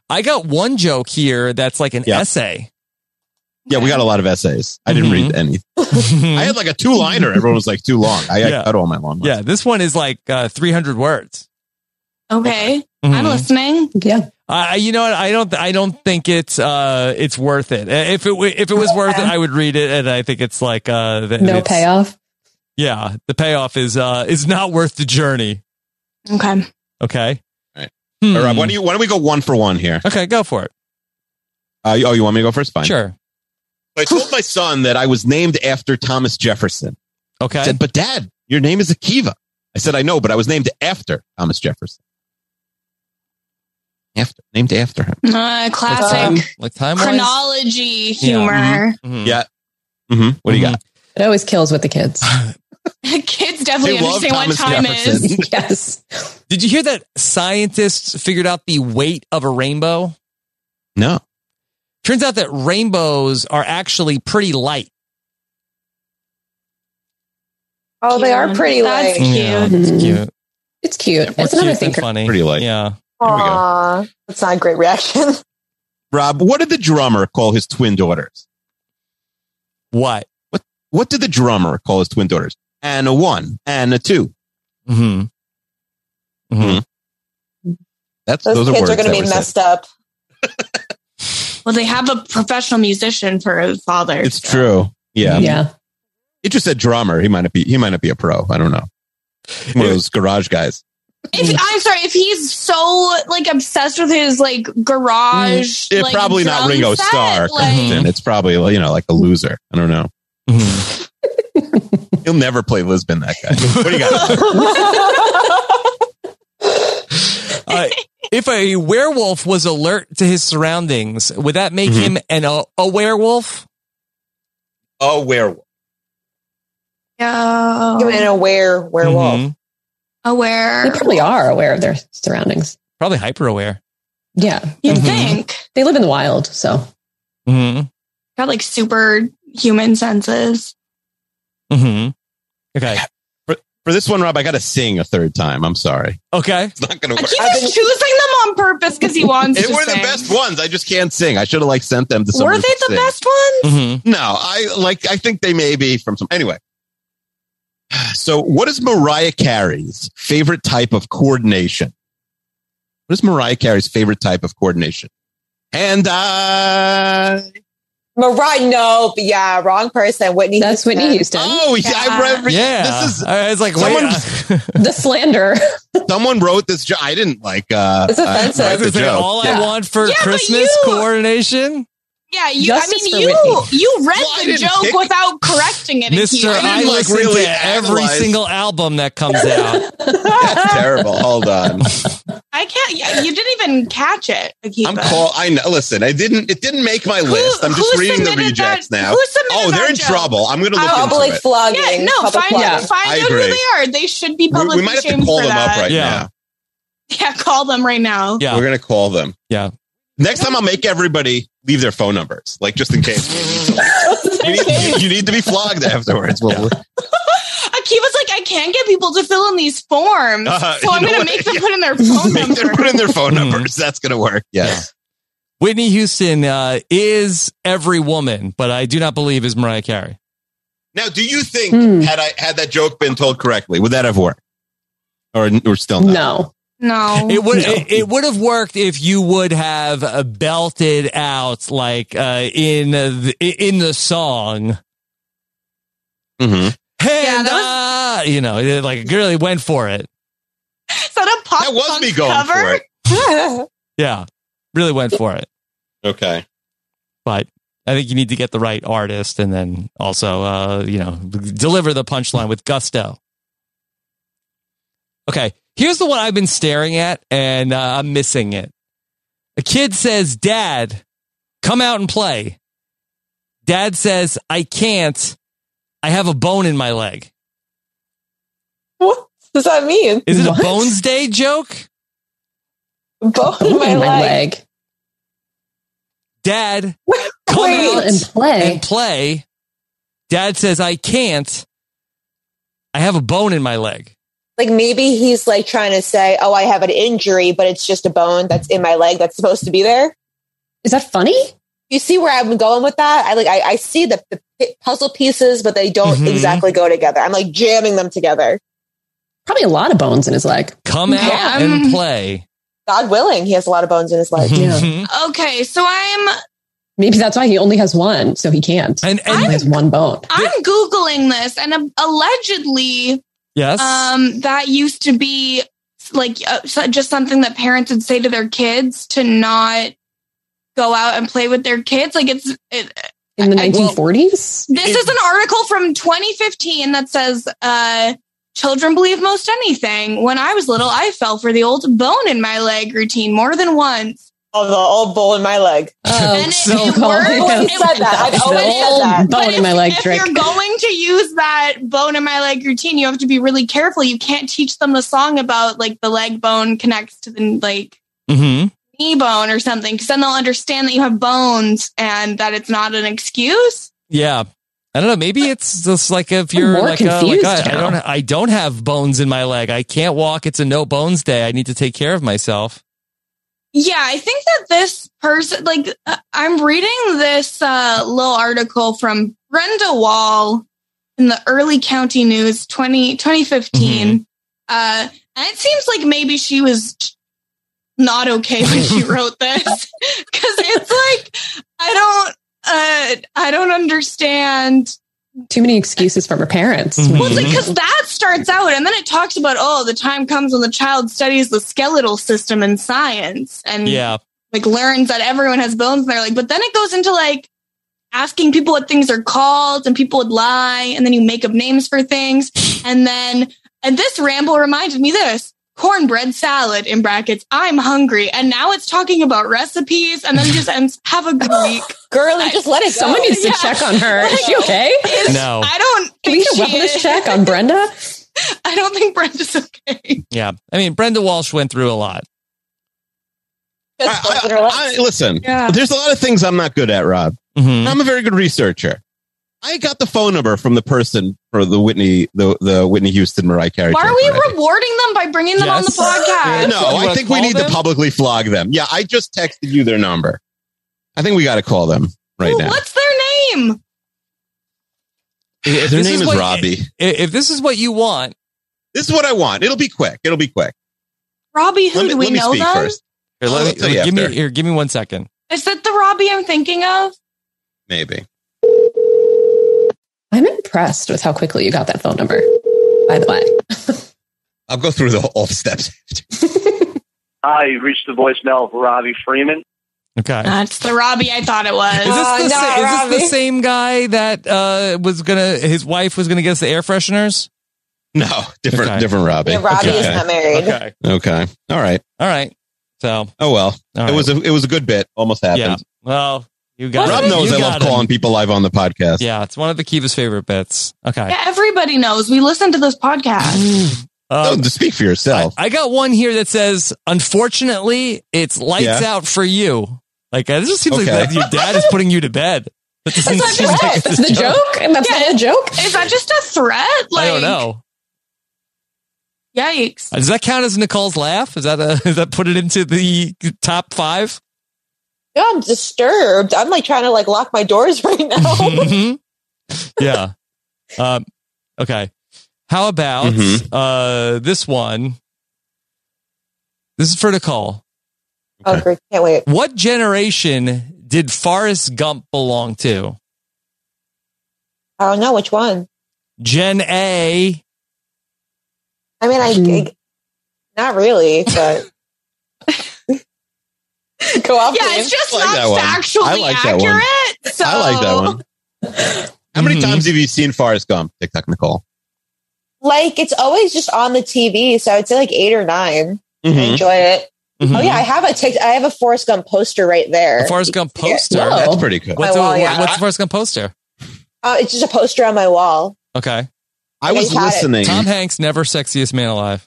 Speaker 2: I got one joke here that's like an
Speaker 3: Yeah.
Speaker 2: essay.
Speaker 3: Yeah, we got a lot of essays. I didn't read any. I had like a two liner. Everyone was like too long. I, I
Speaker 2: Yeah.
Speaker 3: cut all my long. ones.
Speaker 2: yeah, this one is like uh, 300 words.
Speaker 4: Okay.
Speaker 2: Mhm.
Speaker 3: Mm-hmm.
Speaker 4: I'm listening.
Speaker 7: Yeah.
Speaker 2: I, you know what? I don't. I don't think it's. Uh, it's worth it. If it w- if it was worth it, I would read it, and I think it's like uh, th-
Speaker 7: No
Speaker 2: it's-
Speaker 7: payoff.
Speaker 2: Yeah, the payoff is uh is not worth the journey.
Speaker 4: Okay. Uh,
Speaker 2: Okay.
Speaker 3: Right.
Speaker 2: Hmm.
Speaker 3: All right, why don't you? Why don't we go one for one here?
Speaker 2: okay, go for it.
Speaker 3: Uh, oh, you want me to go first? Fine.
Speaker 2: Sure.
Speaker 3: I told my son that I was named after Thomas Jefferson.
Speaker 2: Okay.
Speaker 3: I said, but Dad, your name is Akiva. I said, I know, but I was named after Thomas Jefferson. After, named after him.
Speaker 4: Uh, classic
Speaker 2: like Mm-hmm. time wise.
Speaker 3: Mm-hmm.
Speaker 4: chronology humor.
Speaker 2: Mm-hmm.
Speaker 3: Yeah. hmm What do you got?
Speaker 7: It always kills with the kids.
Speaker 4: Kids definitely
Speaker 2: They love
Speaker 4: understand
Speaker 2: Thomas
Speaker 4: what time
Speaker 2: Jefferson.
Speaker 4: is.
Speaker 7: yes.
Speaker 2: Did you hear that scientists figured out the weight of a rainbow?
Speaker 3: No.
Speaker 2: Turns out that rainbows are actually pretty light.
Speaker 6: Oh, they are pretty
Speaker 4: That's
Speaker 6: light.
Speaker 4: cute.
Speaker 2: Yeah,
Speaker 3: Mm-hmm.
Speaker 2: it's cute.
Speaker 7: It's cute.
Speaker 2: More
Speaker 7: it's another
Speaker 2: cute than
Speaker 7: thinker.
Speaker 2: funny.
Speaker 3: Pretty light.
Speaker 2: Yeah.
Speaker 6: Aw, that's not a great reaction.
Speaker 3: Rob, what did the drummer call his twin daughters?
Speaker 2: What?
Speaker 3: What did the drummer call his twin daughters? And a one and a two.
Speaker 7: Mm-hmm.
Speaker 2: hmm
Speaker 4: Mm-hmm.
Speaker 2: hmm
Speaker 3: That's
Speaker 6: Those,
Speaker 3: those, are
Speaker 6: kids
Speaker 3: words
Speaker 6: are going
Speaker 3: that
Speaker 6: to be
Speaker 3: were said.
Speaker 6: messed up.
Speaker 4: Well, they have a professional musician for a father.
Speaker 3: It's
Speaker 4: so.
Speaker 3: true. Yeah.
Speaker 7: Yeah.
Speaker 3: It just said drummer. He might not be he might not be a pro. I don't know. One of those garage guys.
Speaker 4: If, I'm sorry if he's so like obsessed with his like garage.
Speaker 3: It
Speaker 4: like,
Speaker 3: Mm, probably not
Speaker 4: drum
Speaker 3: Ringo
Speaker 4: set,
Speaker 3: Starr. Mm-hmm.
Speaker 4: Like,
Speaker 3: Then it's probably you know like a loser. I don't know.
Speaker 4: Mm-hmm.
Speaker 3: He'll never play Lisbon. That guy. What do you got?
Speaker 2: Uh, if a werewolf was alert to his surroundings, would that make
Speaker 3: Mm-hmm.
Speaker 2: him an a, a werewolf?
Speaker 3: oh, werewolf.
Speaker 4: yeah.
Speaker 6: Even an aware
Speaker 3: Mm.
Speaker 6: werewolf.
Speaker 2: Mhm.
Speaker 7: They
Speaker 4: aware.
Speaker 7: probably are aware of their surroundings.
Speaker 2: Probably hyper aware.
Speaker 7: Yeah.
Speaker 4: You'd
Speaker 2: Mhm.
Speaker 3: Mm-hmm.
Speaker 4: think
Speaker 7: They live in the wild. So
Speaker 2: hmm
Speaker 4: got like super human senses.
Speaker 2: hmm Okay.
Speaker 3: For this one, Rob, I got to sing a third time. I'm sorry.
Speaker 2: Okay.
Speaker 3: It's not going
Speaker 4: Like,
Speaker 3: to work.
Speaker 4: he was choosing them on purpose because he wants.
Speaker 3: They
Speaker 4: to
Speaker 3: were the
Speaker 4: sing.
Speaker 3: best ones. I just can't sing. I should have like sent them to someone.
Speaker 4: Were they
Speaker 3: who could
Speaker 4: the
Speaker 3: sing.
Speaker 4: best ones?
Speaker 2: hmm
Speaker 3: No, I like. I think they may be from some. Anyway. So, what is Mariah Carey's favorite type of coordination? What is Mariah Carey's favorite type of coordination? And I.
Speaker 6: Mariah, no, but yeah, wrong person. Whitney.
Speaker 7: that's Whitney Houston.
Speaker 3: Oh, yeah.
Speaker 4: Uh,
Speaker 3: I read,
Speaker 2: Yeah.
Speaker 3: This is
Speaker 2: I was like,
Speaker 3: Someone-
Speaker 2: wait.
Speaker 7: The slander.
Speaker 3: someone wrote this. Jo- I didn't like. uh
Speaker 6: It's
Speaker 3: uh,
Speaker 6: offensive.
Speaker 3: like
Speaker 2: I
Speaker 3: the
Speaker 2: was like,
Speaker 3: joke.
Speaker 2: all I
Speaker 3: Yeah.
Speaker 2: want for
Speaker 4: Yeah, but
Speaker 2: Christmas
Speaker 4: you-
Speaker 2: coordination,
Speaker 4: Yeah, you.
Speaker 7: Justice
Speaker 4: I
Speaker 7: for
Speaker 4: mean, you
Speaker 7: Whitney.
Speaker 4: you read
Speaker 3: Well,
Speaker 4: the
Speaker 3: I didn't
Speaker 4: joke
Speaker 3: pick-
Speaker 4: without correcting it.
Speaker 2: Mister.
Speaker 4: Akira.
Speaker 2: I,
Speaker 3: like,
Speaker 2: listen
Speaker 3: really
Speaker 2: to every
Speaker 3: analyze-
Speaker 2: single album that comes out.
Speaker 3: That's terrible. Hold on.
Speaker 4: I can't. yeah, You didn't even catch it. Akiva.
Speaker 3: I'm call. I know. Listen, I didn't. It didn't make my
Speaker 4: Who-
Speaker 3: list. I'm just
Speaker 4: who
Speaker 3: reading the
Speaker 4: submitted that-
Speaker 3: rejects now.
Speaker 4: who submitted
Speaker 3: Oh, they're
Speaker 4: that
Speaker 3: in
Speaker 4: joke?
Speaker 3: trouble. I'm going to look
Speaker 6: public
Speaker 3: into it.
Speaker 6: flogging.
Speaker 4: Yeah, no.
Speaker 6: public
Speaker 4: Find out.
Speaker 6: flogging.
Speaker 4: Find
Speaker 3: I
Speaker 4: out who
Speaker 3: agree.
Speaker 4: they are. They should be
Speaker 3: We,
Speaker 4: publicly
Speaker 3: we might have to
Speaker 4: shamed
Speaker 3: call
Speaker 4: for
Speaker 3: them
Speaker 4: that.
Speaker 3: up right
Speaker 2: Yeah.
Speaker 3: now.
Speaker 4: Yeah, call them right now.
Speaker 2: Yeah.
Speaker 3: We're going to call them.
Speaker 2: Yeah.
Speaker 3: Next time, I'll make everybody leave their phone numbers, like just in case. We need to- you, need, you need to be flogged afterwards. Well,
Speaker 4: Akiva's Uh, like, I can't get people to fill in these forms, so
Speaker 3: Uh, you
Speaker 4: I'm
Speaker 3: know
Speaker 4: going to
Speaker 3: what?
Speaker 4: make them put in their phone
Speaker 3: Make
Speaker 4: number.
Speaker 3: them put in their phone
Speaker 2: Mhm.
Speaker 3: numbers. That's going to work. Yes.
Speaker 2: Whitney Houston uh, is every woman, but I do not believe is Mariah Carey.
Speaker 3: Now, do you think
Speaker 7: Hmm.
Speaker 3: had I had that joke been told correctly, would that have worked? Or we're still not?
Speaker 7: no.
Speaker 4: no,
Speaker 2: It would
Speaker 7: No.
Speaker 2: it, it would have worked if you would have uh, belted out like uh, in the, in the song.
Speaker 3: Mhm.
Speaker 2: Hey,
Speaker 4: Yeah, that
Speaker 2: nah," you know, it, like it really went for it.
Speaker 4: is that a pop
Speaker 3: That was
Speaker 4: punk
Speaker 3: me going
Speaker 4: cover?
Speaker 3: for it.
Speaker 2: Yeah, really went for it.
Speaker 3: Okay.
Speaker 2: But I think you need to get the right artist, and then also, uh, you know, deliver the punchline with gusto. Okay, here's the one I've been staring at, and uh, I'm missing it. A kid says, "Dad, come out and play." Dad says, "I can't. I have a bone in my leg."
Speaker 6: What does that mean?
Speaker 2: Is it
Speaker 7: What?
Speaker 2: a Bones Day joke?
Speaker 6: Bone
Speaker 7: Bone
Speaker 6: in my, leg.
Speaker 2: Dad, come
Speaker 6: Wait.
Speaker 7: Well,
Speaker 2: out
Speaker 7: And play.
Speaker 2: and play. Dad says, I can't. I have a bone in my leg.
Speaker 6: Like maybe he's like trying to say, "Oh, I have an injury, but it's just a bone that's in my leg that's supposed to be there."
Speaker 7: Is that funny?
Speaker 6: You see where I'm going with that? I like I, I see the, the pi- puzzle pieces, but they don't
Speaker 2: Mhm.
Speaker 6: exactly go together. I'm like jamming them together.
Speaker 7: Probably a lot of bones in his leg.
Speaker 2: Come out
Speaker 4: Yeah.
Speaker 2: and play.
Speaker 6: God willing, he has a lot of bones in his leg.
Speaker 7: Yeah.
Speaker 2: Mhm.
Speaker 4: Okay, so I'm
Speaker 7: Maybe that's why he only has one, so he can't.
Speaker 2: And,
Speaker 7: He
Speaker 2: and
Speaker 7: only has one bone.
Speaker 4: I'm googling this, and um, allegedly,
Speaker 2: yes.
Speaker 4: um, that used to be like uh, so- just something that parents would say to their kids to not go out and play with their kids. Like it's it,
Speaker 7: In the
Speaker 4: I- well-
Speaker 7: 1940s?
Speaker 4: This is an article from 2015 that says, uh, Children believe most anything. When I was little, I fell for the old bone in my leg routine more than once.
Speaker 6: Oh, the old bull in my leg.
Speaker 7: Oh, so
Speaker 4: it
Speaker 7: called.
Speaker 4: works.
Speaker 6: I've said that. I've
Speaker 7: That's
Speaker 6: always
Speaker 7: an
Speaker 6: said
Speaker 7: old
Speaker 6: that.
Speaker 7: bone in my leg
Speaker 4: if
Speaker 7: trick.
Speaker 4: you're going to use that bone in my leg routine, you have to be really careful. You can't teach them the song about like the leg bone connects to the like
Speaker 3: Hmm?
Speaker 2: Mm-hmm.
Speaker 4: knee bone or something, because then they'll understand that you have bones and that it's not an excuse.
Speaker 2: Yeah. I don't know. Maybe it's just like if you're
Speaker 7: more
Speaker 2: like, uh, like,
Speaker 7: confused
Speaker 2: I, I
Speaker 7: now.
Speaker 2: don't, I don't have bones in my leg. I can't walk. It's a no bones day. I need to take care of myself.
Speaker 4: Yeah, I think that this person, like, uh, I'm reading this uh, little article from Brenda Wall in the Early County News 20, 2015. Uh, and it seems like maybe she was not okay when she wrote this because it's like, I don't. Uh, I don't understand.
Speaker 7: Too many excuses from her parents.
Speaker 2: Mhm.
Speaker 4: Well, it's like because that starts out, and then it talks about oh, the time comes when the child studies the skeletal system in science, and
Speaker 2: Yeah.
Speaker 4: like learns that everyone has bones in their leg. But then it goes into like asking people what things are called, and people would lie, and then you make up names for things. And then and this ramble reminded me this cornbread salad in brackets. I'm hungry, and now it's talking about recipes, and then just ends have a good week.
Speaker 6: Girly, just let it go.
Speaker 7: Someone needs to
Speaker 4: Yeah.
Speaker 7: check on her. Is she okay?
Speaker 2: No.
Speaker 4: I don't
Speaker 7: Can we get
Speaker 4: think
Speaker 7: a
Speaker 4: she
Speaker 7: wellness
Speaker 4: is.
Speaker 7: check on Brenda?
Speaker 4: I don't think Brenda's okay.
Speaker 2: Yeah. I mean, Brenda Walsh went through a lot.
Speaker 6: Just
Speaker 3: I-
Speaker 6: open her lips.
Speaker 3: I- listen,
Speaker 4: Yeah.
Speaker 3: there's a lot of things I'm not good at, Rob.
Speaker 2: hmm
Speaker 3: I'm a very good researcher. I got the phone number from the person for the Whitney, the, the Whitney Houston Mariah Carey.
Speaker 4: Why are
Speaker 3: trip, right?
Speaker 4: we rewarding them by bringing them on the
Speaker 2: Yes.
Speaker 4: podcast?
Speaker 2: You
Speaker 3: No, I
Speaker 2: wanna
Speaker 3: think we
Speaker 2: call
Speaker 3: need
Speaker 2: them?
Speaker 3: to publicly flog them. Yeah, I just texted you their number. I think we got to call them right
Speaker 4: Well,
Speaker 3: now.
Speaker 4: What's their name?
Speaker 3: Their name is Robbie.
Speaker 2: If, if this is what you want,
Speaker 3: This is what I want. It'll be quick. It'll be quick.
Speaker 4: Robbie, who
Speaker 3: Let me,
Speaker 4: do we
Speaker 3: let me
Speaker 4: know
Speaker 3: speak
Speaker 4: them?
Speaker 3: first. Oh,
Speaker 2: here,
Speaker 3: I'll
Speaker 2: let me,
Speaker 3: tell you
Speaker 2: give me
Speaker 3: after.
Speaker 2: here, give me one second.
Speaker 4: Is that the Robbie I'm thinking of?
Speaker 3: Maybe.
Speaker 7: I'm impressed with how quickly you got that phone number, by the way.
Speaker 3: I'll go through the all the steps.
Speaker 11: Hi, you've reached the voicemail of Robbie Freeman.
Speaker 2: Okay.
Speaker 4: That's the Robbie I thought it
Speaker 2: Is this,
Speaker 4: was.
Speaker 6: Oh,
Speaker 2: the,
Speaker 6: no,
Speaker 2: sa- is this
Speaker 6: Robbie.
Speaker 2: the same guy that uh, was gonna? His wife was gonna get us the air fresheners.
Speaker 3: No, different,
Speaker 2: Okay.
Speaker 3: different Robbie.
Speaker 6: Yeah, Robbie is
Speaker 3: Okay.
Speaker 6: not married.
Speaker 2: Okay,
Speaker 3: Okay. All right.
Speaker 2: all right. So all
Speaker 3: Oh well.
Speaker 2: right.
Speaker 3: It was a, it was a good bit. Almost
Speaker 2: yeah.
Speaker 3: happened.
Speaker 2: Well, you got
Speaker 3: Rob
Speaker 2: it.
Speaker 3: knows
Speaker 2: You
Speaker 3: I
Speaker 2: got
Speaker 3: love
Speaker 2: him.
Speaker 3: calling people live on the podcast.
Speaker 2: Yeah, it's one of Akiva's favorite bits. Okay.
Speaker 4: Yeah, everybody knows. We listen to this podcast.
Speaker 3: Oh,
Speaker 2: Um,
Speaker 3: to speak for
Speaker 2: I,
Speaker 3: yourself.
Speaker 2: I got one here that says, "Unfortunately, it's lights
Speaker 3: Yeah.
Speaker 2: out for you." Like uh, this just seems
Speaker 3: Okay.
Speaker 2: like that your dad is putting you to bed. That doesn't
Speaker 7: That's
Speaker 2: seem
Speaker 7: not
Speaker 2: like
Speaker 7: just
Speaker 2: it's a
Speaker 7: that's the joke, and that's
Speaker 4: Yeah.
Speaker 7: not a joke.
Speaker 4: Is that just a threat? Like,
Speaker 2: I don't know.
Speaker 4: Yikes.
Speaker 2: Uh, Does that count as Nicole's laugh? Is that a, is that put it into the top five?
Speaker 6: Yeah, I'm disturbed. I'm like trying to like lock my doors right now.
Speaker 2: Mhm. Yeah. Um, okay. How about
Speaker 3: Mhm.
Speaker 2: uh, this one? This is for Nicole.
Speaker 6: oh, great. Can't wait.
Speaker 2: What generation did Forrest Gump belong to?
Speaker 6: I don't know which one.
Speaker 2: Gen A.
Speaker 6: I mean, I,
Speaker 7: Hmm.
Speaker 6: I- not really, but go off.
Speaker 4: Yeah,
Speaker 6: Dave.
Speaker 4: it's just
Speaker 3: I like that
Speaker 4: not
Speaker 3: one.
Speaker 4: factually
Speaker 3: I like that one.
Speaker 4: accurate. So
Speaker 3: I like that one. How many
Speaker 2: Mhm.
Speaker 3: times have you seen Forrest Gump? TikTok Nicole.
Speaker 6: like it's always just on the TV, so I'd say like eight or 9
Speaker 2: Mm-hmm.
Speaker 6: I enjoy it. Oh yeah, I have a tic- I have a Forrest Gump poster right there.
Speaker 2: The Mm-hmm. Forrest Gump
Speaker 6: Yeah.
Speaker 2: poster.
Speaker 7: Whoa.
Speaker 3: That's pretty good.
Speaker 2: What's,
Speaker 6: My wall,
Speaker 2: a-
Speaker 6: yeah.
Speaker 2: what's the Forrest Gump poster?
Speaker 6: Uh, it's just a poster on my wall.
Speaker 2: Okay.
Speaker 3: I was
Speaker 6: They've had it.
Speaker 3: listening.
Speaker 2: Tom Hanks, never sexiest man alive.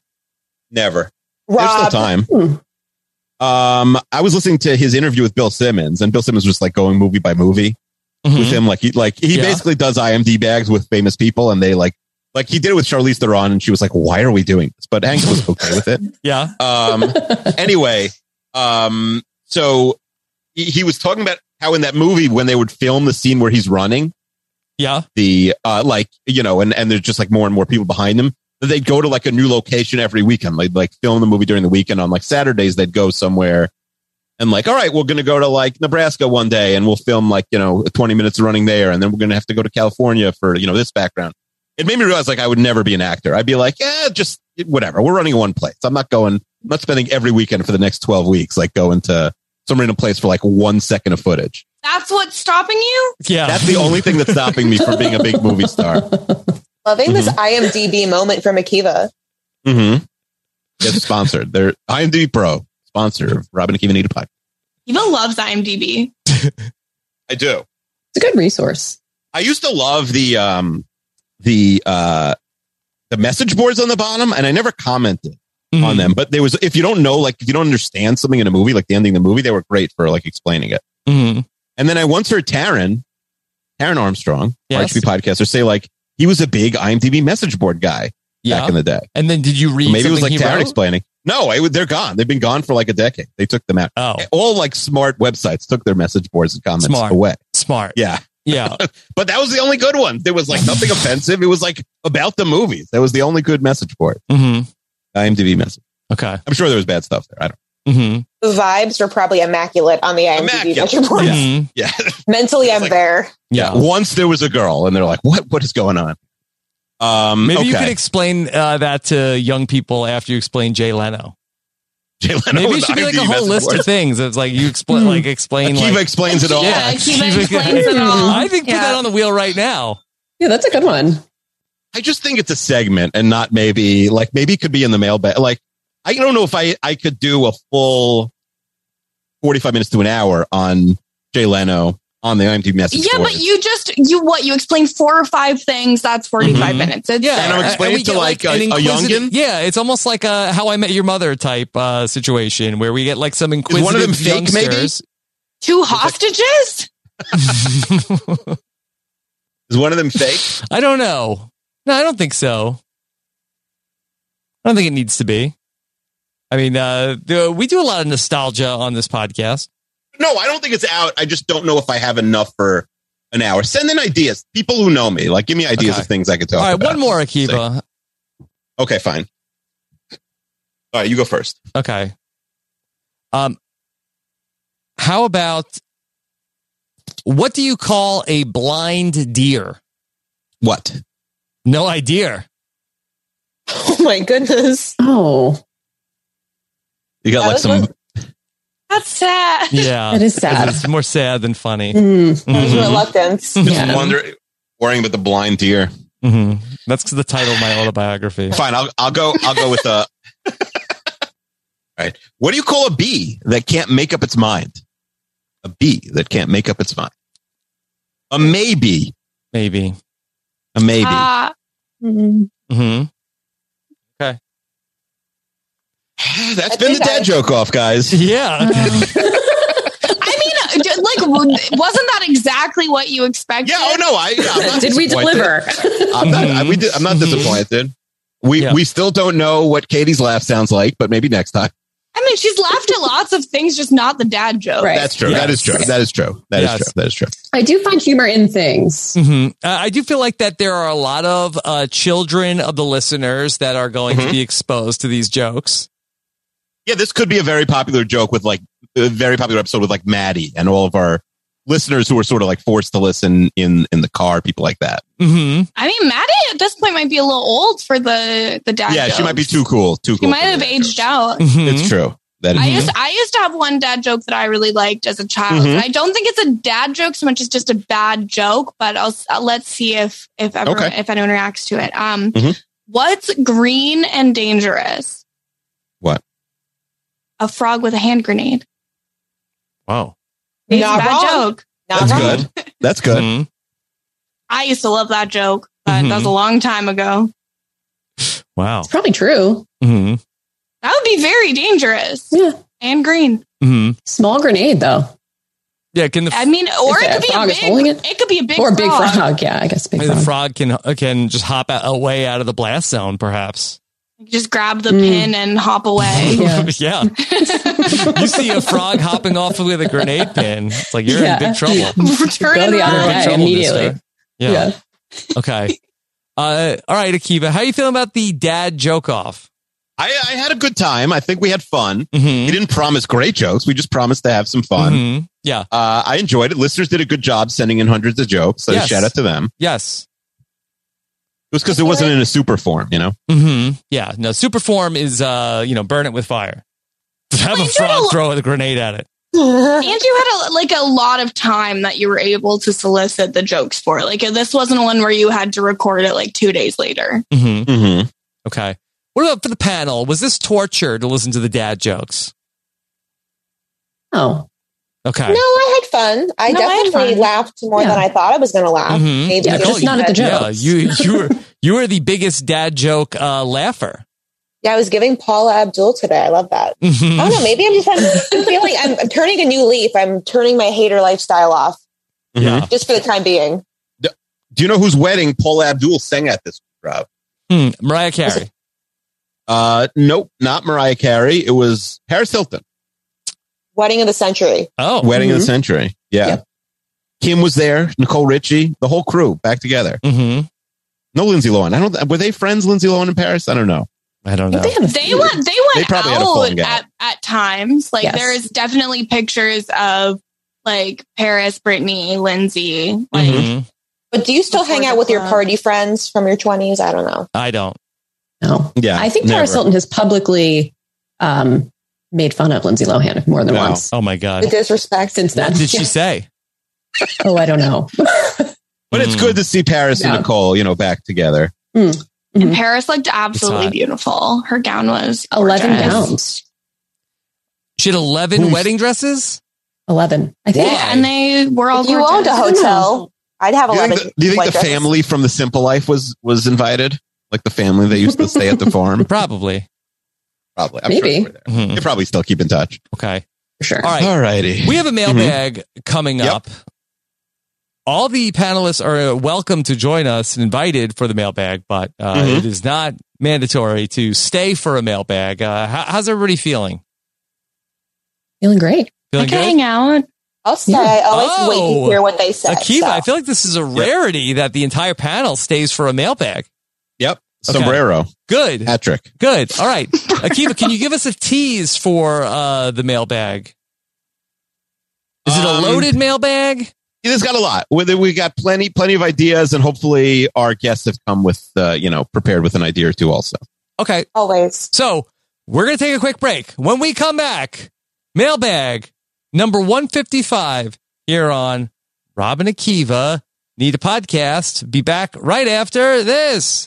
Speaker 3: Never. There's still
Speaker 6: Rob,
Speaker 3: time.
Speaker 7: Hmm.
Speaker 3: Um, I was listening to his interview with Bill Simmons, and Bill Simmons was like going movie by movie
Speaker 2: Mhm.
Speaker 3: with him. Like he like he
Speaker 2: Yeah.
Speaker 3: basically does IMD bags with famous people, and they like like he did it with Charlize Theron, and she was like, "Why are we doing this?" But Hanks was okay with it.
Speaker 2: Yeah.
Speaker 3: Um, anyway, um, so he, he was talking about how in that movie when they would film the scene where he's running,
Speaker 2: Yeah.
Speaker 3: the uh, like you know, and and there's just like more and more people behind them. They'd go to like a new location every weekend. They'd like film the movie during the weekend on like Saturdays. They'd go somewhere and like, all right, we're gonna go to like Nebraska one day and we'll film like you know 20 minutes of running there, and then we're gonna have to go to California for you know this background. It made me realize like I would never be an actor. I'd be like, yeah, just whatever. We're running in one place. I'm not going. I'm not spending every weekend for the next 12 weeks like going to some random place for like one second of footage.
Speaker 4: That's what's stopping you?
Speaker 2: Yeah.
Speaker 3: That's the only thing that's stopping me from being a big movie star.
Speaker 6: loving this
Speaker 2: Mm-hmm.
Speaker 6: IMDb moment from Akiva.
Speaker 3: Mm-hmm. It's sponsored. They're IMDb Pro, sponsor of Robin and Kiva Need a Podcast.
Speaker 4: Eva loves IMDb.
Speaker 3: I do.
Speaker 7: It's a good resource.
Speaker 3: I used to love the um the uh the message boards on the bottom and I never commented on
Speaker 2: Mm-hmm.
Speaker 3: them. But there was if you don't know, like if you don't understand something in a movie, like the ending of the movie, they were great for like explaining it.
Speaker 2: Mm-hmm.
Speaker 3: And then I once heard Taryn, Taryn Armstrong,
Speaker 2: Yes.
Speaker 3: RHP podcaster, say like he was a big IMDb message board guy
Speaker 2: Yeah.
Speaker 3: back in the day.
Speaker 2: And then did you read?
Speaker 3: So maybe it was like
Speaker 2: something he
Speaker 3: Taryn
Speaker 2: wrote?
Speaker 3: explaining. No, I, would- they're gone. They've been gone for like a decade. They took them out.
Speaker 2: Oh,
Speaker 3: All like smart websites took their message boards and comments
Speaker 2: Smart.
Speaker 3: away.
Speaker 2: smart.
Speaker 3: Yeah.
Speaker 2: Yeah.
Speaker 3: But that was the only good one. There was like nothing offensive. It was like about the movies. That was the only good message board.
Speaker 2: hmm
Speaker 3: IMDb message.
Speaker 2: Okay.
Speaker 3: I'm sure there was bad stuff there. I don't.
Speaker 2: Mm-hmm.
Speaker 6: The vibes were probably immaculate on the IMDb measure boards.
Speaker 2: Mm-hmm. Yeah.
Speaker 3: Yeah.
Speaker 6: Mentally, I'm there.
Speaker 2: Yeah.
Speaker 3: Once there was a girl, and they're like, "What? What is going on?" Um,
Speaker 2: Maybe you
Speaker 3: okay.
Speaker 2: could explain uh, that to young people after you explain Jay Leno.
Speaker 3: Jay Leno
Speaker 2: Maybe it
Speaker 3: was
Speaker 2: should be like a
Speaker 3: IMDb
Speaker 2: whole
Speaker 3: message
Speaker 2: list
Speaker 3: board.
Speaker 2: of things. It's like you explain, like explain.
Speaker 3: Hmm. Akiva
Speaker 2: like,
Speaker 3: explains it all.
Speaker 4: Yeah, Akiva explains it all.
Speaker 2: I think put
Speaker 4: Yeah.
Speaker 2: that on the wheel right now.
Speaker 7: Yeah, that's a good one.
Speaker 3: I just think it's a segment, and not maybe like maybe it could be in the mailbag. Like I don't know if I I could do a full forty five minutes to an hour on Jay Leno on the IMDb message.
Speaker 4: Yeah,
Speaker 3: board.
Speaker 4: but you just you what you explained four or five things. That's forty
Speaker 2: Mhm.
Speaker 4: minutes. It's
Speaker 2: Yeah,
Speaker 3: And I'm
Speaker 2: a-
Speaker 3: explaining
Speaker 2: we
Speaker 3: to,
Speaker 2: get,
Speaker 3: like, a-
Speaker 2: an
Speaker 3: a
Speaker 2: inquisitive-
Speaker 3: youngin?
Speaker 2: Yeah, it's almost like a How I Met Your Mother type uh, situation where we get like some
Speaker 3: is
Speaker 2: inquisitive
Speaker 3: one of them fake? Maybe
Speaker 2: youngsters.
Speaker 3: is
Speaker 4: two hostages.
Speaker 3: one of them fake?
Speaker 2: I don't know. No, I don't think so. I don't think it needs to be. I mean, uh, the, we do a lot of nostalgia on this podcast.
Speaker 3: No, I don't think it's out. I just don't know if I have enough for an hour. Send in ideas. People who know me, like, give me ideas
Speaker 2: Okay.
Speaker 3: of things I could talk
Speaker 2: All right,
Speaker 3: about.
Speaker 2: one more, Akiva.
Speaker 3: Okay, fine. All right, you go first.
Speaker 2: Okay. Um, how about what do you call a blind deer?
Speaker 3: What?
Speaker 2: No idea.
Speaker 6: Oh my goodness.
Speaker 7: Oh,
Speaker 3: You got
Speaker 6: That
Speaker 3: like
Speaker 6: was
Speaker 3: some.
Speaker 6: what-
Speaker 4: That's sad.
Speaker 2: Yeah,
Speaker 7: That is sad.
Speaker 2: It's more sad than funny.
Speaker 7: Mm,
Speaker 6: I was
Speaker 2: Mhm.
Speaker 6: reluctant.
Speaker 3: Just
Speaker 7: Yeah.
Speaker 3: wonder, worrying about the blind deer.
Speaker 2: Mhm. That's the title of my autobiography.
Speaker 3: Fine, I'll I'll go. I'll go with the. All right. What do you call a bee that can't make up its mind? A bee that can't make up its mind. A maybe.
Speaker 2: Maybe.
Speaker 3: A maybe.
Speaker 6: Ah.
Speaker 4: Uh,
Speaker 7: mm.
Speaker 2: hmm
Speaker 3: That's
Speaker 6: I
Speaker 3: been the
Speaker 6: think
Speaker 3: dad
Speaker 6: I-
Speaker 3: joke off, guys.
Speaker 2: Yeah.
Speaker 4: I mean, uh, like, w- wasn't that exactly what you expected?
Speaker 3: Yeah. Oh no, I. yeah, I'm not
Speaker 7: Did we
Speaker 3: disappointed.
Speaker 7: deliver?
Speaker 3: I'm not. I, we did, I'm not disappointed. We
Speaker 2: Mm-hmm. Yeah.
Speaker 3: we still don't know what Katie's laugh sounds like, but maybe next time.
Speaker 4: I mean, she's laughed at lots of things, just not the dad joke.
Speaker 7: Right.
Speaker 3: That's true. That is true. That is true. That is
Speaker 2: Yes.
Speaker 3: true. That is true.
Speaker 7: I do find humor in things.
Speaker 2: Mhm. Uh, I do feel like that there are a lot of uh, children of the listeners that are going to
Speaker 3: Mhm.
Speaker 2: be exposed to these jokes.
Speaker 3: Yeah, this could be a very popular joke with like a very popular episode with like Maddie and all of our listeners who are sort of like forced to listen in in the car, people like that.
Speaker 2: hmm
Speaker 4: I mean, Maddie at this point might be a little old for the the dad.
Speaker 3: yeah, she
Speaker 4: jokes.
Speaker 3: might be too cool. Too
Speaker 4: She
Speaker 3: cool.
Speaker 4: might have aged out.
Speaker 2: Mm-hmm.
Speaker 3: It's true. That is
Speaker 4: I used I used to have one dad joke that I really liked as a child.
Speaker 3: Mhm.
Speaker 4: And I don't think it's a dad joke so much as just a bad joke, but I'll, s- uh, let's see if if ever
Speaker 3: Okay.
Speaker 4: if anyone reacts to it. Um,
Speaker 3: Mhm.
Speaker 4: what's green and dangerous?
Speaker 3: What?
Speaker 4: A frog with a hand grenade.
Speaker 2: Wow.
Speaker 4: It's
Speaker 6: Not
Speaker 4: a bad
Speaker 6: wrong.
Speaker 4: joke.
Speaker 6: Not
Speaker 3: that's
Speaker 6: wrong.
Speaker 3: good. That's good.
Speaker 2: Mhm.
Speaker 4: I used to love that joke, but that was
Speaker 2: Mhm.
Speaker 4: a long time ago.
Speaker 2: Wow.
Speaker 7: It's probably true.
Speaker 2: hmm
Speaker 4: That would be very dangerous.
Speaker 7: Yeah.
Speaker 4: And green.
Speaker 2: hmm
Speaker 7: Small grenade though,
Speaker 2: Yeah. Can the
Speaker 4: I mean, or
Speaker 7: If
Speaker 4: it
Speaker 7: a
Speaker 4: could be a
Speaker 7: frog is
Speaker 4: big.
Speaker 7: holding it?
Speaker 4: It? could be a big
Speaker 7: or a big
Speaker 4: frog.
Speaker 7: frog. Yeah, I guess big
Speaker 2: Maybe the
Speaker 7: frog.
Speaker 2: frog can uh, can just hop out, away out of the blast zone, perhaps.
Speaker 4: You Just grab the
Speaker 7: Mm.
Speaker 4: pin and hop away.
Speaker 7: Yeah.
Speaker 2: yeah. You see a frog hopping off with a grenade pin. It's like you're
Speaker 7: Yeah.
Speaker 2: in big trouble.
Speaker 4: Turn
Speaker 7: Go
Speaker 4: it
Speaker 7: the
Speaker 2: You're
Speaker 7: other
Speaker 2: in
Speaker 7: way
Speaker 4: around.
Speaker 2: trouble,
Speaker 7: immediately.
Speaker 2: mister. Yeah. Okay. Uh, all right, Akiva. How you feeling about the dad joke off?
Speaker 3: I, I had a good time. I think we had fun. We
Speaker 2: Mm-hmm.
Speaker 3: didn't promise great jokes. We just promised to have some fun.
Speaker 2: Yeah.
Speaker 3: Uh, I enjoyed it. Listeners did a good job sending in hundreds of jokes. So
Speaker 2: Yes.
Speaker 3: shout out to them. It
Speaker 2: Yes.
Speaker 3: was because it wasn't in a super form, you know.
Speaker 2: hmm Yeah. No. Super form is uh, you know, burn it with fire. Have a
Speaker 4: Well, you don't
Speaker 2: frog
Speaker 4: know-
Speaker 2: throw a grenade at it.
Speaker 4: And you had a, like a lot of time that you were able to solicit the jokes for. Like this wasn't one where you had to record it like two days later.
Speaker 2: hmm
Speaker 3: Mm-hmm.
Speaker 2: Okay. What about for the panel? Was this torture to listen to the dad jokes?
Speaker 7: Oh,
Speaker 2: Okay.
Speaker 6: No, I had fun. I
Speaker 7: No, I had
Speaker 6: definitely
Speaker 7: fun.
Speaker 6: laughed more
Speaker 7: Yeah.
Speaker 6: than I thought I was going to laugh.
Speaker 2: Mhm.
Speaker 6: Maybe it was
Speaker 2: Yeah, you you were you were the biggest dad joke uh, laugher.
Speaker 6: Yeah, I was giving Paula Abdul today. I love that.
Speaker 2: Mhm.
Speaker 6: I don't know. Maybe I'm just I'm, I'm feeling I'm, I'm turning a new leaf. I'm turning my hater lifestyle off
Speaker 3: Yeah.
Speaker 6: just for the time being.
Speaker 3: Mm-hmm. Do you know whose wedding Paul Abdul sang at this week, Rob?
Speaker 2: Hmm, Mariah Carey.
Speaker 3: Uh, nope, not Mariah Carey. It was Paris Hilton.
Speaker 6: Wedding of the century.
Speaker 2: Oh,
Speaker 3: Wedding
Speaker 7: Mm-hmm.
Speaker 3: of the Century. Yeah. Kim was there. Nicole Richie. The whole crew back together.
Speaker 2: Mm-hmm.
Speaker 3: No Lindsay Lohan. I don't. Were they friends? Lindsay Lohan in Paris. I don't know.
Speaker 2: I don't know.
Speaker 4: They went. They
Speaker 3: They
Speaker 4: went
Speaker 3: probably had a falling
Speaker 4: out
Speaker 3: out.
Speaker 4: at, at times. Like
Speaker 7: Yes.
Speaker 4: there is definitely pictures of like Paris, Brittany, Lindsay. Like
Speaker 2: Mm-hmm.
Speaker 6: But do you still hang out with your party friends from your 20s? I don't know.
Speaker 2: I don't.
Speaker 7: No.
Speaker 3: Yeah.
Speaker 7: I think Paris Hilton has publicly um, made fun of Lindsay Lohan more than
Speaker 2: Wow.
Speaker 7: once
Speaker 2: Oh my god.
Speaker 6: The disrespect.
Speaker 7: since then.
Speaker 2: What did she
Speaker 7: Yeah.
Speaker 2: say?
Speaker 7: Oh, I don't know.
Speaker 3: But it's good to see Paris
Speaker 7: Yeah.
Speaker 3: and Nicole, you know, back together.
Speaker 6: hmm, mm-hmm.
Speaker 4: and Paris looked absolutely
Speaker 2: hot.
Speaker 4: beautiful. Her gown was
Speaker 7: Eleven
Speaker 4: gorgeous.
Speaker 7: pounds.
Speaker 2: She had eleven
Speaker 3: Who's-
Speaker 2: wedding dresses.
Speaker 7: Eleven. I think.
Speaker 2: Why?
Speaker 4: and they were all
Speaker 6: If you owned
Speaker 4: gorgeous.
Speaker 6: a hotel, Oh. I'd have a
Speaker 3: Do you
Speaker 6: lot
Speaker 3: think,
Speaker 6: of.
Speaker 3: the, do you think
Speaker 6: white
Speaker 3: the
Speaker 6: dresses.
Speaker 3: family from The Simple Life was was invited? Like the family that used to stay at the farm?
Speaker 2: Probably.
Speaker 3: Probably. I'm
Speaker 7: Maybe.
Speaker 3: Sure they, were there.
Speaker 2: Mhm.
Speaker 3: They probably still keep in touch.
Speaker 2: Okay.
Speaker 7: For sure.
Speaker 2: All right.
Speaker 3: All righty.
Speaker 2: We have a mailbag coming
Speaker 3: Mm-hmm. Yep.
Speaker 2: up. All the panelists are uh, welcome to join us and invited for the mailbag, but uh,
Speaker 3: Mhm.
Speaker 2: it is not mandatory to stay for a mailbag. Uh, how, how's everybody feeling?
Speaker 7: Feeling great.
Speaker 4: I
Speaker 2: Feeling
Speaker 4: could hang out.
Speaker 6: I'll say
Speaker 7: Yeah.
Speaker 6: I always wait
Speaker 2: Oh.
Speaker 6: to hear what they say.
Speaker 2: Akiva,
Speaker 6: so.
Speaker 2: I feel like this is a rarity that the entire panel stays for a mailbag.
Speaker 3: Yep.
Speaker 2: Okay.
Speaker 3: Sombrero.
Speaker 2: Good.
Speaker 3: Patrick.
Speaker 2: Good. All right. Akiva, can you give us a tease for uh, the mailbag? Is it a
Speaker 3: Um,
Speaker 2: loaded mailbag?
Speaker 3: Yeah, There's got a lot. Whether we got plenty, plenty of ideas, and hopefully our guests have come with, uh, you know, prepared with an idea or two. Also,
Speaker 2: Okay.
Speaker 6: always.
Speaker 2: So we're going to take a quick break. When we come back, mailbag number 155 here on Robin Akiva. Need a podcast. Be back right after this.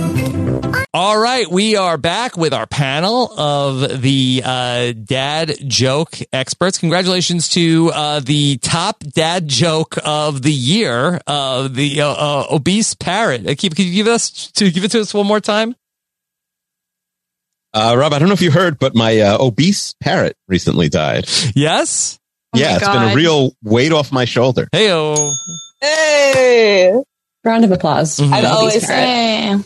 Speaker 2: All right, we are back with our panel of the uh, dad joke experts. Congratulations to uh, the top dad joke of the year, uh, the uh, uh, obese parrot. Akiva, could you give us to give it to us one more time?
Speaker 3: uh, Rob, I don't know if you heard, but my uh, obese parrot recently died.
Speaker 2: Yes.
Speaker 3: yeah,
Speaker 4: Oh my
Speaker 3: it's been
Speaker 4: God.
Speaker 3: a real weight off my shoulder.
Speaker 2: Hey, oh.
Speaker 6: Hey,
Speaker 7: Round of applause.
Speaker 3: Mm-hmm.
Speaker 6: I've always said
Speaker 4: Hey.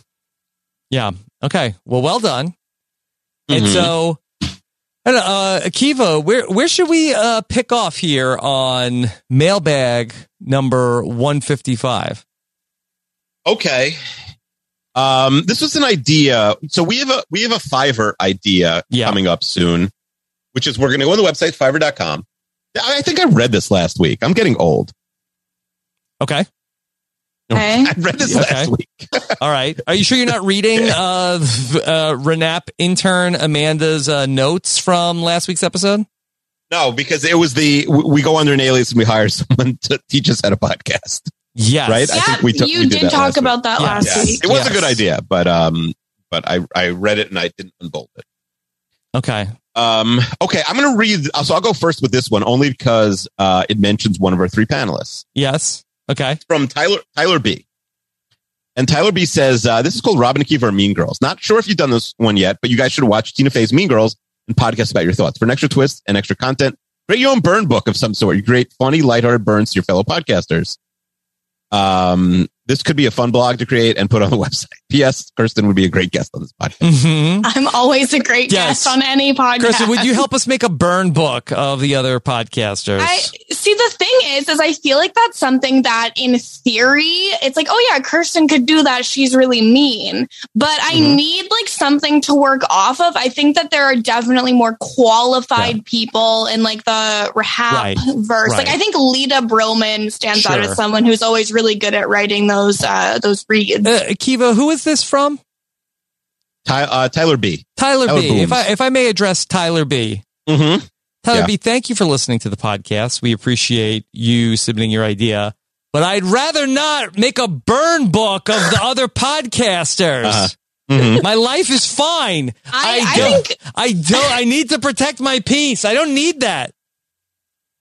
Speaker 2: Yeah. Okay. Well, well done.
Speaker 3: Mm-hmm.
Speaker 2: And so, I don't know, uh, Akiva, where where should we uh, pick off here on mailbag number one fifty five?
Speaker 3: Okay. Um, this was an idea. So we have a we have a Fiverr idea coming up soon, which is we're going to go on the website fiverr.com. I I think I read this last week. I'm getting old.
Speaker 2: Okay.
Speaker 4: Okay.
Speaker 3: read this last
Speaker 2: week. All right. Are you sure you're not reading uh, v- uh, Renap intern Amanda's uh, notes from last week's episode?
Speaker 3: No, because it was the we we go under an alias and we hire someone to teach us how to podcast.
Speaker 2: Yes.
Speaker 3: Right? I think we took
Speaker 4: you
Speaker 3: we
Speaker 4: did
Speaker 3: that
Speaker 4: talk
Speaker 3: last
Speaker 4: about
Speaker 3: week.
Speaker 4: that last week.
Speaker 3: It was a
Speaker 4: Yes.
Speaker 3: good idea, but um but I I read it and I didn't unbolt it.
Speaker 2: Okay.
Speaker 3: Um okay, I'm going to read so I'll go first with this one only because uh it mentions one of our three panelists.
Speaker 2: Yes. Okay.
Speaker 3: From Tyler Tyler B. And Tyler B says, uh, this is called Robin and Akiva are Mean Girls. Not sure if you've done this one yet, but you guys should watch Tina Fey's Mean Girls and podcast about your thoughts. For an extra twist and extra content, create your own burn book of some sort. You create funny, lighthearted burns to your fellow podcasters. Um, this could be a fun blog to create and put on the website. P.S. Kirsten would be a great guest on this podcast.
Speaker 4: I'm always a great
Speaker 2: Yes.
Speaker 4: guest on any podcast.
Speaker 2: Kristen, Mm-hmm. would you help us make a burn book of the other podcasters?
Speaker 4: I see. The thing is, is I feel like that's something that, in theory, it's like, oh yeah, Kirsten could do that. She's really mean, but I
Speaker 2: Mm-hmm.
Speaker 4: need like something to work off of. I think that there are definitely more qualified people in like the rehab
Speaker 1: Right.
Speaker 4: verse. Like
Speaker 1: Right.
Speaker 4: I think Lita Broman stands out
Speaker 2: Sure.
Speaker 4: as someone who's always really good at writing those uh, those reads.
Speaker 2: Uh, Kiva, who is this from?
Speaker 3: Ty, uh, Tyler B.
Speaker 2: Tyler
Speaker 3: Tyler
Speaker 2: B.
Speaker 3: Booms.
Speaker 2: If I if I may address Tyler B.
Speaker 3: Mm-hmm.
Speaker 2: Tyler
Speaker 3: Yeah.
Speaker 2: B. Thank you for listening to the podcast. We appreciate you submitting your idea, but I'd rather not make a burn book of the other podcasters.
Speaker 1: Uh-huh.
Speaker 3: Mm-hmm.
Speaker 1: Mhm.
Speaker 2: My life is fine. I, don't. I don't. I need to protect my peace. I don't need that.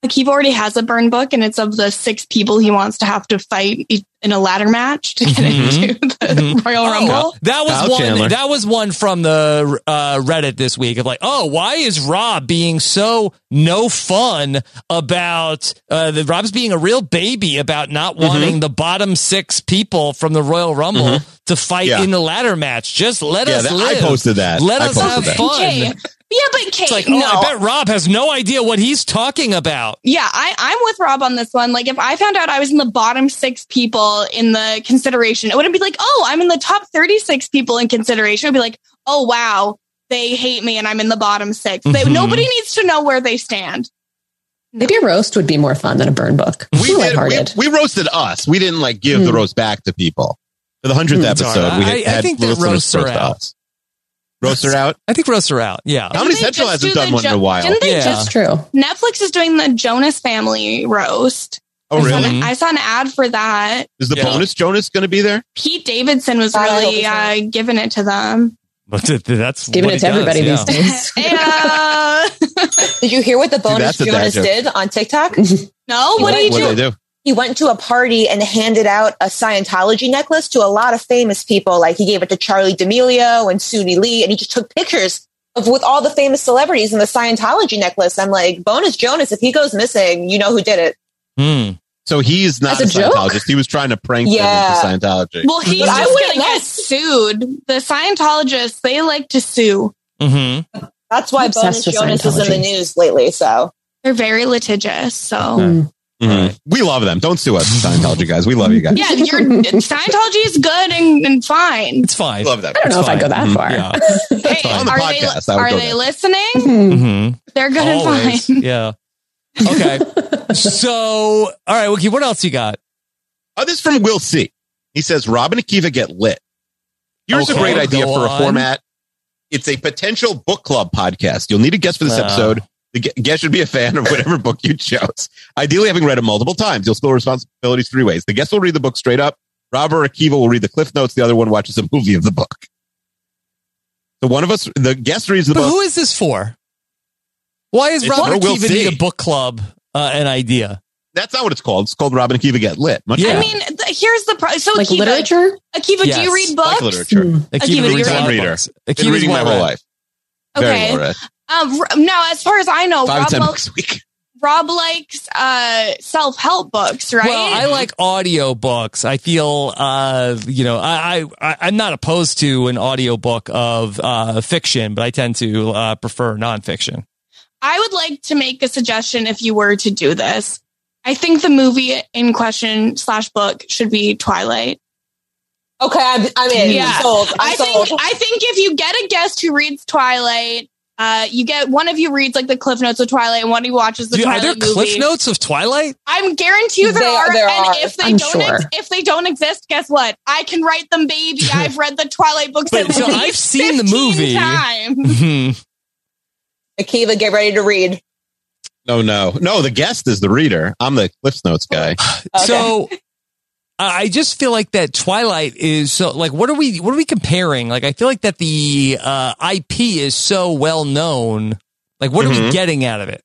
Speaker 4: Akiva already has a burn book, and it's of the six people he wants to have to fight e- in a ladder match to get into the Royal Rumble.
Speaker 2: Mm-hmm. Oh, That was
Speaker 3: Kyle
Speaker 2: one.
Speaker 3: Chandler.
Speaker 2: That was one from the uh, Reddit this week of like, oh, why is Rob being so no fun about uh, the Rob's being a real baby about not
Speaker 3: Mm-hmm.
Speaker 2: wanting the bottom six people from the Royal Rumble to fight
Speaker 3: Mm-hmm. Yeah.
Speaker 2: in the ladder match? Just let
Speaker 3: Yeah,
Speaker 2: us
Speaker 3: that- I
Speaker 2: live.
Speaker 3: posted that.
Speaker 2: Let
Speaker 3: I
Speaker 2: us
Speaker 3: posted
Speaker 2: have
Speaker 3: that.
Speaker 2: fun.
Speaker 4: Okay. Yeah, but Kate,
Speaker 2: It's like, oh,
Speaker 4: no.
Speaker 2: I bet Rob has no idea what he's talking about.
Speaker 4: yeah, I, I'm with Rob on this one. Like, if I found out I was in the bottom six people in the consideration, it wouldn't be like, oh, I'm in the top 36 people in consideration. It'd be like, oh, wow, they hate me and I'm in the bottom 6 They,
Speaker 2: Mm-hmm.
Speaker 7: Mhm.
Speaker 4: nobody needs to know where they stand.
Speaker 7: Maybe a roast would be more fun than a burn book.
Speaker 3: We, did-
Speaker 7: lighthearted.
Speaker 3: we, we roasted us. We didn't like give the
Speaker 7: Hmm.
Speaker 3: roast back to people. For the hundredth
Speaker 2: It's all
Speaker 3: episode,
Speaker 2: right.
Speaker 3: we
Speaker 2: Hmm. I- I think that
Speaker 3: listeners
Speaker 2: roasts are
Speaker 3: roast
Speaker 2: out.
Speaker 3: us. Roasts are out.
Speaker 2: I think roasts are out. Yeah.
Speaker 4: Didn't
Speaker 3: Comedy
Speaker 4: they
Speaker 3: Central
Speaker 4: just
Speaker 3: hasn't
Speaker 4: do the
Speaker 3: done one in
Speaker 4: Jo-
Speaker 3: a while.
Speaker 4: Didn't they
Speaker 3: Yeah.
Speaker 4: just?
Speaker 3: That's
Speaker 7: true.
Speaker 4: Netflix is doing the Jonas Family roast.
Speaker 3: Oh,
Speaker 4: I saw,
Speaker 3: really?
Speaker 4: an, I saw an ad for that.
Speaker 3: Is the bonus Jonas going to be there?
Speaker 4: Pete Davidson was really uh, giving it to them.
Speaker 2: But that's
Speaker 7: Giving it to everybody these days.
Speaker 4: uh,
Speaker 6: Did you hear what the bonus
Speaker 3: that's a dad
Speaker 6: Jonas
Speaker 3: joke.
Speaker 6: did on TikTok?
Speaker 4: no,
Speaker 3: what did he What do? did they do?
Speaker 6: He went to a party and handed out a Scientology necklace to a lot of famous people. Like he gave it to Charlie D'Amelio and Suni Lee, and he just took pictures of with all the famous celebrities in the Scientology necklace. I'm like, bonus Jonas, if he goes missing, you know who did it.
Speaker 2: hmm.
Speaker 3: So he's not a,
Speaker 6: That's a joke?
Speaker 3: Scientologist. He was trying to prank
Speaker 6: Yeah.
Speaker 3: them into Scientology.
Speaker 4: Well, he's
Speaker 6: But I
Speaker 4: just going to
Speaker 6: wouldn't
Speaker 4: get sued. The Scientologists, they like to sue.
Speaker 2: Mm-hmm.
Speaker 6: That's why
Speaker 4: I'm
Speaker 6: bonus
Speaker 4: obsessed with
Speaker 6: Jonas is in the
Speaker 4: Scientology.
Speaker 6: news lately. So
Speaker 4: They're very litigious. So,
Speaker 3: Mhm. We love them. Don't sue us, Scientology guys. We love you guys.
Speaker 4: yeah, your Scientology is good and, and fine.
Speaker 2: It's fine.
Speaker 3: Love them.
Speaker 4: I don't know
Speaker 3: It's
Speaker 4: if I go
Speaker 3: fine.
Speaker 4: that far.
Speaker 2: Yeah.
Speaker 4: Hey,
Speaker 3: On the
Speaker 4: are
Speaker 3: podcast,
Speaker 4: they,
Speaker 3: I would
Speaker 4: are
Speaker 3: go
Speaker 4: they
Speaker 3: there.
Speaker 4: listening?
Speaker 2: Mm-hmm.
Speaker 4: They're good and
Speaker 2: Always.
Speaker 4: fine.
Speaker 2: Yeah. Okay. so, all right, Wookie, what else you got?
Speaker 3: Oh, this is from Will C. He says, Robin and Akiva get lit. Here's
Speaker 2: Okay,
Speaker 3: a great idea
Speaker 2: go
Speaker 3: for a
Speaker 2: on.
Speaker 3: format. It's a potential book club podcast. You'll need a guest for this
Speaker 2: Wow.
Speaker 3: episode. The gu- guest should be a fan of whatever book you chose. Ideally, having read it multiple times, you'll split responsibilities three ways. The guest will read the book straight up. Rob or Akiva will read the cliff notes. The other one watches a movie of the book. So one of us, the guest reads the
Speaker 2: But
Speaker 3: book.
Speaker 2: who is this for? Why is
Speaker 3: It's
Speaker 2: Robert
Speaker 3: for Will
Speaker 2: Akiva
Speaker 3: C.
Speaker 2: need a book club uh, an idea?
Speaker 3: That's not what it's called. It's called Robin and Akiva Get Lit. Much
Speaker 2: Yeah.
Speaker 4: I mean, th- here's the pro- so
Speaker 7: Like
Speaker 4: Akiva,
Speaker 7: literature?
Speaker 4: Akiva, do
Speaker 3: Yes.
Speaker 4: you read books? Hmm.
Speaker 3: Like literature.
Speaker 2: Hmm.
Speaker 4: Akiva, do you
Speaker 3: I'm
Speaker 4: read
Speaker 3: a reader.
Speaker 2: books?
Speaker 3: Been
Speaker 2: Akiva's
Speaker 3: reading my
Speaker 2: well
Speaker 3: whole
Speaker 2: read.
Speaker 3: life.
Speaker 4: Okay.
Speaker 3: Very well read.
Speaker 4: Um, r- no, as far as I know,
Speaker 3: Five or
Speaker 4: Rob,
Speaker 3: ten
Speaker 4: lo-
Speaker 3: books a week.
Speaker 4: Rob likes uh, self help books, right?
Speaker 2: Well, I like audiobooks. I feel, uh, you know, I, I, I'm not opposed to an audiobook of uh, fiction, but I tend to uh, prefer nonfiction.
Speaker 4: I would like to make a suggestion if you were to do this. I think the movie in question slash book should be Twilight.
Speaker 6: okay, I'm, I'm in. I'm sold. I'm
Speaker 4: I
Speaker 6: sold.
Speaker 4: think I think if you get a guest who reads Twilight Uh, you get one of you reads like the cliff notes of Twilight, and one of you watches the
Speaker 2: Do- are
Speaker 4: Twilight
Speaker 2: there
Speaker 4: movie.
Speaker 2: cliff notes of Twilight?
Speaker 4: I'm guarantee you there,
Speaker 2: There-
Speaker 4: are,
Speaker 2: there
Speaker 4: and
Speaker 2: are,
Speaker 4: if they
Speaker 2: I'm
Speaker 4: don't
Speaker 2: sure.
Speaker 4: ex- if they don't exist, guess what? I can write them, baby. I've read the Twilight books.
Speaker 2: Wait,
Speaker 4: at
Speaker 2: so
Speaker 4: least
Speaker 2: I've seen the
Speaker 4: 15
Speaker 2: movie.
Speaker 4: times.
Speaker 2: Mhm.
Speaker 6: Akiva, get ready to read.
Speaker 3: No, no, no. The guest is the reader. I'm the Cliff's Notes guy.
Speaker 2: So I I just feel like that Twilight is so like what are we what are we comparing? Like I feel like that the uh, IP is so well known. Like what are we
Speaker 3: Mhm.
Speaker 2: getting out of it?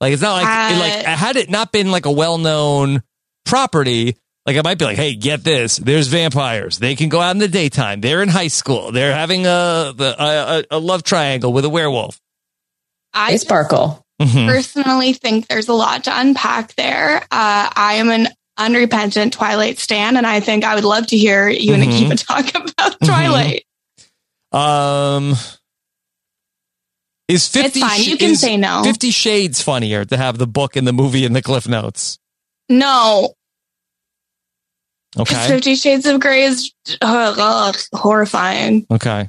Speaker 2: Like it's not like it, like had it not been like a well known property. Like I might be like, hey, get this. There's vampires. They can go out in the daytime. They're in high school. They're having a the, a, a- a love triangle with a werewolf. Mm-hmm.
Speaker 4: I
Speaker 7: They sparkle.
Speaker 4: personally think there's a lot to unpack there. Uh, I am an unrepentant Twilight stan, and I think I would love to hear you and
Speaker 2: Mhm.
Speaker 4: Akiva talk about Twilight.
Speaker 2: Um, is fifty?
Speaker 4: fine. You can
Speaker 2: is
Speaker 4: say no.
Speaker 2: Fifty Shades funnier to have the book and the movie and the cliff notes.
Speaker 4: No, because
Speaker 2: Okay.
Speaker 4: Fifty Shades of Grey is uh, ugh, horrifying.
Speaker 2: Okay.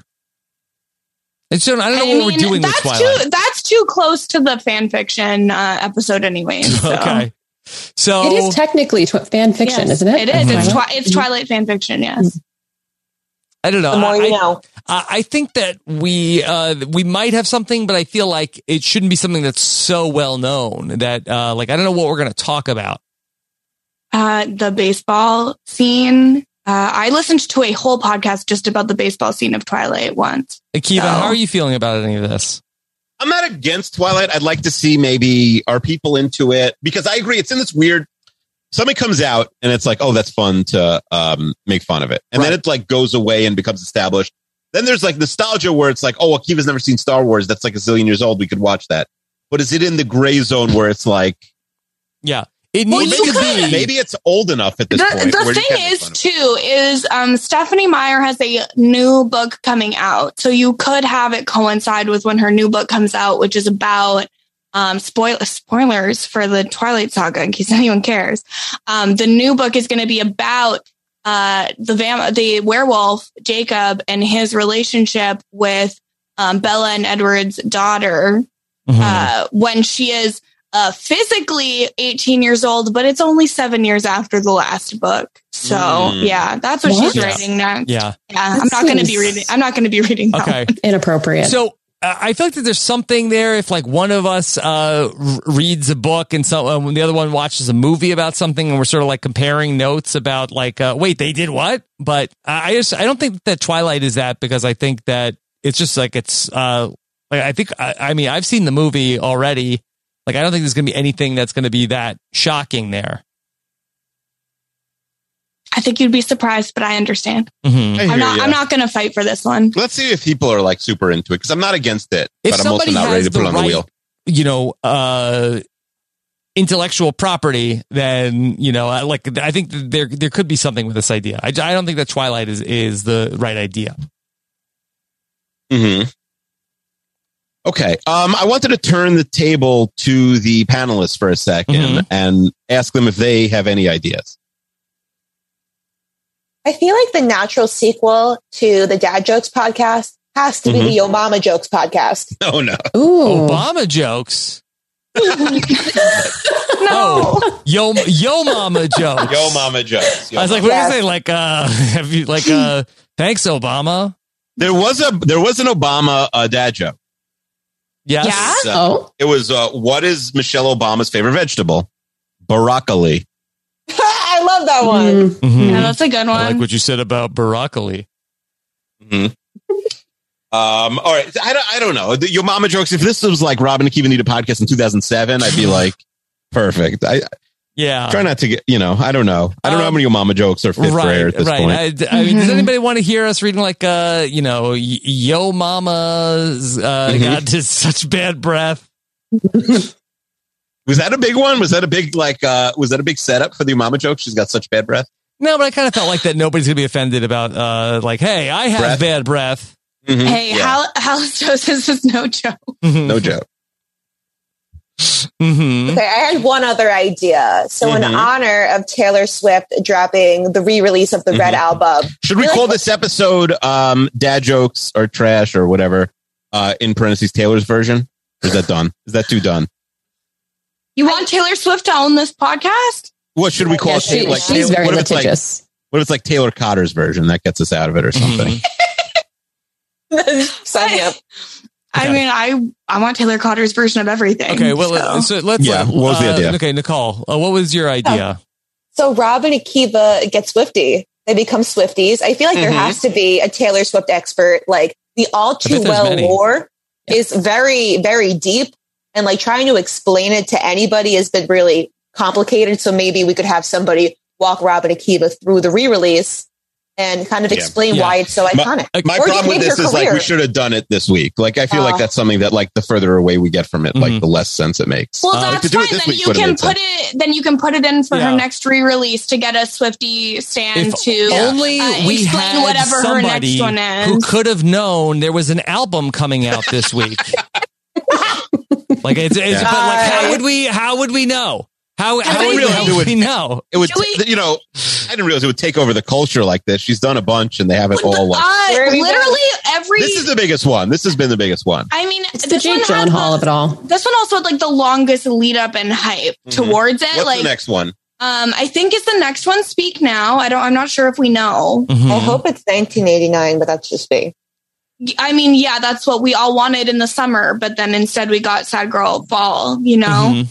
Speaker 2: And so I don't know what we're doing with
Speaker 4: that's
Speaker 2: Twilight.
Speaker 4: too that's too close to the fan fiction uh, episode, anyway. So.
Speaker 2: Okay. So Mm-hmm.
Speaker 7: It is technically tw- fan fiction,
Speaker 4: Yes,
Speaker 7: isn't it? Mm-hmm.
Speaker 4: It is. It's,
Speaker 7: Twilight.
Speaker 4: twi- it's Twilight fan fiction. Yes.
Speaker 2: I don't know.
Speaker 4: The more
Speaker 2: I,
Speaker 4: you
Speaker 2: I-
Speaker 4: know.
Speaker 2: I, I think that we uh, we might have something, but I feel like it shouldn't be something that's so well known that uh, like I don't know what we're going to talk about.
Speaker 7: Mm-hmm.
Speaker 4: uh, the baseball scene. Uh, I listened to a whole podcast just about the baseball scene of Twilight once.
Speaker 2: Akiva, how are you feeling about any of this?
Speaker 3: I'm not against Twilight. I'd like to see maybe are people into it because I agree. It's in this weird. Something comes out and it's like, oh, that's fun to um, make fun of it, and then it like goes away and becomes established. Then there's like nostalgia where it's like, oh, Akiva's never seen Star Wars. That's like a zillion years old. We could watch that. But is it in the gray zone where it's like,
Speaker 2: yeah, it
Speaker 4: Well, needs you to could- be-
Speaker 3: Maybe it's old enough at
Speaker 4: The,
Speaker 3: this point.
Speaker 4: the
Speaker 3: where you can
Speaker 4: thing
Speaker 3: make
Speaker 4: is, too, is um, Stephanie Meyer has a new book coming out. So you could have it coincide with when her new book comes out, which is about um, spoil- spoilers for the Twilight Saga, in case anyone cares. Um, the new book is going to be about uh, the vam- the werewolf Jacob and his relationship with um, Bella and Edward's daughter uh, when she is uh, physically 18 years old, but it's only seven years after the last book. So
Speaker 2: Mm.
Speaker 4: yeah, that's what, she's
Speaker 2: Yeah.
Speaker 4: writing next.
Speaker 2: Yeah.
Speaker 4: Yeah,
Speaker 7: That
Speaker 4: I'm not going to
Speaker 7: seems-
Speaker 4: be reading. I'm not going to be reading. that
Speaker 2: Okay.
Speaker 4: one.
Speaker 7: Inappropriate.
Speaker 2: So uh, I feel like that there's something there. If like one of us uh, r- reads a book and so uh, the other one watches a movie about something, and we're sort of like comparing notes about like, uh, wait, they did what? But I I just I don't think that Twilight is that because I think that it's just like it's. Uh, like, I think I, I mean I've seen the movie already. Like I don't think there's going to be anything that's going to be that shocking there.
Speaker 4: I think you'd be surprised, but I understand.
Speaker 2: Mm.
Speaker 3: Mhm. I
Speaker 2: Mm-hmm.
Speaker 4: I'm
Speaker 3: hear
Speaker 4: not.
Speaker 3: ya.
Speaker 4: I'm not going to fight for this one.
Speaker 3: Let's see if people are like super into it because I'm not against it,
Speaker 2: If
Speaker 3: but I'm also
Speaker 2: somebody
Speaker 3: not
Speaker 2: has
Speaker 3: ready to
Speaker 2: the
Speaker 3: put it on
Speaker 2: right,
Speaker 3: the wheel.
Speaker 2: you know, uh, intellectual property, then you know, I- like I think that there there could be something with this idea. I, I don't think that Twilight is is the right idea.
Speaker 3: hmm Okay. Um, I wanted to turn the table to the panelists for a 2nd
Speaker 2: Mm-hmm.
Speaker 3: and ask them if they have any ideas.
Speaker 6: I feel like the natural sequel to the Dad Jokes podcast has to be
Speaker 3: Mhm.
Speaker 6: the Yo Mama Jokes podcast.
Speaker 3: Oh no.
Speaker 6: Ooh.
Speaker 2: Obama jokes. no. yo yo mama jokes.
Speaker 3: Yo mama jokes. Yo
Speaker 2: I was like,
Speaker 3: mama.
Speaker 2: what
Speaker 3: Yes.
Speaker 2: do you say? Like uh have you like uh thanks Obama.
Speaker 3: There was a there was an Obama uh, dad joke.
Speaker 2: Yes.
Speaker 3: Uh, It was uh, what is Michelle Obama's favorite vegetable? Broccoli.
Speaker 6: I love that one.
Speaker 4: Mm-hmm. Yeah, that's a good one.
Speaker 2: Mm-hmm. I like what you said about broccoli.
Speaker 3: hmm Um, all right. I don't, I don't know. The- Your mama jokes. If this was like Robin and Akiva need a podcast in 2007, I'd be like, perfect. I
Speaker 2: Yeah.
Speaker 3: try not to get, you know, I don't know. I don't know how many your mama jokes are fit for air at this
Speaker 2: Uh, right.
Speaker 3: point.
Speaker 2: I, I mean,
Speaker 3: Mm-hmm.
Speaker 2: does anybody want to hear us reading like uh, you know, y- yo mama's uh
Speaker 3: Mhm.
Speaker 2: got just such bad breath?
Speaker 3: was that a big one? Was that a big, like, uh, was that a big setup for the mama joke? She's got such bad breath.
Speaker 2: No, but I kind of felt like that nobody's gonna be offended about uh like, hey, I have bad breath.
Speaker 4: Hey, Hal halitosis is no joke.
Speaker 3: Mm-hmm. Hmm?
Speaker 2: Mm-hmm.
Speaker 3: No joke.
Speaker 6: Okay, I had one other idea. So, in
Speaker 3: Mhm.
Speaker 6: honor of Taylor Swift dropping the re release of the Red
Speaker 3: Mhm.
Speaker 6: Album,
Speaker 3: Should we call this episode um, dad jokes or trash or whatever? uh, in parentheses Taylor's version? Or is that done? Is that too done?
Speaker 4: You want Taylor Swift to own this podcast?
Speaker 3: What should we call
Speaker 4: Yeah,
Speaker 3: it?
Speaker 4: she-
Speaker 3: like,
Speaker 4: she's very
Speaker 3: what if it's like-
Speaker 4: litigious.
Speaker 3: what if it's like Taylor Cotter's version that gets us out of it or something?
Speaker 4: Sign me up. I mean, I I want Taylor Cotter's version of everything.
Speaker 2: Okay, well, uh, so, let's.
Speaker 3: Yeah, what was the
Speaker 2: uh,
Speaker 3: idea?
Speaker 2: Okay, Nicole, uh, what was your idea?
Speaker 6: So Rob and Akiva get Swifty. They become Swifties. I feel like there
Speaker 2: Mhm.
Speaker 6: has
Speaker 3: Mm-hmm.
Speaker 6: to be a Taylor Swift expert. Like the all
Speaker 2: bet
Speaker 6: too
Speaker 2: there's
Speaker 6: well
Speaker 2: many.
Speaker 6: lore is very, very deep. And like trying to explain it to anybody has been really complicated. So maybe we could have somebody walk Rob and Akiva through the re-release and kind of
Speaker 3: Yeah.
Speaker 6: explain
Speaker 3: Yeah.
Speaker 6: why it's so
Speaker 3: My-
Speaker 6: iconic.
Speaker 3: My,
Speaker 6: Or
Speaker 3: problem with
Speaker 6: make
Speaker 3: this
Speaker 6: your
Speaker 3: is like we
Speaker 6: career.
Speaker 3: should have done it this week. Like I feel like
Speaker 6: Oh.
Speaker 3: that's something that like the further away we get from it, like the less sense it makes.
Speaker 4: Well,
Speaker 3: Like,
Speaker 4: that's
Speaker 3: to Uh, do it
Speaker 4: fine.
Speaker 3: this
Speaker 4: Then
Speaker 3: week
Speaker 4: you
Speaker 3: would've
Speaker 4: can
Speaker 3: made
Speaker 4: put
Speaker 3: sense.
Speaker 4: it. Then you can put it in for
Speaker 3: Yeah.
Speaker 4: her next re-release to get a Swifty stand
Speaker 2: If
Speaker 4: to
Speaker 2: only
Speaker 4: uh,
Speaker 2: we
Speaker 4: explain
Speaker 2: had
Speaker 4: whatever her
Speaker 2: somebody
Speaker 4: next one is.
Speaker 2: who could have known there was an album coming out this week. like it's, it's
Speaker 3: Yeah.
Speaker 2: but like
Speaker 4: Uh,
Speaker 2: how would we how would we know? How
Speaker 3: I
Speaker 2: how
Speaker 3: didn't
Speaker 2: would we,
Speaker 3: realize
Speaker 2: how
Speaker 3: it
Speaker 2: would
Speaker 3: would-
Speaker 2: we know?
Speaker 3: It would, you know, I didn't realize it would take over the culture like this. She's done a bunch, and they haven't all like.
Speaker 4: Uh, literally every.
Speaker 3: This is the biggest one. This has been the biggest one.
Speaker 4: I mean, it's
Speaker 7: the Jake Gyllenhaal of it all.
Speaker 4: This one also had like the longest lead up and hype towards it.
Speaker 3: Mm-hmm. What's
Speaker 4: like
Speaker 3: the next one?
Speaker 4: Um, I think it's the next one. Speak now. I don't. I'm not sure if we know.
Speaker 3: Mm-hmm.
Speaker 6: I hope it's 1989, but that's just me.
Speaker 4: I mean, yeah, that's what we all wanted in the summer, but then instead we got Sad Girl Fall. You know.
Speaker 3: Mm-hmm.
Speaker 7: Mm-hmm.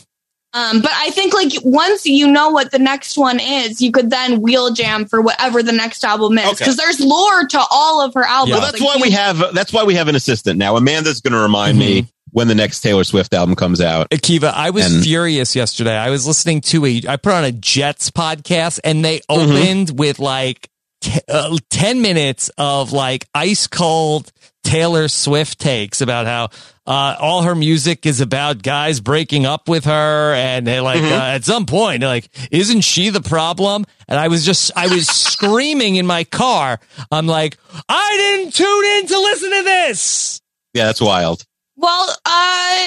Speaker 4: Um, but I think like once you know what the next one is, you could then wheel jam for whatever the next album is
Speaker 3: Okay.
Speaker 4: because there's lore to all of her albums.
Speaker 3: Well, that's
Speaker 4: Like,
Speaker 3: why
Speaker 4: you-
Speaker 3: we have. That's why we have an assistant now. Amanda's going to remind me when the next Taylor Swift album comes out.
Speaker 2: Mm-hmm. Akiva, I was furious yesterday. I was listening to a, I put on a Jets podcast and they
Speaker 3: Mm-hmm.
Speaker 2: opened with like t- uh, 10 minutes of like ice cold Taylor Swift takes about how uh, all her music is about guys breaking up with her. And they like,
Speaker 3: Mhm.
Speaker 2: uh, at some point, they're like, isn't she the problem? And I was just, I was screaming in my car. I'm like, I didn't tune in to listen to this.
Speaker 3: Yeah, that's wild.
Speaker 4: Well, uh,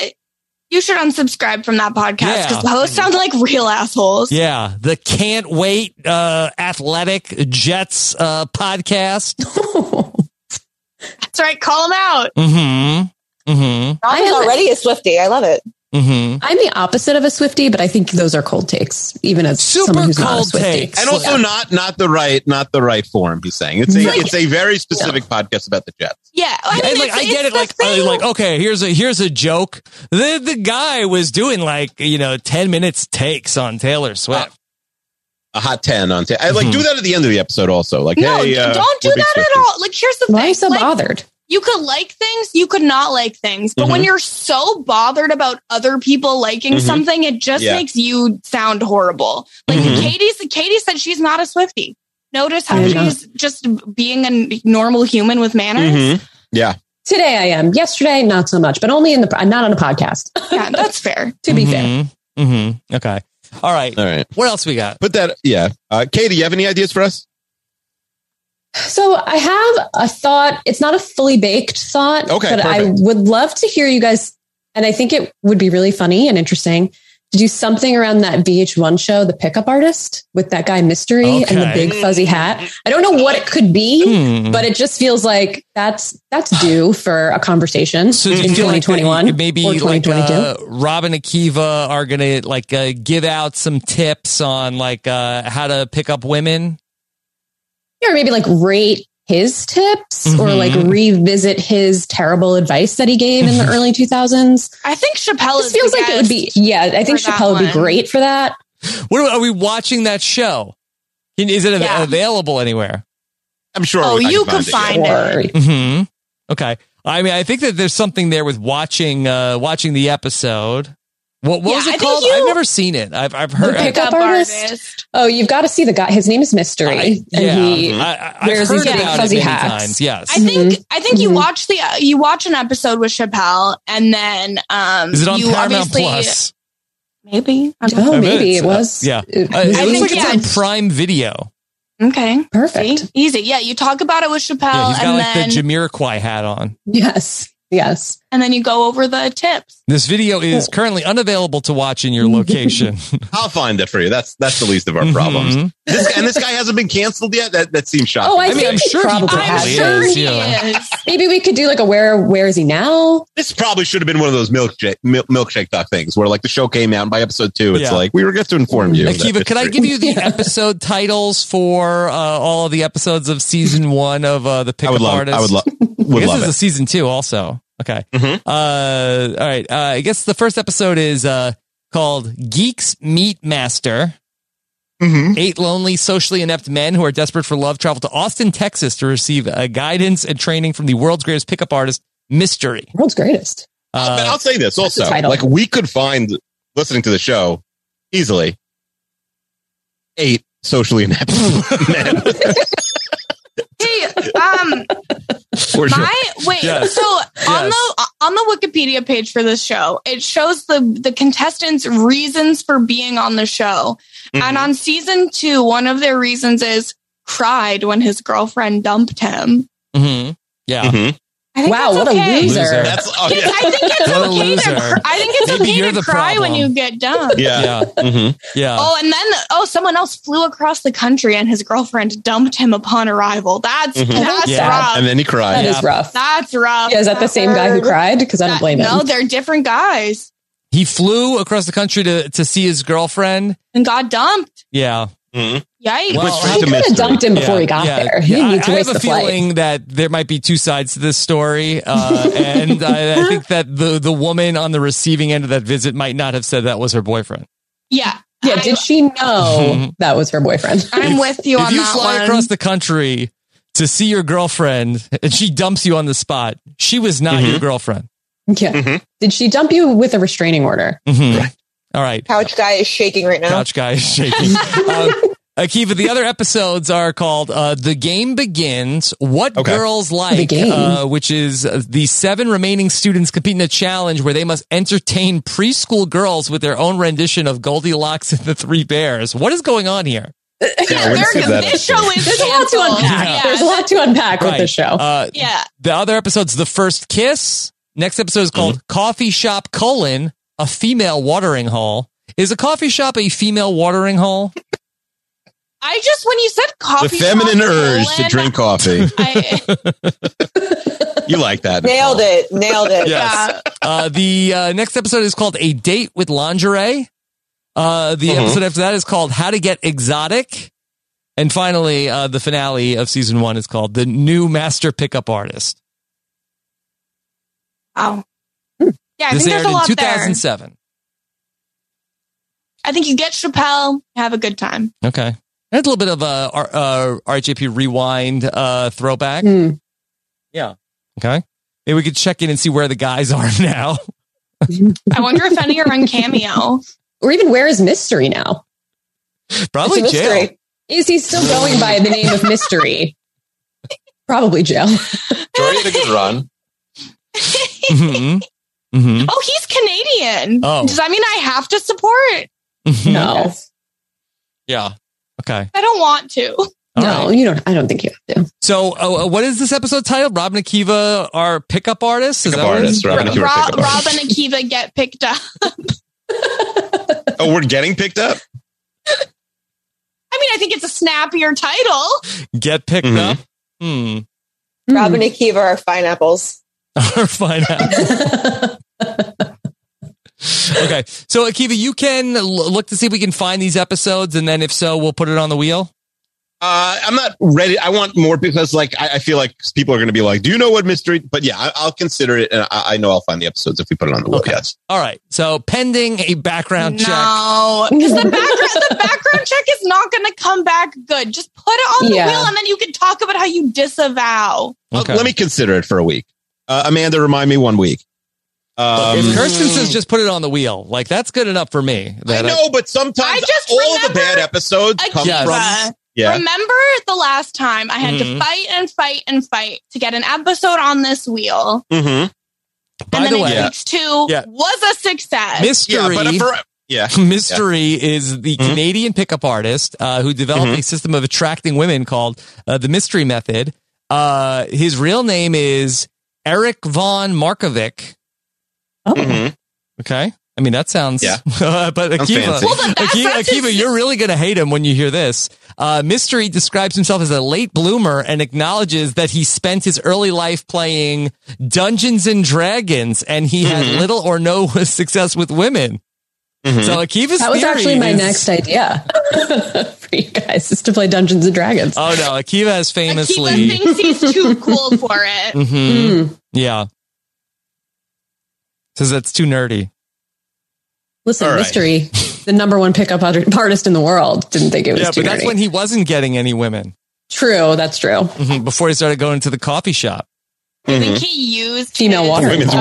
Speaker 4: you should unsubscribe from that podcast
Speaker 2: Yeah.
Speaker 4: because those sound like real assholes.
Speaker 2: Yeah, the can't wait uh, athletic Jets uh, podcast.
Speaker 4: That's right. Call them out.
Speaker 2: Mm-hmm. Mm-hmm.
Speaker 6: Rob is already a Swifty. I love it.
Speaker 2: Mm-hmm.
Speaker 7: I'm the opposite of a Swifty, but I think those are cold takes, even as someone who's not a Swifty.
Speaker 3: and also not not the right not the right form. He's saying it's a
Speaker 7: Right.
Speaker 3: it's a very specific podcast about the Jets.
Speaker 4: Yeah, I
Speaker 2: and like I get it, like uh, like okay, here's a here's a joke. The the guy was doing like you know ten minutes takes on Taylor Swift.
Speaker 3: A hot ten on ten. I like
Speaker 2: Mm-hmm.
Speaker 3: do that at the end of the episode also. Like
Speaker 4: no,
Speaker 3: hey, uh,
Speaker 4: don't do
Speaker 3: we're big
Speaker 4: that
Speaker 3: Swifties.
Speaker 4: at all. Like, here's the thing.
Speaker 7: Why are you so
Speaker 4: Like,
Speaker 7: bothered?
Speaker 4: You could like things, you could not like things. But
Speaker 2: Mm-hmm.
Speaker 4: when
Speaker 7: Mhm.
Speaker 4: you're so bothered about other people liking
Speaker 7: Mhm.
Speaker 4: something, it just
Speaker 7: Yeah.
Speaker 4: makes you sound horrible. Like
Speaker 2: Mm-hmm.
Speaker 7: Mhm.
Speaker 4: Katie's Katie said she's not a Swifty. Notice how
Speaker 7: I'm not.
Speaker 4: she's just being a normal human with manners.
Speaker 3: Mm-hmm. Yeah.
Speaker 7: Today I am. Yesterday, not so much, but only in the, not on a podcast.
Speaker 4: Yeah, that's fair.
Speaker 7: to be fair.
Speaker 2: Mm-hmm. Mm-hmm. Okay. All right.
Speaker 3: All right.
Speaker 2: What else we got?
Speaker 3: Put that. Yeah. Uh, Katie, you have any ideas for us?
Speaker 7: So I have a thought. It's not a fully baked thought,
Speaker 3: Okay,
Speaker 7: but I
Speaker 3: perfect.
Speaker 7: would love to hear you guys. And I think it would be really funny and interesting to do something around that VH1 show, The Pickup Artist, with that guy Mystery and the
Speaker 1: Okay.
Speaker 7: big fuzzy hat. I don't know what it could be,
Speaker 2: Hmm.
Speaker 7: but it just feels like that's that's due for a conversation
Speaker 2: So do
Speaker 7: in
Speaker 2: you feel like
Speaker 7: 2021
Speaker 2: that maybe
Speaker 7: or 2022.
Speaker 2: like uh, Rob and Akiva are gonna like uh, give out some tips on like uh, how to pick up women.
Speaker 7: or maybe like rate his tips or
Speaker 2: Mhm.
Speaker 7: like revisit his terrible advice that he gave
Speaker 2: Mm-hmm.
Speaker 7: in the early 2000s.
Speaker 4: I think Chappelle
Speaker 7: this feels like it would be yeah, I think
Speaker 2: for that
Speaker 7: Chappelle would be
Speaker 2: one.
Speaker 7: great for that.
Speaker 2: What are, are we watching that show? Can- Is it av-
Speaker 7: Yeah.
Speaker 2: available anywhere?
Speaker 3: I'm sure.
Speaker 4: Oh, I can you find could it, yeah. find it.
Speaker 2: hmm Okay. I mean, I think that there's something there with watching uh, watching the episode. What, what
Speaker 7: Yeah,
Speaker 2: was
Speaker 7: I
Speaker 2: it
Speaker 7: think
Speaker 2: called?
Speaker 7: you-
Speaker 2: I've never seen it. I've I've heard.
Speaker 7: the pickup artist. Oh, you've got to see the guy. His name is Mystery, and
Speaker 2: yeah. Mm-hmm.
Speaker 7: he
Speaker 4: Mm-hmm.
Speaker 2: I- I- I've
Speaker 7: wears these
Speaker 2: heard
Speaker 7: big
Speaker 2: about it
Speaker 7: fuzzy
Speaker 2: many
Speaker 7: hats.
Speaker 2: times, yes.
Speaker 7: Mm-hmm.
Speaker 4: I think I think you watch the uh, you watch an episode with Chappelle and then um
Speaker 2: Is it on
Speaker 4: you
Speaker 2: Paramount
Speaker 4: obviously-
Speaker 2: Plus?
Speaker 4: Maybe. I'm
Speaker 7: Oh,
Speaker 2: I bet
Speaker 7: maybe
Speaker 2: it's,
Speaker 7: it was.
Speaker 2: Uh, yeah,
Speaker 7: it
Speaker 2: Uh, it
Speaker 7: was- I
Speaker 2: looks
Speaker 7: think,
Speaker 2: like it's
Speaker 7: yeah.
Speaker 2: on Prime Video.
Speaker 4: Okay.
Speaker 7: Perfect.
Speaker 4: See? Easy. Yeah, you talk about it with Chappelle
Speaker 2: Yeah, he's got
Speaker 4: and
Speaker 2: like
Speaker 4: then
Speaker 2: the Jamiroquai hat on.
Speaker 7: Yes. Yes.
Speaker 4: and then you go over the tips.
Speaker 2: This video is currently unavailable to watch in your location. Mm-hmm.
Speaker 3: I'll find that for you. That's that's the least of our problems. This, and this guy hasn't been canceled yet. That that seems shocking.
Speaker 7: Oh, I, think he probably has. Maybe we could do like a where where is he now?
Speaker 3: This probably should have been one of those milkshake mil- milkshake doc things where like the show came out and by episode two, it's
Speaker 2: Yeah.
Speaker 3: like we were going to inform you. of that
Speaker 2: Akiva, could I
Speaker 3: history.
Speaker 2: give you the episode titles for uh, all of the episodes of season one of uh, the Pickup
Speaker 3: would love-
Speaker 2: Artist?
Speaker 3: I would love- would
Speaker 2: I guess
Speaker 3: love
Speaker 2: this is
Speaker 3: it. Mm-hmm.
Speaker 2: a season two also. Okay. Uh, all right. Uh, I guess the first episode is uh, called Geeks Meet Master.
Speaker 3: Mm-hmm.
Speaker 2: Eight lonely, socially inept men who are desperate for love travel to Austin, Texas to receive uh, guidance and training from the world's greatest pickup artist, Mystery.
Speaker 7: World's greatest.
Speaker 3: But I'll say this
Speaker 7: That's the
Speaker 3: also.
Speaker 7: title.
Speaker 3: Like we could find listening to the show easily eight socially inept men.
Speaker 4: Hey, um,
Speaker 3: For sure.
Speaker 4: my wait.
Speaker 3: Yes.
Speaker 4: So on
Speaker 3: Yes.
Speaker 4: the on the Wikipedia page for this show, it shows the the contestants' reasons for being on the show,
Speaker 2: Mm-hmm.
Speaker 4: and on season two, one of their reasons is cried when his girlfriend dumped him.
Speaker 2: Mm-hmm. Yeah.
Speaker 4: I think
Speaker 7: Wow,
Speaker 4: that's
Speaker 7: what a
Speaker 4: okay.
Speaker 7: loser. Loser.
Speaker 3: That's- oh,
Speaker 4: Kids,
Speaker 3: yeah.
Speaker 4: I think it's
Speaker 2: What a
Speaker 4: okay to.
Speaker 2: loser.
Speaker 4: cr- I think it's
Speaker 2: Maybe you're
Speaker 4: okay
Speaker 2: the
Speaker 4: to cry
Speaker 2: problem.
Speaker 4: when you get dumped.
Speaker 2: Yeah.
Speaker 3: mm-hmm. Yeah.
Speaker 4: Oh, and then oh, someone else flew across the country, and his girlfriend dumped him upon arrival. That's
Speaker 2: Mm-hmm.
Speaker 3: Mhm.
Speaker 4: that's rough.
Speaker 3: And then he cried.
Speaker 7: That is rough.
Speaker 4: That's rough.
Speaker 7: Yeah, is that the same guy who cried? Because I don't
Speaker 4: That-
Speaker 7: blame
Speaker 4: No,
Speaker 7: him.
Speaker 4: they're different guys,
Speaker 2: He flew across the country to, to see his girlfriend.
Speaker 4: and got dumped.
Speaker 2: Yeah.
Speaker 3: Mm-hmm.
Speaker 4: Yikes!
Speaker 2: Well,
Speaker 7: straight He to could have mystery. dumped him before he got there. He didn't need to
Speaker 2: I, I
Speaker 7: waste
Speaker 2: have a
Speaker 7: the flight.
Speaker 2: feeling that there might be two sides to this story, uh, and I, I think that the the woman on the receiving end of that visit might not have said that was her boyfriend.
Speaker 4: yeah,
Speaker 7: Yeah, did she know that was her boyfriend?
Speaker 4: I'm with you
Speaker 2: Mm-hmm. if
Speaker 4: on
Speaker 2: you
Speaker 4: that
Speaker 2: fly
Speaker 4: one.
Speaker 2: across the country to see your girlfriend and she dumps you on the spot, she was not your girlfriend.
Speaker 7: Yeah.
Speaker 2: Mm-hmm.
Speaker 7: Did she dump you with a restraining order?
Speaker 2: All right.
Speaker 6: Couch guy is shaking right now.
Speaker 2: Couch guy is shaking. um, Akiva, the other episodes are called uh, "The Game Begins," "What
Speaker 3: Okay.
Speaker 2: Girls Like,"
Speaker 7: The Game.
Speaker 2: Uh, which is uh, the seven remaining students compete in a challenge where they must entertain preschool girls with their own rendition of Goldilocks and the Three Bears. What is going on here?
Speaker 3: Yeah, we're gonna save that
Speaker 4: this show is
Speaker 7: There's a lot to
Speaker 4: canceled.
Speaker 7: unpack.
Speaker 4: Yeah.
Speaker 7: There's a lot to unpack with the show.
Speaker 2: Uh,
Speaker 4: Yeah.
Speaker 2: the other episode's "The First Kiss." Next episode is called
Speaker 3: Mm-hmm.
Speaker 2: "Coffee Shop colon a female watering hole." Is a coffee shop a female watering hole?
Speaker 4: I just when you said coffee,
Speaker 3: the feminine
Speaker 4: shop,
Speaker 3: urge to
Speaker 4: Colin,
Speaker 3: drink coffee.
Speaker 4: I,
Speaker 3: you like that?
Speaker 6: Nailed it. Nailed it.
Speaker 2: Yes. Uh, the uh, next episode is called A Date with Lingerie. Uh, the
Speaker 3: Mhm.
Speaker 2: episode after that is called How to Get Exotic. And finally, uh, the finale of season one is called The New Master Pickup Artist.
Speaker 4: wow. oh.
Speaker 7: Hmm.
Speaker 4: Yeah, I
Speaker 2: this
Speaker 4: think
Speaker 2: aired
Speaker 4: there's a lot
Speaker 2: in
Speaker 4: there.
Speaker 2: 2007.
Speaker 4: I think you get Chappelle, have a good time.
Speaker 2: Okay. That's a little bit of a R- uh, RJP rewind uh, throwback.
Speaker 4: Mm.
Speaker 7: Hmm.
Speaker 2: Yeah. Okay. Maybe we could check in and see where the guys are now.
Speaker 4: I wonder if any are on
Speaker 7: Hmm?
Speaker 4: Cameo.
Speaker 7: Or even where is mystery now?
Speaker 2: Probably
Speaker 7: It's a
Speaker 2: jail.
Speaker 7: mystery. Is he still going by the name of mystery? Probably jail.
Speaker 3: Jory had a good run.
Speaker 2: mm-hmm. Mm-hmm.
Speaker 4: Oh, he's Canadian.
Speaker 2: Oh.
Speaker 4: Does that mean I have to support?
Speaker 7: No,
Speaker 2: Yeah. Okay.
Speaker 4: I don't want to.
Speaker 7: no, you don't. I don't think you have to.
Speaker 2: So, uh, uh, what is this episode titled? Rob and Akiva are pickup artists. Is
Speaker 3: Pickup
Speaker 2: that what it
Speaker 3: artists,
Speaker 2: is?
Speaker 3: Rob and
Speaker 4: Rob,
Speaker 3: Akiva are pickup
Speaker 4: Rob
Speaker 3: artists.
Speaker 4: and Akiva get picked up.
Speaker 3: Oh, we're getting picked up.
Speaker 4: I mean, I think it's a snappier title.
Speaker 2: Get picked
Speaker 3: Mm-hmm.
Speaker 2: up. Hmm.
Speaker 6: Rob and Akiva are fine apples.
Speaker 2: or find out. okay. So, Akiva, you can l- look to see if we can find these episodes, and then if so, we'll put it on the wheel.
Speaker 3: Uh, I'm not ready. I want more because, like, I, I feel like people are going to be like, "Do you know what mystery?" But yeah, I, I'll consider it, and I, I know I'll find the episodes if we put it on the wheel. Yes.
Speaker 2: All right. So, pending a background check.
Speaker 4: No, because the background the background check is not going to come back good. Just put it on the
Speaker 2: Yeah.
Speaker 4: wheel, and then you can talk about how you disavow.
Speaker 3: I'll- let me consider it for a week. Uh, Amanda, remind me one week. Um,
Speaker 2: if Kirsten says just put it on the wheel, like that's good enough for me.
Speaker 3: I
Speaker 2: That
Speaker 3: know, but sometimes all the bad episodes come
Speaker 2: Yes.
Speaker 3: from.
Speaker 4: Remember the last time I had
Speaker 2: Mhm.
Speaker 4: to fight and fight and fight to get an episode on this wheel,
Speaker 3: Mm-hmm.
Speaker 2: By
Speaker 4: and
Speaker 2: the
Speaker 4: then
Speaker 2: way,
Speaker 4: in weeks two
Speaker 2: Yeah.
Speaker 4: was a success.
Speaker 2: Mystery.
Speaker 3: yeah.
Speaker 2: Mystery is the Canadian pickup artist uh, who developed a system of attracting women called uh, the Mystery Method. Uh, his real name is Eric Von Markovic,
Speaker 3: Mm-hmm.
Speaker 2: Okay. I mean, that sounds. Yeah. but
Speaker 1: Sounds
Speaker 2: Akiva,
Speaker 1: fancy. Well, but that's-
Speaker 2: Aki-
Speaker 1: that's
Speaker 2: Akiva, you're really going to hate him when you hear this. Uh, Mystery describes himself as a late bloomer and acknowledges that he spent his early life playing Dungeons and Dragons and he had little or no success with women. So Akiva's
Speaker 7: that was
Speaker 2: theory
Speaker 7: actually my
Speaker 2: is-
Speaker 7: next idea for you guys is to play Dungeons and Dragons.
Speaker 2: Oh no, Akiva is famously.
Speaker 4: thinks he's too cool for it.
Speaker 2: hmm Yeah. Says that's too nerdy.
Speaker 7: Listen,
Speaker 2: All right.
Speaker 7: mystery, the number one pickup ar- artist in the world, didn't think it was
Speaker 2: yeah,
Speaker 7: too
Speaker 2: but that's
Speaker 7: nerdy.
Speaker 2: when he wasn't getting any women.
Speaker 7: True, that's true.
Speaker 2: Mhm, Before he started going to the coffee shop.
Speaker 4: I think he used
Speaker 7: Female
Speaker 4: his,
Speaker 7: water. Women's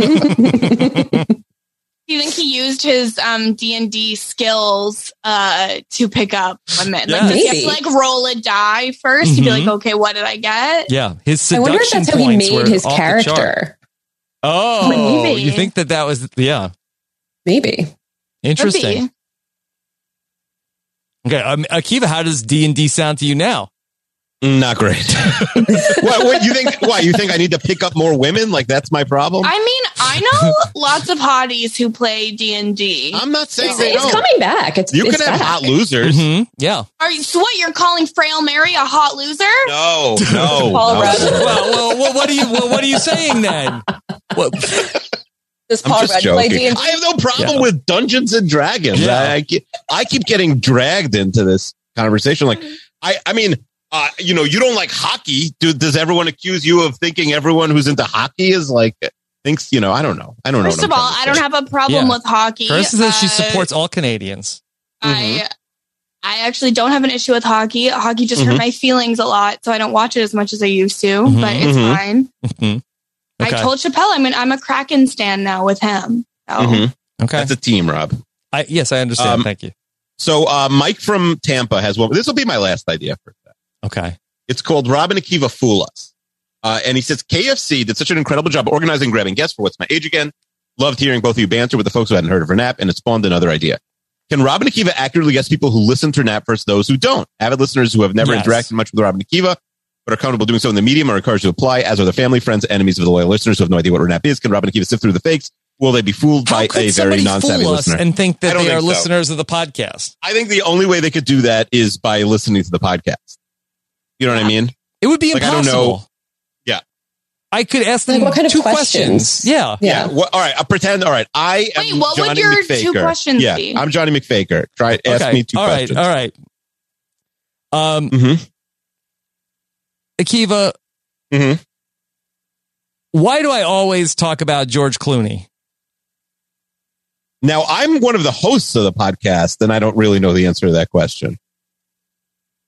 Speaker 4: Do you think he used his um D and D skills uh to pick up women?
Speaker 2: Yeah.
Speaker 4: Like, does he have
Speaker 2: Maybe.
Speaker 4: to, like roll a die 1st to be
Speaker 2: Mhm.
Speaker 4: like, okay, what did I get?
Speaker 2: Yeah, his
Speaker 4: I
Speaker 2: seduction
Speaker 4: wonder if that's how he
Speaker 2: points
Speaker 4: made
Speaker 2: were
Speaker 4: his
Speaker 2: off the chart.
Speaker 4: character.
Speaker 2: Oh,
Speaker 4: Maybe.
Speaker 2: you think that that was yeah
Speaker 7: Maybe.
Speaker 2: interesting? Okay, um, Akiva, how does D and D sound to you now?
Speaker 3: Not great. what, what you think? Why you think I need to pick up more women? Like that's my problem.
Speaker 4: I mean, I know lots of hotties who play D and D. I'm
Speaker 3: not
Speaker 7: saying It's- they it's don't. coming back. It's-
Speaker 3: you could have hot losers.
Speaker 2: Yeah.
Speaker 4: Are you, so what you're calling Frail Mary a hot loser?
Speaker 3: No, no.
Speaker 4: Paul
Speaker 3: no.
Speaker 4: Rudd.
Speaker 2: well, well, well, what are you? Well, what are you saying then? What?
Speaker 7: Does
Speaker 3: I'm just joking. I have no problem with Dungeons and Dragons.
Speaker 1: Yeah.
Speaker 3: I, I, keep, I keep getting dragged into this conversation. Like, I, I mean, uh, you know, you don't like hockey. Do, does everyone accuse you of thinking everyone who's into hockey is like thinks? You know, I don't know. I don't know.
Speaker 4: First
Speaker 3: what
Speaker 4: of
Speaker 3: I'm
Speaker 4: all,
Speaker 3: trying to
Speaker 4: I don't
Speaker 3: say.
Speaker 4: have a problem
Speaker 3: Yeah.
Speaker 4: with hockey.
Speaker 2: First is that she
Speaker 4: Uh,
Speaker 2: supports all Canadians.
Speaker 4: I I actually don't have an issue with hockey. Hockey just
Speaker 3: Mm-hmm.
Speaker 2: Mhm.
Speaker 4: hurt my feelings a lot, so I don't watch it as much as I used to. But it's
Speaker 3: mm-hmm.
Speaker 2: Mhm.
Speaker 4: fine. I told Chappelle I'm an, I'm a Kraken stan now with him. So.
Speaker 2: Okay,
Speaker 3: Mm-hmm. that's a team, Rob.
Speaker 2: I, yes, I understand.
Speaker 3: Um,
Speaker 2: Thank you.
Speaker 3: So uh, Mike from Tampa has one. This will be my last idea for that.
Speaker 2: Okay.
Speaker 3: It's called Robin Akiva Fool Us. Uh, and he says, KFC did such an incredible job organizing grabbing guests for What's My Age Again. Loved hearing both of you banter with the folks who hadn't heard of her nap, and it spawned another idea. Can Robin Akiva accurately guess people who listen to her nap versus those who don't? Avid listeners who have never
Speaker 2: Yes.
Speaker 3: interacted much with Robin Akiva, but are comfortable doing so in the medium are encouraged to apply, as are their family, friends, enemies of the loyal listeners who have no idea what her nap is. Can Robin Akiva sift through the fakes? Will they be fooled by a very
Speaker 2: Somebody
Speaker 3: non-savvy
Speaker 2: fool us
Speaker 3: listener?
Speaker 2: and think
Speaker 3: I
Speaker 2: that
Speaker 3: don't
Speaker 2: they are
Speaker 3: so.
Speaker 2: listeners of the podcast.
Speaker 3: I think the only way they could do that is by listening to the podcast. You know what I mean?
Speaker 2: It would be
Speaker 3: I don't know.
Speaker 2: impossible.
Speaker 3: Yeah.
Speaker 2: I could ask them
Speaker 3: Like, what kind of
Speaker 2: two
Speaker 3: questions?
Speaker 2: Yeah.
Speaker 3: Yeah. Well, all right. I'll pretend. All right. I am
Speaker 4: Wait, what would
Speaker 3: Johnny
Speaker 4: your
Speaker 3: McFaker.
Speaker 4: two questions
Speaker 3: yeah,
Speaker 4: be?
Speaker 3: I'm Johnny McFaker. Try ask
Speaker 2: Okay.
Speaker 3: me two
Speaker 2: All right,
Speaker 3: questions. Mm-hmm.
Speaker 2: all right. Um, Akiva,
Speaker 3: Mm-hmm.
Speaker 2: why do I always talk about George Clooney?
Speaker 3: Now I'm one of the hosts of the podcast, and I don't really know the answer to that question.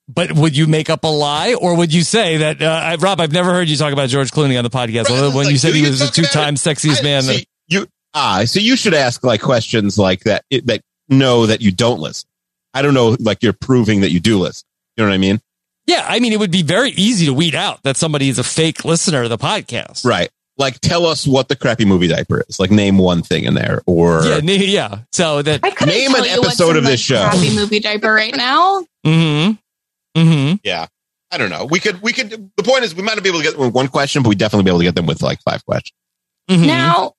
Speaker 2: But would you make up a lie, or would you say that uh, I, Rob? I've never heard you talk about George Clooney on the podcast. although when you said he was the two-time sexiest man,
Speaker 3: See, you ah, so you should ask like questions like that it, that know that you don't listen. I don't know, like you're proving that you do listen. You know what I mean?
Speaker 2: yeah, I mean, it would be very easy to weed out that somebody is a fake listener of the podcast.
Speaker 3: Right. Like tell us what the crappy movie diaper is. Like name one thing in there, or
Speaker 2: Yeah, ne- yeah. So that
Speaker 4: couldn't
Speaker 3: name an
Speaker 4: tell you what's
Speaker 3: episode
Speaker 4: in
Speaker 3: of
Speaker 4: the
Speaker 3: this show.
Speaker 4: Crappy movie diaper right now.
Speaker 2: Mm-hmm. Mm-hmm.
Speaker 3: Yeah. I don't know. We could, we could, the point is we might not be able to get them with one question, but we definitely be able to get them with like five questions.
Speaker 2: Mm-hmm.
Speaker 4: Now,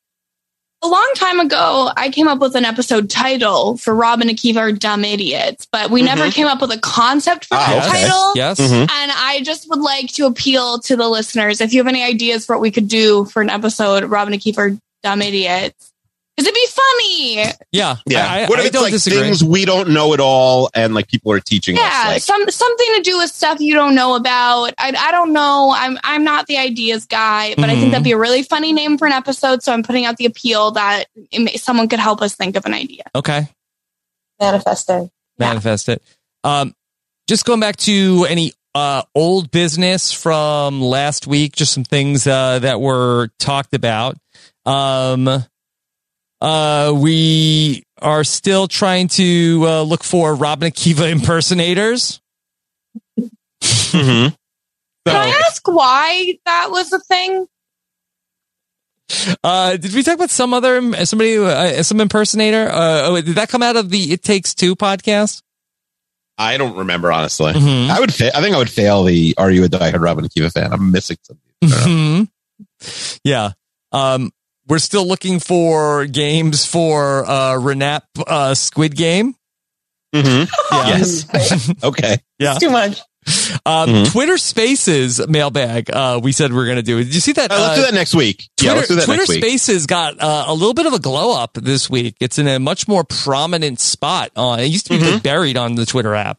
Speaker 4: a long time ago, I came up with an episode title for Rob and Akiva are dumb idiots, but we never
Speaker 2: Mhm.
Speaker 4: came up with a concept for that
Speaker 2: Ah, okay.
Speaker 4: title.
Speaker 2: Yes.
Speaker 3: Mm-hmm.
Speaker 2: Mhm.
Speaker 4: And I just would like to appeal to the listeners if you have any ideas for what we could do for an episode, Rob and Akiva are dumb idiots. Because it'd be funny.
Speaker 2: Yeah.
Speaker 3: Yeah.
Speaker 2: I- I-
Speaker 3: what if
Speaker 2: I
Speaker 3: it's
Speaker 2: don't
Speaker 3: like
Speaker 2: disagree.
Speaker 3: things we don't know at all and like people are teaching
Speaker 4: Yeah,
Speaker 3: us? Like,
Speaker 4: some something to do with stuff you don't know about. I, I don't know. I'm I'm not the ideas guy, but I
Speaker 2: Mhm.
Speaker 4: think that'd be a really funny name for an episode. So I'm putting out the appeal that it may, someone could help us think of an idea.
Speaker 2: Okay.
Speaker 6: Manifesting.
Speaker 2: manifest it. Um, just going back to any uh, old business from last week, just some things uh, that were talked about. Um, uh, we are still trying to uh, look for Robin Akiva impersonators.
Speaker 4: Can I ask why that was a thing?
Speaker 2: Uh, did we talk about some other somebody uh, some impersonator? Uh, oh, did that come out of the It Takes Two podcast?
Speaker 3: I don't remember, honestly.
Speaker 2: Mm-hmm.
Speaker 3: I would, fa- I think I would fail the
Speaker 2: Mm-hmm.
Speaker 3: Are You a Diehard Robin Akiva fan? I'm missing something.
Speaker 2: hmm Yeah. Um, We're still looking for games for uh, Renap uh, Squid Game.
Speaker 3: Mm-hmm.
Speaker 2: Yes.
Speaker 3: okay.
Speaker 2: Yeah.
Speaker 6: Too much.
Speaker 2: Um,
Speaker 3: Mhm.
Speaker 2: Twitter Spaces mailbag. Uh, we said we are going to do. Did you see that?
Speaker 3: Uh, let's do that next week.
Speaker 2: Twitter,
Speaker 3: Yeah, let's do that
Speaker 2: Twitter
Speaker 3: next week.
Speaker 2: Spaces got uh, a little bit of a glow up this week. It's in a much more prominent spot. Uh, it used to be
Speaker 3: Mm-hmm.
Speaker 2: just buried on the Twitter app.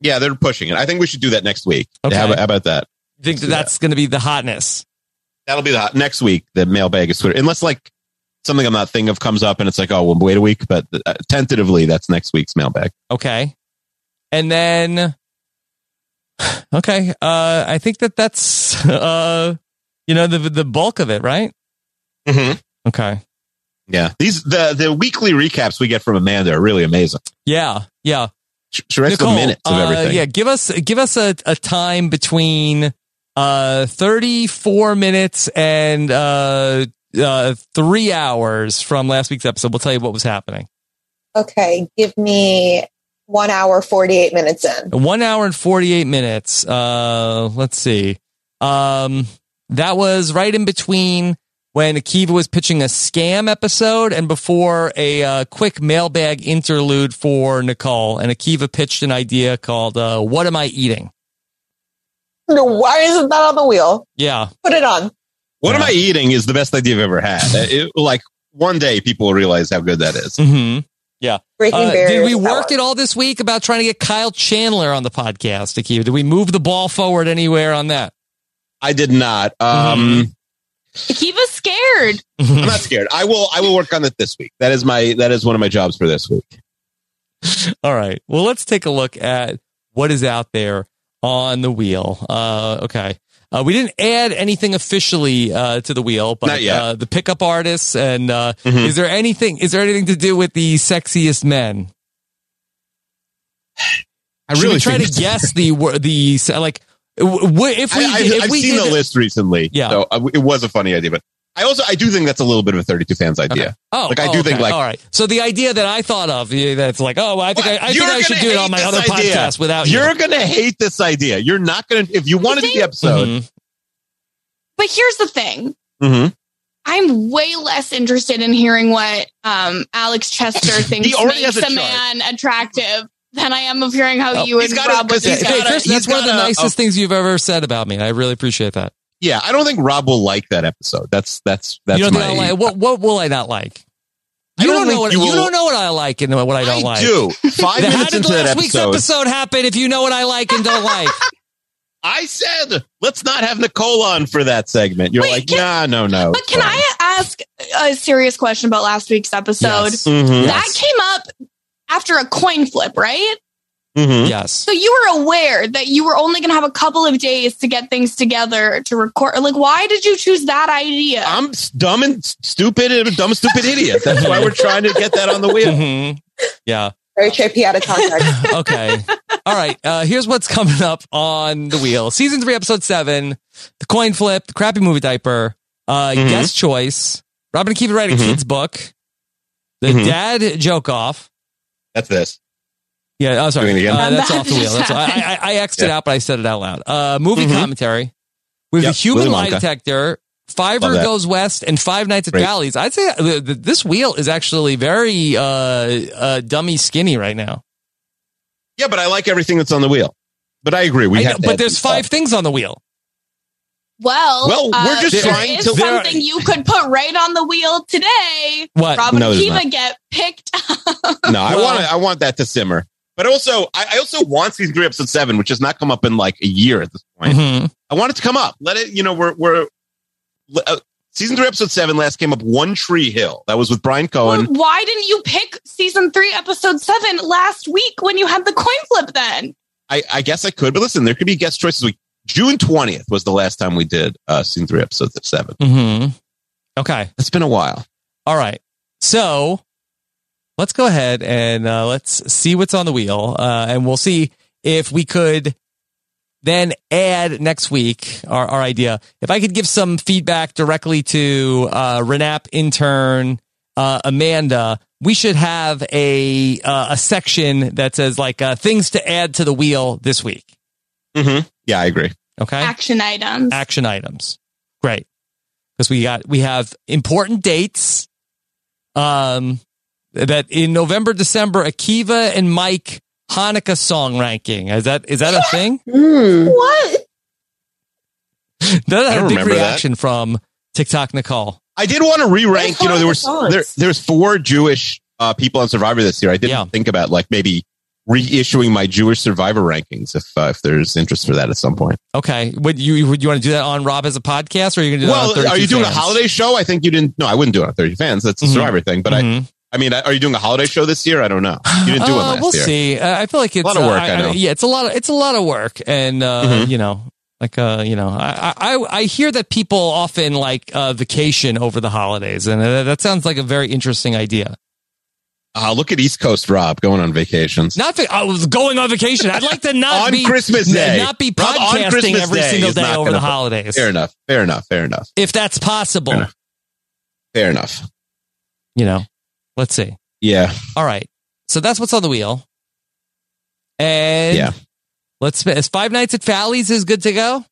Speaker 3: Yeah, they're pushing it. I think we should do that next week.
Speaker 2: Okay.
Speaker 3: How, about, how about that?
Speaker 2: Think that that's going to be the hotness.
Speaker 3: That'll be the hot. next week. The mailbag is Twitter, unless like something I'm not thinking of comes up, and it's like, oh, we'll wait a week. But uh, tentatively, that's next week's mailbag.
Speaker 2: Okay. And then, okay. Uh, I think that that's, uh, you know, the, the bulk of it, right?
Speaker 3: Mm-hmm.
Speaker 2: Okay.
Speaker 3: Yeah, these the the weekly recaps we get from Amanda are really amazing.
Speaker 2: Yeah. Yeah.
Speaker 3: She she writes the minutes of
Speaker 2: uh,
Speaker 3: everything.
Speaker 2: yeah. Give us, give us a, a time between, uh, 34 minutes and, uh, uh, three hours from last week's episode. We'll tell you what was happening.
Speaker 6: Okay, give me one hour, 48 minutes in.
Speaker 2: One hour and 48 minutes. Uh, let's see. Um, that was right in between when Akiva was pitching a scam episode and before a uh, quick mailbag interlude for Nicole. And Akiva pitched an idea called uh, What Am I Eating?
Speaker 6: No, Why isn't that on the wheel?
Speaker 2: Yeah.
Speaker 6: Put it on.
Speaker 3: What am I eating is the best idea I've ever had. Uh, It- like one day people will realize how good that is.
Speaker 2: Mm-hmm. Yeah.
Speaker 6: Breaking
Speaker 2: Uh, did
Speaker 6: barriers
Speaker 2: we
Speaker 6: with that
Speaker 2: work
Speaker 6: one.
Speaker 2: at all this week about trying to get Kyle Chandler on the podcast, Akiva? Did we move the ball forward anywhere on that?
Speaker 3: I did not. Um,
Speaker 4: Keep us scared.
Speaker 3: I'm not scared. I will. I will work on it this week. That is my. That is one of my jobs for this week.
Speaker 2: All right. Well, let's take a look at what is out there on the wheel. Uh, okay. Uh, we didn't add anything officially uh, to the wheel, but
Speaker 3: Not yet. Mm-hmm.
Speaker 2: Uh, the pickup artists and uh, is there anything? Is there anything to do with the sexiest men?
Speaker 3: I
Speaker 2: Should
Speaker 3: really
Speaker 2: we try
Speaker 3: think
Speaker 2: to
Speaker 3: it's-
Speaker 2: guess the wor- the like w- w- if we
Speaker 3: I, I've,
Speaker 2: if
Speaker 3: I've
Speaker 2: we
Speaker 3: seen
Speaker 2: did
Speaker 3: the
Speaker 2: it-
Speaker 3: list recently.
Speaker 2: Yeah.
Speaker 3: So uh, it was a funny idea, but I also I do think that's a little bit of a 32 fans idea.
Speaker 2: Oh,
Speaker 3: like I
Speaker 2: oh,
Speaker 3: do think
Speaker 2: okay.
Speaker 3: like
Speaker 2: all right. So the idea that I thought of yeah, that's like oh well, I think I, I think
Speaker 3: You're
Speaker 2: I should
Speaker 3: gonna
Speaker 2: do it
Speaker 3: hate
Speaker 2: on my
Speaker 3: this
Speaker 2: other
Speaker 3: idea.
Speaker 2: podcast without you.
Speaker 3: You're gonna hate this idea. You're not gonna if you wanted the episode.
Speaker 2: Mm-hmm.
Speaker 4: But here's the thing.
Speaker 3: Mm-hmm.
Speaker 4: I'm way less interested in hearing what um, Alex Chester thinks
Speaker 3: already
Speaker 4: makes
Speaker 3: has a
Speaker 4: a,
Speaker 3: chart.
Speaker 4: man attractive than I am of hearing how
Speaker 3: Oh,
Speaker 4: you
Speaker 3: he's
Speaker 4: and
Speaker 3: got a-
Speaker 4: Rob would
Speaker 3: listen,
Speaker 4: think.
Speaker 3: he's
Speaker 2: Hey,
Speaker 3: gotta-
Speaker 2: Chris, that's
Speaker 3: he's
Speaker 2: one of the
Speaker 3: gotta-
Speaker 2: nicest
Speaker 3: oh.
Speaker 2: things you've ever said about me. and I really appreciate that.
Speaker 3: Yeah, I don't think Rob will like that episode. That's that's that's
Speaker 2: you don't
Speaker 3: my.
Speaker 2: think I like, what what will I not like?
Speaker 3: I
Speaker 2: You
Speaker 3: don't
Speaker 2: don't,
Speaker 3: think
Speaker 2: know what
Speaker 3: you
Speaker 2: you,
Speaker 3: will-
Speaker 2: don't know what I like and what I don't
Speaker 3: I
Speaker 2: like.
Speaker 3: do. Five
Speaker 2: Then How
Speaker 3: minutes
Speaker 2: did
Speaker 3: into
Speaker 2: last
Speaker 3: that
Speaker 2: week's
Speaker 3: episode-
Speaker 2: episode happen if you know what I like and don't like?
Speaker 3: I said let's not have Nicole on for that segment. You're
Speaker 4: Wait,
Speaker 3: like
Speaker 4: can-
Speaker 3: nah, no, no.
Speaker 4: But can I ask a serious question about last week's episode?
Speaker 3: Yes. Mhm.
Speaker 4: That
Speaker 3: Yes.
Speaker 4: came up after a coin flip, right?
Speaker 3: Mm-hmm.
Speaker 2: Yes.
Speaker 4: So you were aware that you were only going to have a couple of days to get things together to record. Like, why did you choose that idea?
Speaker 3: I'm dumb and stupid and a dumb stupid idiot. That's why we're trying to get that on the wheel.
Speaker 2: Mhm. Yeah.
Speaker 6: Very trippy out of context.
Speaker 2: okay. All right. Uh, here's what's coming up on the wheel: season three, episode seven, the coin flip, the crappy movie diaper, uh,
Speaker 3: Mm-hmm.
Speaker 2: guest choice. Robin and Kiva write a kid's book. The
Speaker 3: Mhm.
Speaker 2: dad joke off.
Speaker 3: That's this.
Speaker 2: Yeah. Oh,
Speaker 3: Doing it
Speaker 2: sorry.
Speaker 3: again?
Speaker 2: Uh, that's
Speaker 4: That
Speaker 2: off the wheel.
Speaker 4: just
Speaker 2: That's, I, I, I X'd it
Speaker 3: Yeah. Mm-hmm.
Speaker 2: out, but I said it out loud. Uh, movie commentary. We have
Speaker 3: Yep,
Speaker 2: the human
Speaker 3: Willy
Speaker 2: lie
Speaker 3: Wonka.
Speaker 2: detector.
Speaker 3: Love
Speaker 2: Fiverr
Speaker 3: that.
Speaker 2: goes west and Five Nights at
Speaker 3: Great.
Speaker 2: Bally's. I'd say uh, th- this wheel is actually very uh, uh, dummy skinny right now.
Speaker 3: Yeah, but I like everything that's on the wheel. But I agree. We
Speaker 2: I
Speaker 3: have,
Speaker 2: know,
Speaker 3: to
Speaker 2: but
Speaker 3: add
Speaker 2: there's
Speaker 3: some
Speaker 2: five
Speaker 3: stuff.
Speaker 2: things on the wheel.
Speaker 4: Well, uh,
Speaker 3: Well, we're just
Speaker 4: there
Speaker 3: trying
Speaker 4: is
Speaker 3: to- there are-
Speaker 4: something you could put right on the wheel today.
Speaker 2: What?
Speaker 4: Robin
Speaker 3: No, there's
Speaker 4: Akiva
Speaker 3: not.
Speaker 4: get picked up.
Speaker 3: No, I
Speaker 2: Well-
Speaker 3: want to I want that to simmer. But also, I, I also want season three, episode seven, which has not come up in like a year at this point.
Speaker 2: Mhm.
Speaker 3: I want it to come up. Let it. You know, we're we're uh, season three, episode seven. Last came up One Tree Hill. That was with Brian Cohen.
Speaker 4: Well, why didn't you pick season three, episode seven last week when you had the coin flip then?
Speaker 3: I, I guess I could, but listen, there could be guest choices. We June twentieth was the last time we did uh, season three, episode seven.
Speaker 2: hmm Okay.
Speaker 3: It's been a while.
Speaker 2: All right. So let's go ahead and uh, let's see what's on the wheel, uh, and we'll see if we could then add next week our, our idea. If I could give some feedback directly to uh, Renap intern uh, Amanda, we should have a uh, a section that says like uh, things to add to the wheel this week.
Speaker 3: Mm-hmm. Yeah, I agree.
Speaker 2: Okay.
Speaker 4: Action items.
Speaker 2: action items. Great. because we got we have important dates. Um, that in November, December, Akiva and Mike Hanukkah song ranking is that is that a thing?
Speaker 6: What?
Speaker 2: that had a big
Speaker 3: remember that.
Speaker 2: reaction from TikTok Nicole.
Speaker 3: I did want to re-rank. You know, there was
Speaker 2: songs.
Speaker 3: there there's four Jewish uh, people on Survivor this year. I didn't think about like maybe reissuing my Jewish Survivor rankings if uh, if there's interest for that at some point.
Speaker 2: Okay, would you would you want to do that on Rob as a podcast, or are you going to do that? on
Speaker 3: Well,
Speaker 2: 32
Speaker 3: are you doing
Speaker 2: fans?
Speaker 3: a holiday show? I think you didn't. No, I wouldn't do it on Thirty Fans. That's a
Speaker 2: Mhm.
Speaker 3: Survivor thing. But I, I mean, are you doing a holiday show this year? I don't know. You didn't do one
Speaker 2: Uh,
Speaker 3: last
Speaker 2: we'll
Speaker 3: year.
Speaker 2: see. Uh, I feel like it's
Speaker 3: lot of work,
Speaker 2: uh,
Speaker 3: I know. Mm-hmm.
Speaker 2: yeah, it's a lot. Of, it's a lot of work, and uh, you know, like uh, you know, I, I I- I hear that people often like uh, vacation over the holidays, and uh, that sounds like a very interesting idea.
Speaker 3: Uh, look at East Coast Rob going on vacations.
Speaker 2: Not that I was going on vacation. I'd like to not
Speaker 3: on
Speaker 2: be
Speaker 3: Christmas Day.
Speaker 2: not be
Speaker 3: Rob, on
Speaker 2: podcasting
Speaker 3: Christmas
Speaker 2: every single
Speaker 3: is
Speaker 2: day
Speaker 3: not
Speaker 2: over
Speaker 3: gonna
Speaker 2: the
Speaker 3: work.
Speaker 2: holidays,
Speaker 3: Fair enough. Fair enough. Fair enough.
Speaker 2: if that's possible.
Speaker 3: Fair enough.
Speaker 2: You know, let's see.
Speaker 3: Yeah.
Speaker 2: All right. So that's what's on the wheel. And
Speaker 3: Yeah.
Speaker 2: let's is Five Nights at Fally's is good to go.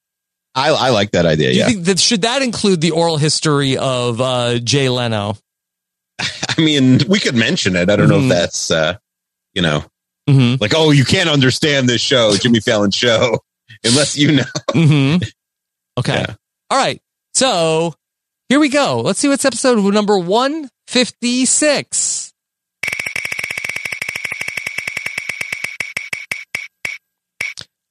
Speaker 3: I I like that idea.
Speaker 2: Do you
Speaker 3: yeah.
Speaker 2: think that should that include the oral history of uh, Jay Leno?
Speaker 3: I mean, we could mention it. I don't know
Speaker 2: Mhm.
Speaker 3: if that's uh, you know,
Speaker 2: Mm-hmm.
Speaker 3: like oh, you can't understand this show, Jimmy Fallon show, unless you know.
Speaker 2: Mm-hmm. Okay. All right. So here we go. Let's see what's episode number one fifty six.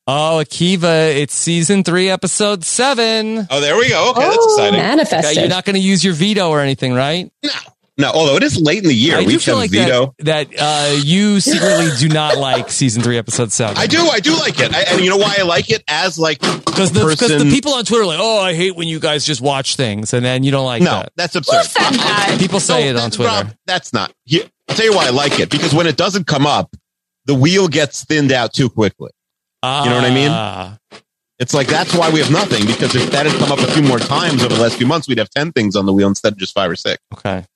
Speaker 2: Oh, Akiva, it's season three, episode seven.
Speaker 3: Oh, there we go. Okay, that's Oh, exciting. manifested.
Speaker 2: Okay, you're not going to use your veto or anything, right? No.
Speaker 3: No, although it is late in the year,
Speaker 2: I
Speaker 3: we
Speaker 2: do feel
Speaker 3: can
Speaker 2: like
Speaker 3: veto.
Speaker 2: that, that uh, you secretly do not like season three, episode seven.
Speaker 3: I do, I do like it, I, and you know why I like it as like
Speaker 2: Because the, 'cause the
Speaker 3: person-
Speaker 2: people on Twitter are like, oh, I hate when you guys just watch things and then you don't like
Speaker 3: No,
Speaker 2: that.
Speaker 3: that's absurd.
Speaker 2: People say
Speaker 3: No,
Speaker 2: it on
Speaker 3: that-
Speaker 2: Twitter.
Speaker 3: Rob, that's not. Here, I'll tell you why I like it because when it doesn't come up, the wheel gets thinned out too quickly. you know what I
Speaker 2: mean?
Speaker 3: It's like that's why we have nothing because if that had come up a few more times over the last few months, we'd have ten things on the wheel instead of just five or six.
Speaker 2: Okay.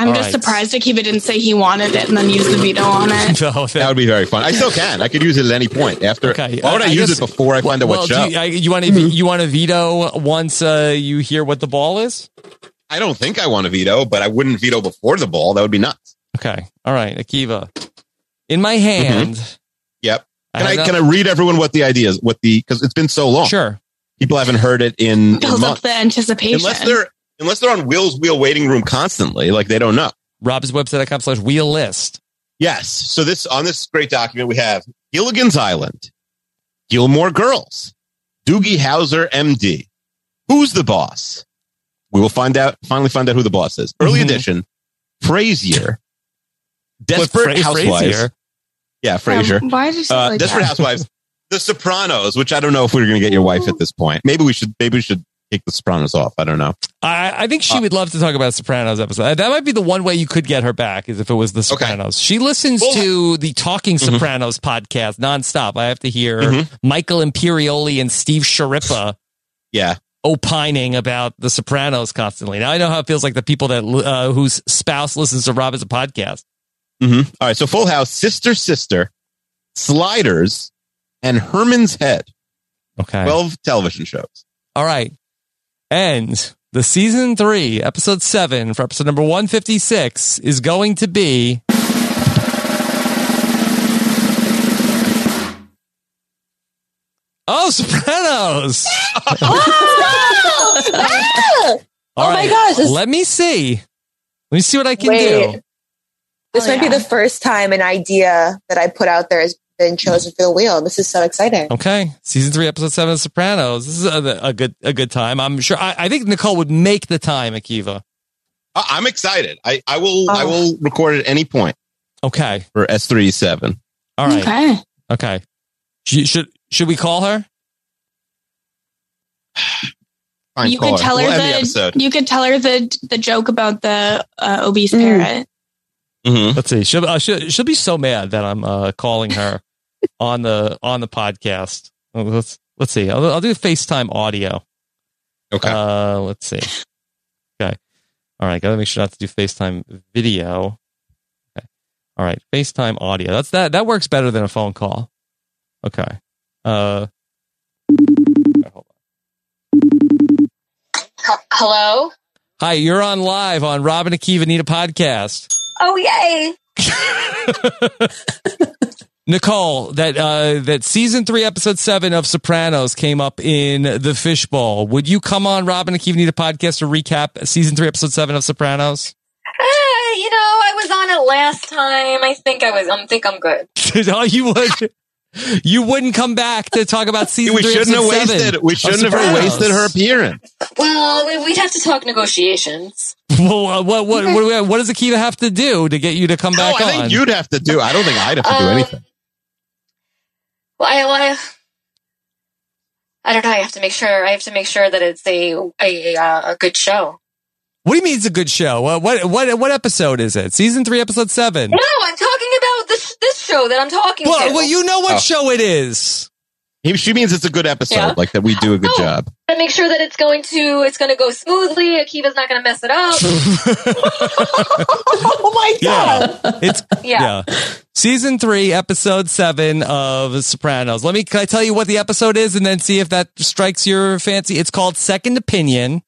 Speaker 4: I'm
Speaker 3: All
Speaker 4: just
Speaker 3: right.
Speaker 4: surprised Akiva didn't say he wanted it and then use the veto on it.
Speaker 3: that would be very fun. I still can. I could use it at any point after.
Speaker 2: Okay,
Speaker 3: Why would I,
Speaker 2: I
Speaker 3: use
Speaker 2: guess-
Speaker 3: it before I find out
Speaker 2: well,
Speaker 3: what
Speaker 2: do
Speaker 3: show?
Speaker 2: you, I, you want to you want to veto once uh, you hear what the ball is?
Speaker 3: I don't think I want to veto, but I wouldn't veto before the ball. That would be nuts.
Speaker 2: Okay. All right, Akiva. In my hand.
Speaker 3: Mm-hmm. Yep. Can
Speaker 2: I
Speaker 3: I,
Speaker 2: don't-
Speaker 3: can I read everyone what the idea is? What the because it's been so long.
Speaker 2: Sure.
Speaker 3: People haven't heard it in, in
Speaker 4: Builds up
Speaker 3: months.
Speaker 4: the anticipation.
Speaker 3: Unless they're unless they're on Will's wheel waiting room constantly, like they don't know.
Speaker 2: Rob's website.com slash wheel list.
Speaker 3: Yes. So this on this great document we have Gilligan's Island, Gilmore Girls, Doogie Howser MD. Who's the boss? We will find out finally find out who the boss is. Early edition, Frazier, Desperate
Speaker 2: Fra-
Speaker 3: Housewives.
Speaker 2: Frazier?
Speaker 3: Yeah, Frasier.
Speaker 4: why did you say
Speaker 3: uh,
Speaker 4: like
Speaker 3: Desperate
Speaker 4: that?
Speaker 3: Housewives, The Sopranos, which I don't know if we're going to get your wife at this point. Maybe we should. Maybe we should take The Sopranos off. I don't know.
Speaker 2: I, I think
Speaker 3: Uh,
Speaker 2: she would love to talk about Sopranos episode. That might be the one way you could get her back is if it was the Sopranos. She listens to the Talking
Speaker 3: Mm-hmm.
Speaker 2: Sopranos podcast nonstop. I have to hear Michael Imperioli and Steve Sharippa.
Speaker 3: Yeah.
Speaker 2: Opining about the Sopranos constantly. Now I know how it feels like the people that uh, whose spouse listens to Rob as a podcast.
Speaker 3: Mhm. All right. So Full House, Sister Sister, Sliders, and Herman's Head.
Speaker 2: Okay.
Speaker 3: Twelve television shows.
Speaker 2: All right. And the season three, episode seven, for episode number 156, is going to be. Oh, Sopranos!
Speaker 6: Ah!
Speaker 2: All
Speaker 6: Oh my
Speaker 2: right.
Speaker 6: gosh, this-
Speaker 2: Let me see. Let me see what I can
Speaker 6: Wait.
Speaker 2: do.
Speaker 6: This
Speaker 4: Oh,
Speaker 6: might be the first time an idea that I put out there has been chosen for the wheel. This is so exciting.
Speaker 2: Okay, season three, episode seven, of Sopranos. This is a, a good a good time. I'm sure. I, I think Nicole would make the time, Akiva.
Speaker 3: I, I'm excited. I, I will. I will record at any point.
Speaker 2: Okay.
Speaker 3: For S three E seven.
Speaker 2: All right.
Speaker 4: Okay.
Speaker 2: Okay. She, should should we call her?
Speaker 3: Fine,
Speaker 4: you
Speaker 3: call
Speaker 4: could tell her
Speaker 3: We'll end the
Speaker 4: the,
Speaker 3: episode.
Speaker 4: you could tell her the the joke about the uh, obese parrot.
Speaker 2: Mm-hmm. Let's see. She'll, uh, she'll she'll be so mad that I'm uh, calling her on the on the podcast. Uh, Let's let's see. I'll, I'll do FaceTime audio.
Speaker 3: Okay.
Speaker 2: Uh, let's see. Okay. All right. Got to make sure not to do FaceTime video. Okay. All right. FaceTime audio. That's that. That works better than a phone call. Okay. Uh. all right, hold on.
Speaker 12: Hello?
Speaker 2: Hi, you're on live on Robin Akiva Nita podcast.
Speaker 12: Oh, yay.
Speaker 2: Nicole, that uh, that season three, episode seven of Sopranos came up in the fishbowl. Would you come on Robin Akiva Nita podcast to recap season three, episode seven of Sopranos?
Speaker 5: Eh, you know, I was on it last time. I think I was. I think I'm good.
Speaker 2: oh, you would. You wouldn't come back to talk about season
Speaker 3: We
Speaker 2: three.
Speaker 3: shouldn't
Speaker 2: episode
Speaker 3: have
Speaker 2: seven
Speaker 3: wasted- we
Speaker 2: of
Speaker 3: shouldn't have
Speaker 2: Sopranos.
Speaker 3: wasted her appearance.
Speaker 5: Well, we- we'd have to talk negotiations.
Speaker 2: Well, uh, what what what, do we- what does Akiva have to do to get you to come back
Speaker 3: I
Speaker 2: on?
Speaker 3: think you'd have to do. I don't think I'd have to do
Speaker 5: Um,
Speaker 3: anything.
Speaker 5: Well, I, well, I, I don't know. I have to make sure. I have to make sure that it's a a, uh, a good show.
Speaker 2: What do you mean it's a good show? Uh, what what what episode is it? Season three, episode seven.
Speaker 5: No, I'm talking about this this show that I'm talking
Speaker 2: Well,
Speaker 5: to.
Speaker 2: well, you know what
Speaker 3: Oh.
Speaker 2: show it is.
Speaker 3: He, she means it's a good episode,
Speaker 5: Yeah.
Speaker 3: like that we do a good job.
Speaker 5: Oh, I make sure that it's going to it's going to go smoothly. Akiva's not going to mess it up.
Speaker 6: oh my
Speaker 2: Yeah, it's
Speaker 5: Yeah.
Speaker 2: yeah. Season three, episode seven of Sopranos. Let me can I tell you what the episode is, and then see if that strikes your fancy. It's called Second Opinion.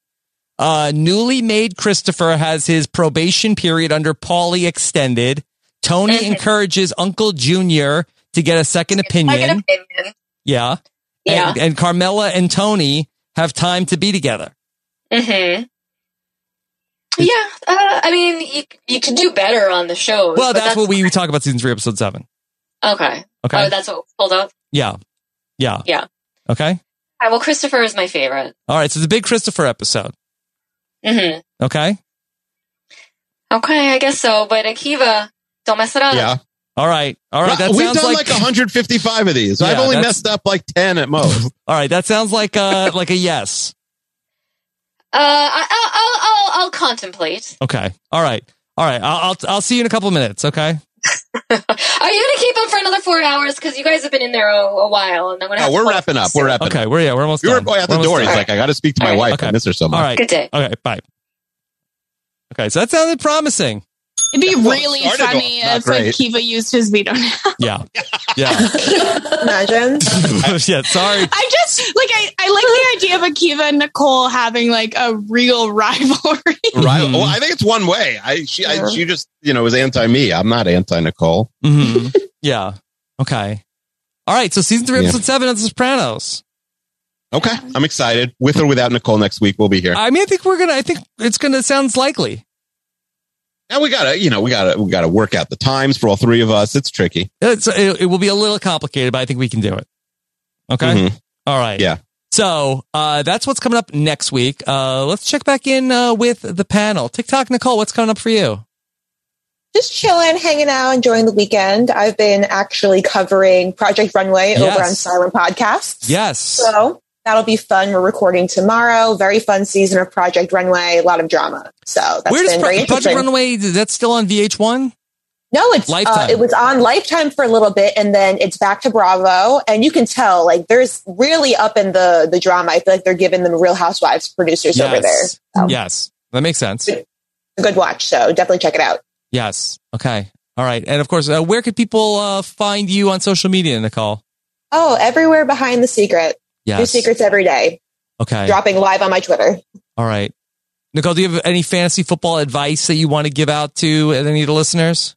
Speaker 2: Uh, newly made Christopher has his probation period under Paulie extended. Tony encourages Uncle Junior to get a Mm-hmm. second opinion.
Speaker 5: Second opinion.
Speaker 2: Yeah.
Speaker 5: Yeah.
Speaker 2: And, and Carmela and Tony have time to be together.
Speaker 5: Mm-hmm. Yeah, uh, I mean, you, you could do better on the show.
Speaker 2: Well, Oh, that's, what we talk about season three, episode seven.
Speaker 5: Okay.
Speaker 2: Okay. Uh.
Speaker 5: Oh, that's what pulled up.
Speaker 2: Yeah. Yeah.
Speaker 5: Yeah.
Speaker 2: Okay.
Speaker 5: All right, well, Christopher is my favorite.
Speaker 2: All right. So it's a big Christopher episode.
Speaker 5: hmm
Speaker 2: Okay.
Speaker 5: Okay, I guess so. But Akiva, don't mess it up.
Speaker 2: All right. All right. That
Speaker 3: Well, we've
Speaker 2: sounds
Speaker 3: done like,
Speaker 2: like,
Speaker 3: 155 of these. I've
Speaker 2: Yeah,
Speaker 3: only
Speaker 2: that's-
Speaker 3: messed up like 10 at most.
Speaker 2: All right. That sounds like a, like a yes.
Speaker 5: Uh, I, I'll, I'll, I'll, I'll contemplate.
Speaker 2: Okay. All right. All right. I'll, I'll, I'll see you in a couple of minutes. Okay.
Speaker 5: Are you gonna keep him for another four hours? Because you guys have been in there a, a while, and I'm gonna.
Speaker 3: No,
Speaker 5: have
Speaker 3: we're
Speaker 5: to
Speaker 3: wrapping up. We're wrapping
Speaker 2: Okay.
Speaker 3: up.
Speaker 2: We're, yeah, we're almost
Speaker 3: We were
Speaker 2: done.
Speaker 3: going out
Speaker 2: We're
Speaker 3: the
Speaker 2: almost
Speaker 3: door. He's
Speaker 2: done.
Speaker 3: like, I got to speak to my wife. I miss her so much.
Speaker 2: All right.
Speaker 5: Good day.
Speaker 2: Okay. Bye. Okay. So that sounded promising.
Speaker 4: It'd be really
Speaker 2: started off
Speaker 4: funny
Speaker 2: not
Speaker 4: if like
Speaker 2: great.
Speaker 4: Kiva used his veto now.
Speaker 2: Yeah. Yeah.
Speaker 6: Imagine.
Speaker 2: yeah. Sorry.
Speaker 4: I just like I, I like the idea of Akiva and Nicole having like a real rivalry.
Speaker 3: Right. Well,
Speaker 2: Mm-hmm.
Speaker 3: I think it's one way. I she I, she just you know was anti me. I'm not anti Nicole.
Speaker 2: Mhm. yeah. Okay. All right. So season three,
Speaker 3: Yeah.
Speaker 2: episode seven of The Sopranos.
Speaker 3: Okay, I'm excited. With or without Nicole next week, we'll be here.
Speaker 2: I mean, I think we're gonna. I think it's gonna sounds likely.
Speaker 3: now we gotta you know we gotta we gotta work out the times for all three of us. It's tricky.
Speaker 2: It's, uh, it, it will be a little complicated, but I think we can do it. Okay.
Speaker 3: Mhm.
Speaker 2: All right.
Speaker 3: Yeah.
Speaker 2: So uh, that's what's coming up next week. Uh, let's check back in uh, with the panel. TikTok Nicole, what's coming up for you?
Speaker 6: Just chilling, hanging out, enjoying the weekend. I've been actually covering Project Runway over
Speaker 2: Yes.
Speaker 6: on Silent Podcasts.
Speaker 2: Yes.
Speaker 6: So that'll be fun. We're recording tomorrow. Very fun season of Project Runway. A lot of drama. So that's
Speaker 2: Where does
Speaker 6: been very
Speaker 2: Pro-
Speaker 6: interesting.
Speaker 2: Project Runway? is That still on VH1?
Speaker 6: No, it's uh,
Speaker 2: Lifetime.
Speaker 6: it was on Lifetime for a little bit, and then it's back to Bravo, and you can tell like there's really up in the the drama. I feel like they're giving them Real Housewives producers over there. Oh.
Speaker 2: Yes. Yes. That makes sense.
Speaker 6: Good watch. So definitely check it out.
Speaker 2: Yes. Okay. All right. And of course, uh, where could people uh, find you on social media, Nicole?
Speaker 6: Oh, everywhere behind the secret. New
Speaker 2: Yes.
Speaker 6: secrets every day.
Speaker 2: Okay.
Speaker 6: Dropping live on my Twitter.
Speaker 2: All right. Nicole, do you have any fantasy football advice that you want to give out to any of the listeners?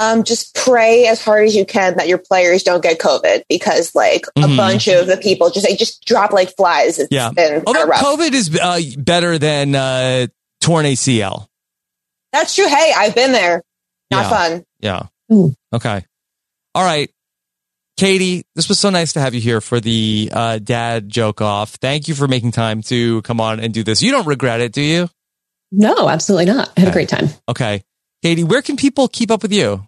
Speaker 6: Um, just pray as hard as you can that your players don't get COVID because like
Speaker 2: Mhm.
Speaker 6: a bunch of the people just they just drop like flies. It's
Speaker 2: Yeah.
Speaker 6: been
Speaker 2: Although
Speaker 6: rough.
Speaker 2: COVID is uh, better than uh, torn ACL.
Speaker 6: That's true. Hey, I've been there. Not
Speaker 2: Yeah.
Speaker 6: fun.
Speaker 2: Yeah. Okay. All right. Katie, this was so nice to have you here for the uh, dad joke off. Thank you for making time to come on and do this. You don't regret it, do you?
Speaker 7: No, absolutely not. I had a great time.
Speaker 2: Okay. Katie, where can people keep up with you?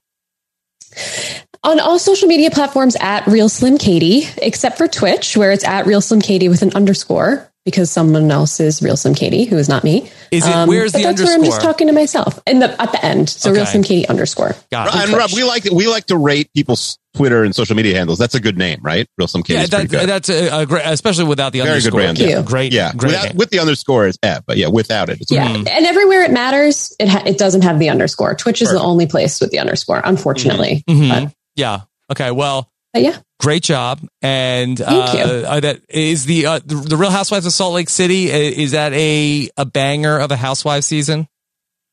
Speaker 7: On all social media platforms at Real Slim Katie, except for Twitch, where it's at Real Slim Katie with an underscore because someone else is Real Slim Katie who is not me. Um,
Speaker 2: Is it- where's
Speaker 7: but
Speaker 2: the
Speaker 7: that's where I'm just
Speaker 3: underscore?
Speaker 7: talking to myself in the at the end. So Real
Speaker 3: Okay.
Speaker 7: Slim Katie underscore.
Speaker 2: Got
Speaker 3: And Rob, we like we like to rate people's Twitter and social media handles. That's a good name, right? Real some kids.
Speaker 2: yeah, that, that's a, a great, especially without the
Speaker 3: very good
Speaker 2: underscore.
Speaker 3: brand.
Speaker 2: Yeah,
Speaker 3: Yeah.
Speaker 2: Great.
Speaker 3: Yeah.
Speaker 2: great
Speaker 3: Without-
Speaker 2: name.
Speaker 3: with the underscore is at, but yeah, without it, it's
Speaker 7: Yeah,
Speaker 2: Hmm.
Speaker 7: and everywhere it matters, it ha- it doesn't have the underscore. Twitch is the only place with the underscore, unfortunately.
Speaker 2: Mhm. Yeah. Mm-hmm. Okay. Well,
Speaker 7: But yeah,
Speaker 2: Great job. And
Speaker 7: Thank you.
Speaker 2: uh, are that is the, uh, the the Real Housewives of Salt Lake City. i- Is that a a banger of a Housewives season?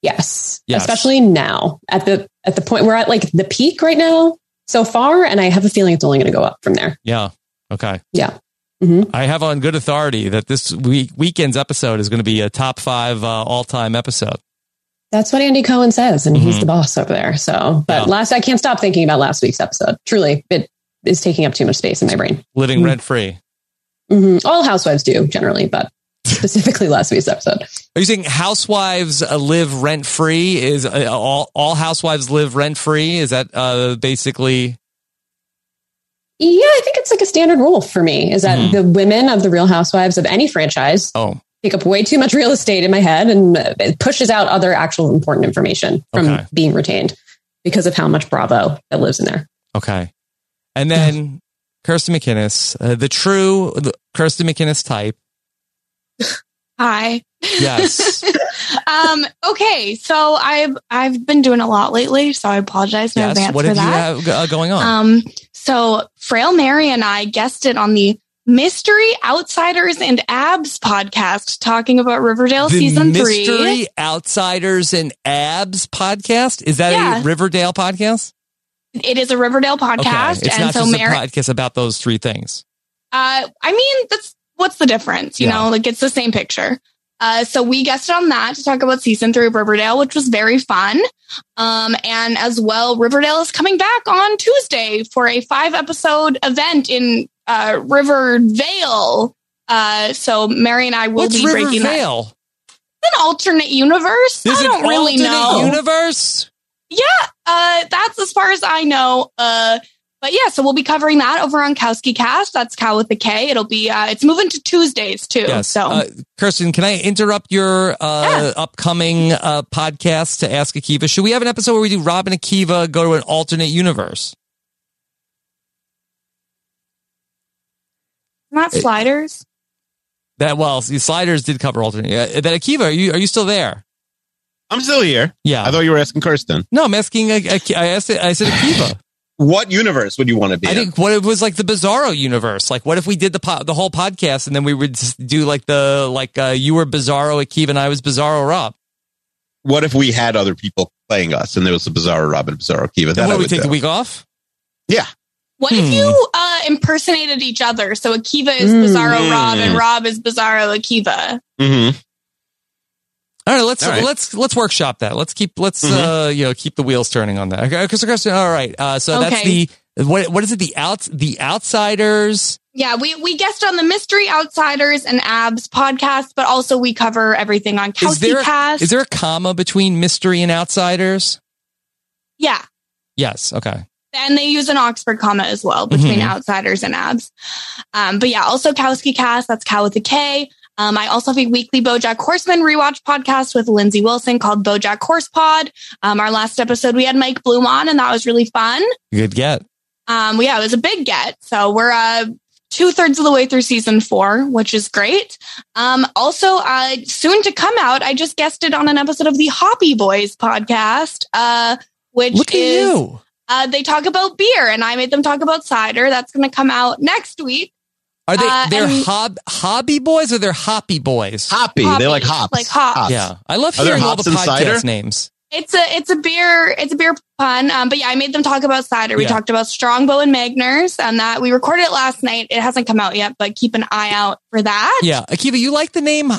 Speaker 7: yes.
Speaker 2: Hmm. Yes.
Speaker 7: Especially now at the at the point we're at like the peak right now so far, and I have a feeling it's only going to go up from there.
Speaker 2: Yeah. Okay.
Speaker 7: Yeah. hmm
Speaker 2: I have on good authority that this week weekend's episode is going to be a top five uh, all time episode.
Speaker 7: That's what Andy Cohen says, and
Speaker 2: Mhm.
Speaker 7: he's the boss over there. So, but
Speaker 2: Yeah.
Speaker 7: last I can't stop thinking about last week's episode. Truly, it is taking up too much space in my brain.
Speaker 2: Living rent free.
Speaker 7: hmm All housewives do generally, but specifically last week's episode.
Speaker 2: Are you saying housewives uh, live rent free? Is uh, all all housewives live rent free? Is that uh, basically?
Speaker 7: Yeah, I think it's like a standard rule for me is that the women of the Real Housewives of any franchise
Speaker 2: Mm-hmm. oh.
Speaker 7: take up way too much real estate in my head and uh, it pushes out other actual important information from
Speaker 2: Okay.
Speaker 7: being retained because of how much Bravo that lives in there.
Speaker 2: Okay. And then Kirsten McInnes, uh, the true the Kirsten McInnes type.
Speaker 4: Hi.
Speaker 2: Yes.
Speaker 4: um, okay, so I've I've been doing a lot lately, so I apologize in
Speaker 2: yes.
Speaker 4: advance
Speaker 2: What
Speaker 4: for
Speaker 2: have
Speaker 4: that.
Speaker 2: you have uh, going on?
Speaker 4: Um, so Frail Mary and I guested on the Mystery Outsiders and Abs podcast, talking about Riverdale
Speaker 2: the
Speaker 4: season
Speaker 2: Mystery
Speaker 4: three.
Speaker 2: Outsiders and Abs podcast. Is that
Speaker 4: Yeah.
Speaker 2: a Riverdale podcast?
Speaker 4: It is a Riverdale podcast,
Speaker 2: It's
Speaker 4: and
Speaker 2: not
Speaker 4: so
Speaker 2: just a
Speaker 4: Mary.
Speaker 2: podcast about those three things.
Speaker 4: uh, I mean, that's what's the difference, you
Speaker 2: Yeah.
Speaker 4: know? Like it's the same picture. Uh, so we guested on that to talk about season three of Riverdale, which was very fun. Um, and as well, Riverdale is coming back on Tuesday for a five episode event in uh, Riverdale. Uh, so Mary and I will
Speaker 2: What's
Speaker 4: be breaking that.
Speaker 2: Riverdale?
Speaker 4: an alternate universe.
Speaker 2: There's
Speaker 4: I
Speaker 2: an
Speaker 4: don't really
Speaker 2: alternate
Speaker 4: know.
Speaker 2: universe.
Speaker 4: yeah, uh, that's as far as I know. Uh, but yeah, so we'll be covering that over on Kowski Cast. That's Cow with the K. It'll be uh, it's moving to Tuesdays too.
Speaker 2: Yes.
Speaker 4: So
Speaker 2: Uh, Kirsten, can I interrupt your uh, upcoming uh, podcast to ask Akiva? Should we have an episode where we do Rob and Akiva go to an alternate universe?
Speaker 4: not sliders.
Speaker 2: That well, see, sliders did cover alternate. Uh, that Akiva, are you are you still there?
Speaker 3: I'm still here.
Speaker 2: Yeah.
Speaker 3: I thought you were asking Kirsten.
Speaker 2: No, I'm asking. uh, Aki- I asked. I said Akiva.
Speaker 3: What universe would you want to be?
Speaker 2: I
Speaker 3: in?
Speaker 2: think what if it was like the Bizarro universe. Like, what if we did the po- the whole podcast and then we would just do like the like uh, you were Bizarro Akiva and I was Bizarro Rob.
Speaker 3: what if we had other people playing us and there was a Bizarro Robin, Bizarro Kiva?
Speaker 2: Then
Speaker 3: That I
Speaker 2: what, we
Speaker 3: would
Speaker 2: take
Speaker 3: do.
Speaker 2: the week off?
Speaker 3: Yeah.
Speaker 4: What
Speaker 3: Hmm.
Speaker 4: if you uh, impersonated each other? So Akiva is Bizarro
Speaker 3: Mm.
Speaker 4: Rob
Speaker 2: Hmm.
Speaker 4: and Rob is Bizarro Akiva.
Speaker 3: Mm-hmm.
Speaker 2: All right, let's
Speaker 3: All right. Mm-hmm.
Speaker 2: let's let's workshop that. Let's keep let's uh you know keep the wheels turning on that. Okay, Chris, Chris, all right. Uh, so that's
Speaker 4: Okay.
Speaker 2: the what what is it? The out the outsiders.
Speaker 4: Yeah, we we guest on the Mystery Outsiders and Abs podcast, but also we cover everything on
Speaker 2: Is there
Speaker 4: Kowski Cast.
Speaker 2: is there a comma between mystery and outsiders?
Speaker 4: yeah.
Speaker 2: Yes. Okay.
Speaker 4: and they use an Oxford comma as well between
Speaker 2: Mhm.
Speaker 4: outsiders and abs. Um, but yeah, also Kowski Cast, that's Cow with a K. Um, I also have a weekly BoJack Horseman rewatch podcast with Lindsay Wilson called BoJack Horse Pod. Um, our last episode, we had Mike Bloom on, and that was really fun.
Speaker 2: Good get.
Speaker 4: Um, yeah, it was a big get. So we're uh, two thirds of the way through season four, which is great. Um, also, uh, soon to come out, I just guested on an episode of the Hoppy Boys podcast, uh, which
Speaker 2: Look at
Speaker 4: is
Speaker 2: you.
Speaker 4: uh, they talk about beer, and I made them talk about cider. That's going to come out next week.
Speaker 2: Are they
Speaker 4: Uh,
Speaker 2: they're
Speaker 4: and-
Speaker 2: hob, hobby boys or they're hoppy boys?
Speaker 3: Hoppy. They like hops.
Speaker 4: Like hops. Hops.
Speaker 2: Yeah, I love
Speaker 3: Are there
Speaker 2: hearing all the
Speaker 3: hops in cider?
Speaker 2: podcast names.
Speaker 4: It's a it's a beer it's a beer pun. Um, but yeah, I made them talk about cider. We
Speaker 2: Yeah.
Speaker 4: talked about Strongbow and Magners, and that we recorded it last night. It hasn't come out yet, but keep an eye out for that.
Speaker 2: Yeah, Akiva, you like the name uh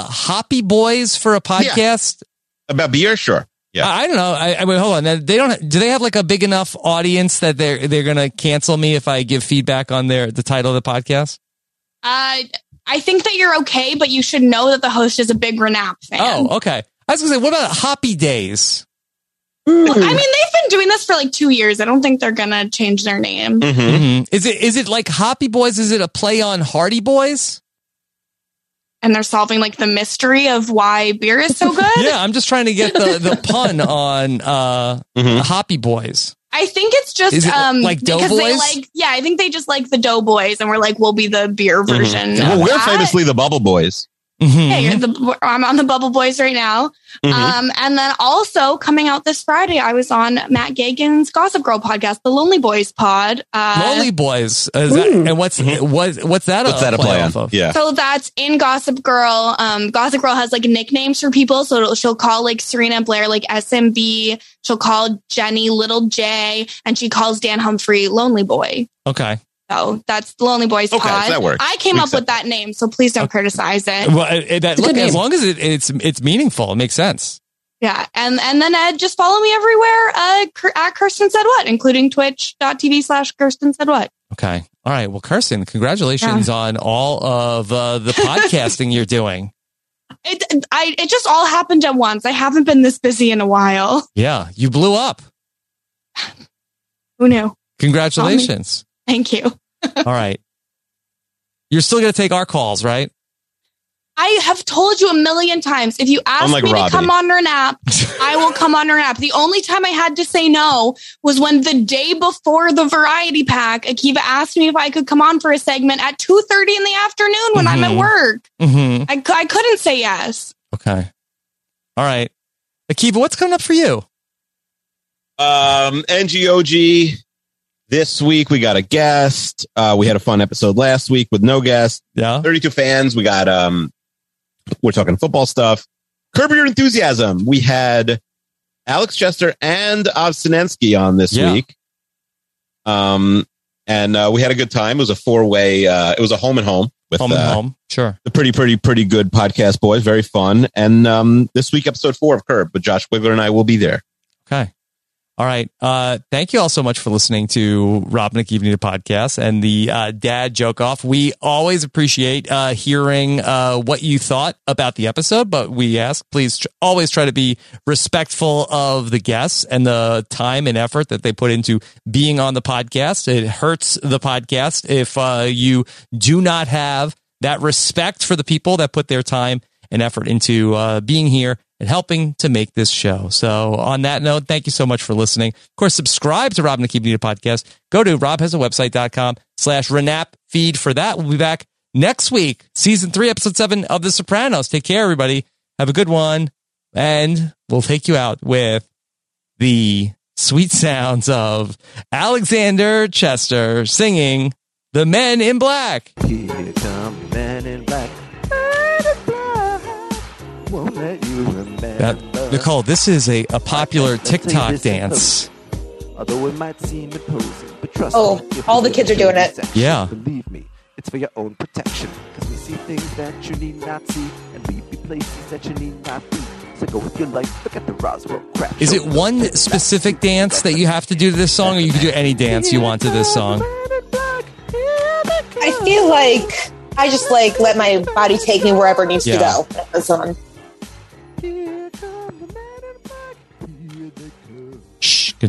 Speaker 2: Hoppy Boys for a podcast?
Speaker 3: About beer, sure. Yeah.
Speaker 2: I, I don't know. I, I mean, hold on. They don't. Do they have like a big enough audience that they're they're gonna cancel me if I give feedback on their the title of the podcast?
Speaker 4: Uh, I think that you're okay, but you should know that the host is a big Renap fan.
Speaker 2: Oh, okay. I was gonna say, what about Hoppy Days?
Speaker 4: I mean, they've been doing this for like two years. I don't think they're gonna change their name.
Speaker 3: Mm-hmm.
Speaker 2: Mhm. Is it is it like Hoppy Boys? Is it a play on Hardy Boys?
Speaker 4: And they're solving like the mystery of why beer is so good.
Speaker 2: Yeah, I'm just trying to get the the pun on uh
Speaker 3: Mm-hmm.
Speaker 2: Hoppy Boys.
Speaker 4: I think it's just
Speaker 2: Is it
Speaker 4: um
Speaker 2: like
Speaker 4: because they
Speaker 2: Doughboys?
Speaker 4: like yeah, I
Speaker 2: Mm-hmm.
Speaker 4: think they just like the Doughboys and we're like we'll be the beer version.
Speaker 3: Mhm. Well,
Speaker 4: of
Speaker 3: we're
Speaker 4: that.
Speaker 3: famously the Bubble Boys.
Speaker 2: Mhm.
Speaker 4: Yeah, you're the, I'm on the Bubble Boys right now.
Speaker 2: Mhm.
Speaker 4: Um, and then also coming out this Friday, I was on Matt Gagan's Gossip Girl podcast, the Lonely Boys Pod. Uh,
Speaker 2: Lonely Boys. Is that, and what's what, what's that?
Speaker 3: Mm-hmm. What's
Speaker 2: a
Speaker 3: that a play on?
Speaker 2: off of?
Speaker 3: Yeah.
Speaker 4: So that's in Gossip Girl. Um, Gossip Girl has like nicknames for people. So it'll- she'll call like Serena Blair like SMB. She'll call Jenny Little J, and she calls Dan Humphrey Lonely Boy.
Speaker 2: Okay.
Speaker 4: So that's the Lonely Boys
Speaker 2: Okay,
Speaker 4: Pod.
Speaker 2: that works.
Speaker 4: I came
Speaker 2: We
Speaker 4: up with that name, so please don't criticize it.
Speaker 2: Well, it- it- that,
Speaker 4: It's a
Speaker 2: look,
Speaker 4: good
Speaker 2: as
Speaker 4: name.
Speaker 2: long as it, it's it's meaningful, it makes sense.
Speaker 4: Yeah, and and then uh, just follow me everywhere uh, Kir- at Kirsten said what, including twitch.tv slash Kirsten said what.
Speaker 2: Okay. All right. Well, Kirsten, congratulations
Speaker 4: Yeah.
Speaker 2: on all of uh, the podcasting you're doing.
Speaker 4: It I it just all happened at once. I haven't been this busy in a while.
Speaker 2: Yeah, you blew up.
Speaker 4: Who knew?
Speaker 2: Congratulations.
Speaker 4: Thank you.
Speaker 2: all right. You're still going to take our calls, right?
Speaker 4: I have told you a million times. If you ask
Speaker 2: Unlike
Speaker 4: me
Speaker 2: Robbie.
Speaker 4: to come on an app, I will come on an app. The only time I had to say no was when the day before the variety pack, Akiva asked me if I could come on for a segment at two thirty in the afternoon when I'm
Speaker 2: Mhm.
Speaker 4: at work.
Speaker 2: Mm-hmm.
Speaker 4: I, cou- I couldn't say yes.
Speaker 2: Okay. All right. Akiva, what's coming up for you?
Speaker 3: Um, NGOG this week we got a guest. Uh, we had a fun episode last week with no guest.
Speaker 2: Yeah,
Speaker 3: thirty-two fans. We got um, we're talking football stuff. Curb your enthusiasm. We had Alex Chester and Obstinensky on this
Speaker 2: Yeah.
Speaker 3: week. Um, and uh, we had a good time. It was a four-way. Uh, it was a home and home with
Speaker 2: Home and
Speaker 3: uh,
Speaker 2: home. Sure.
Speaker 3: the pretty, pretty, pretty good podcast boys. Very fun. And um, this week, episode four of Curb, but Josh Wiggler and I will be there.
Speaker 2: Okay. All right. Uh, thank you all so much for listening to Rob Nick Evening the podcast and the uh, dad joke off. We always appreciate uh, hearing uh, what you thought about the episode, but we ask please tr- always try to be respectful of the guests and the time and effort that they put into being on the podcast. It hurts the podcast if uh, you do not have that respect for the people that put their time and effort into uh, being here and helping to make this show. So, on that note, thank you so much for listening. Of course, subscribe to Rob and the Keep It Neat podcast. Go to robhasawebsite.com slash Renap feed for that. We'll be back next week, season three, episode seven of The Sopranos. Take care, everybody. Have a good one. And we'll take you out with the sweet sounds of Alexander Chester singing The Men in Black.
Speaker 13: Here come the men in black. Won't let you remember.
Speaker 2: That, Nicole, this is a, a popular TikTok dance.
Speaker 13: Although it might seem imposing, but trust
Speaker 6: Oh,
Speaker 13: me, if
Speaker 6: all
Speaker 13: you
Speaker 6: the kids are
Speaker 13: feel
Speaker 6: doing it.
Speaker 13: these actions,
Speaker 2: Yeah.
Speaker 13: Believe me, it's for your own protection. Because we see things that you need not see, and we be places that you need not be. So go with your life, look at the Roswell crap.
Speaker 2: Is
Speaker 13: show.
Speaker 2: it one specific dance that you have to do to this song, or you can do any dance you want to this song?
Speaker 6: I feel like I just like let my body take me wherever it needs
Speaker 2: Yeah.
Speaker 6: to go. That's on.
Speaker 2: Shh. Good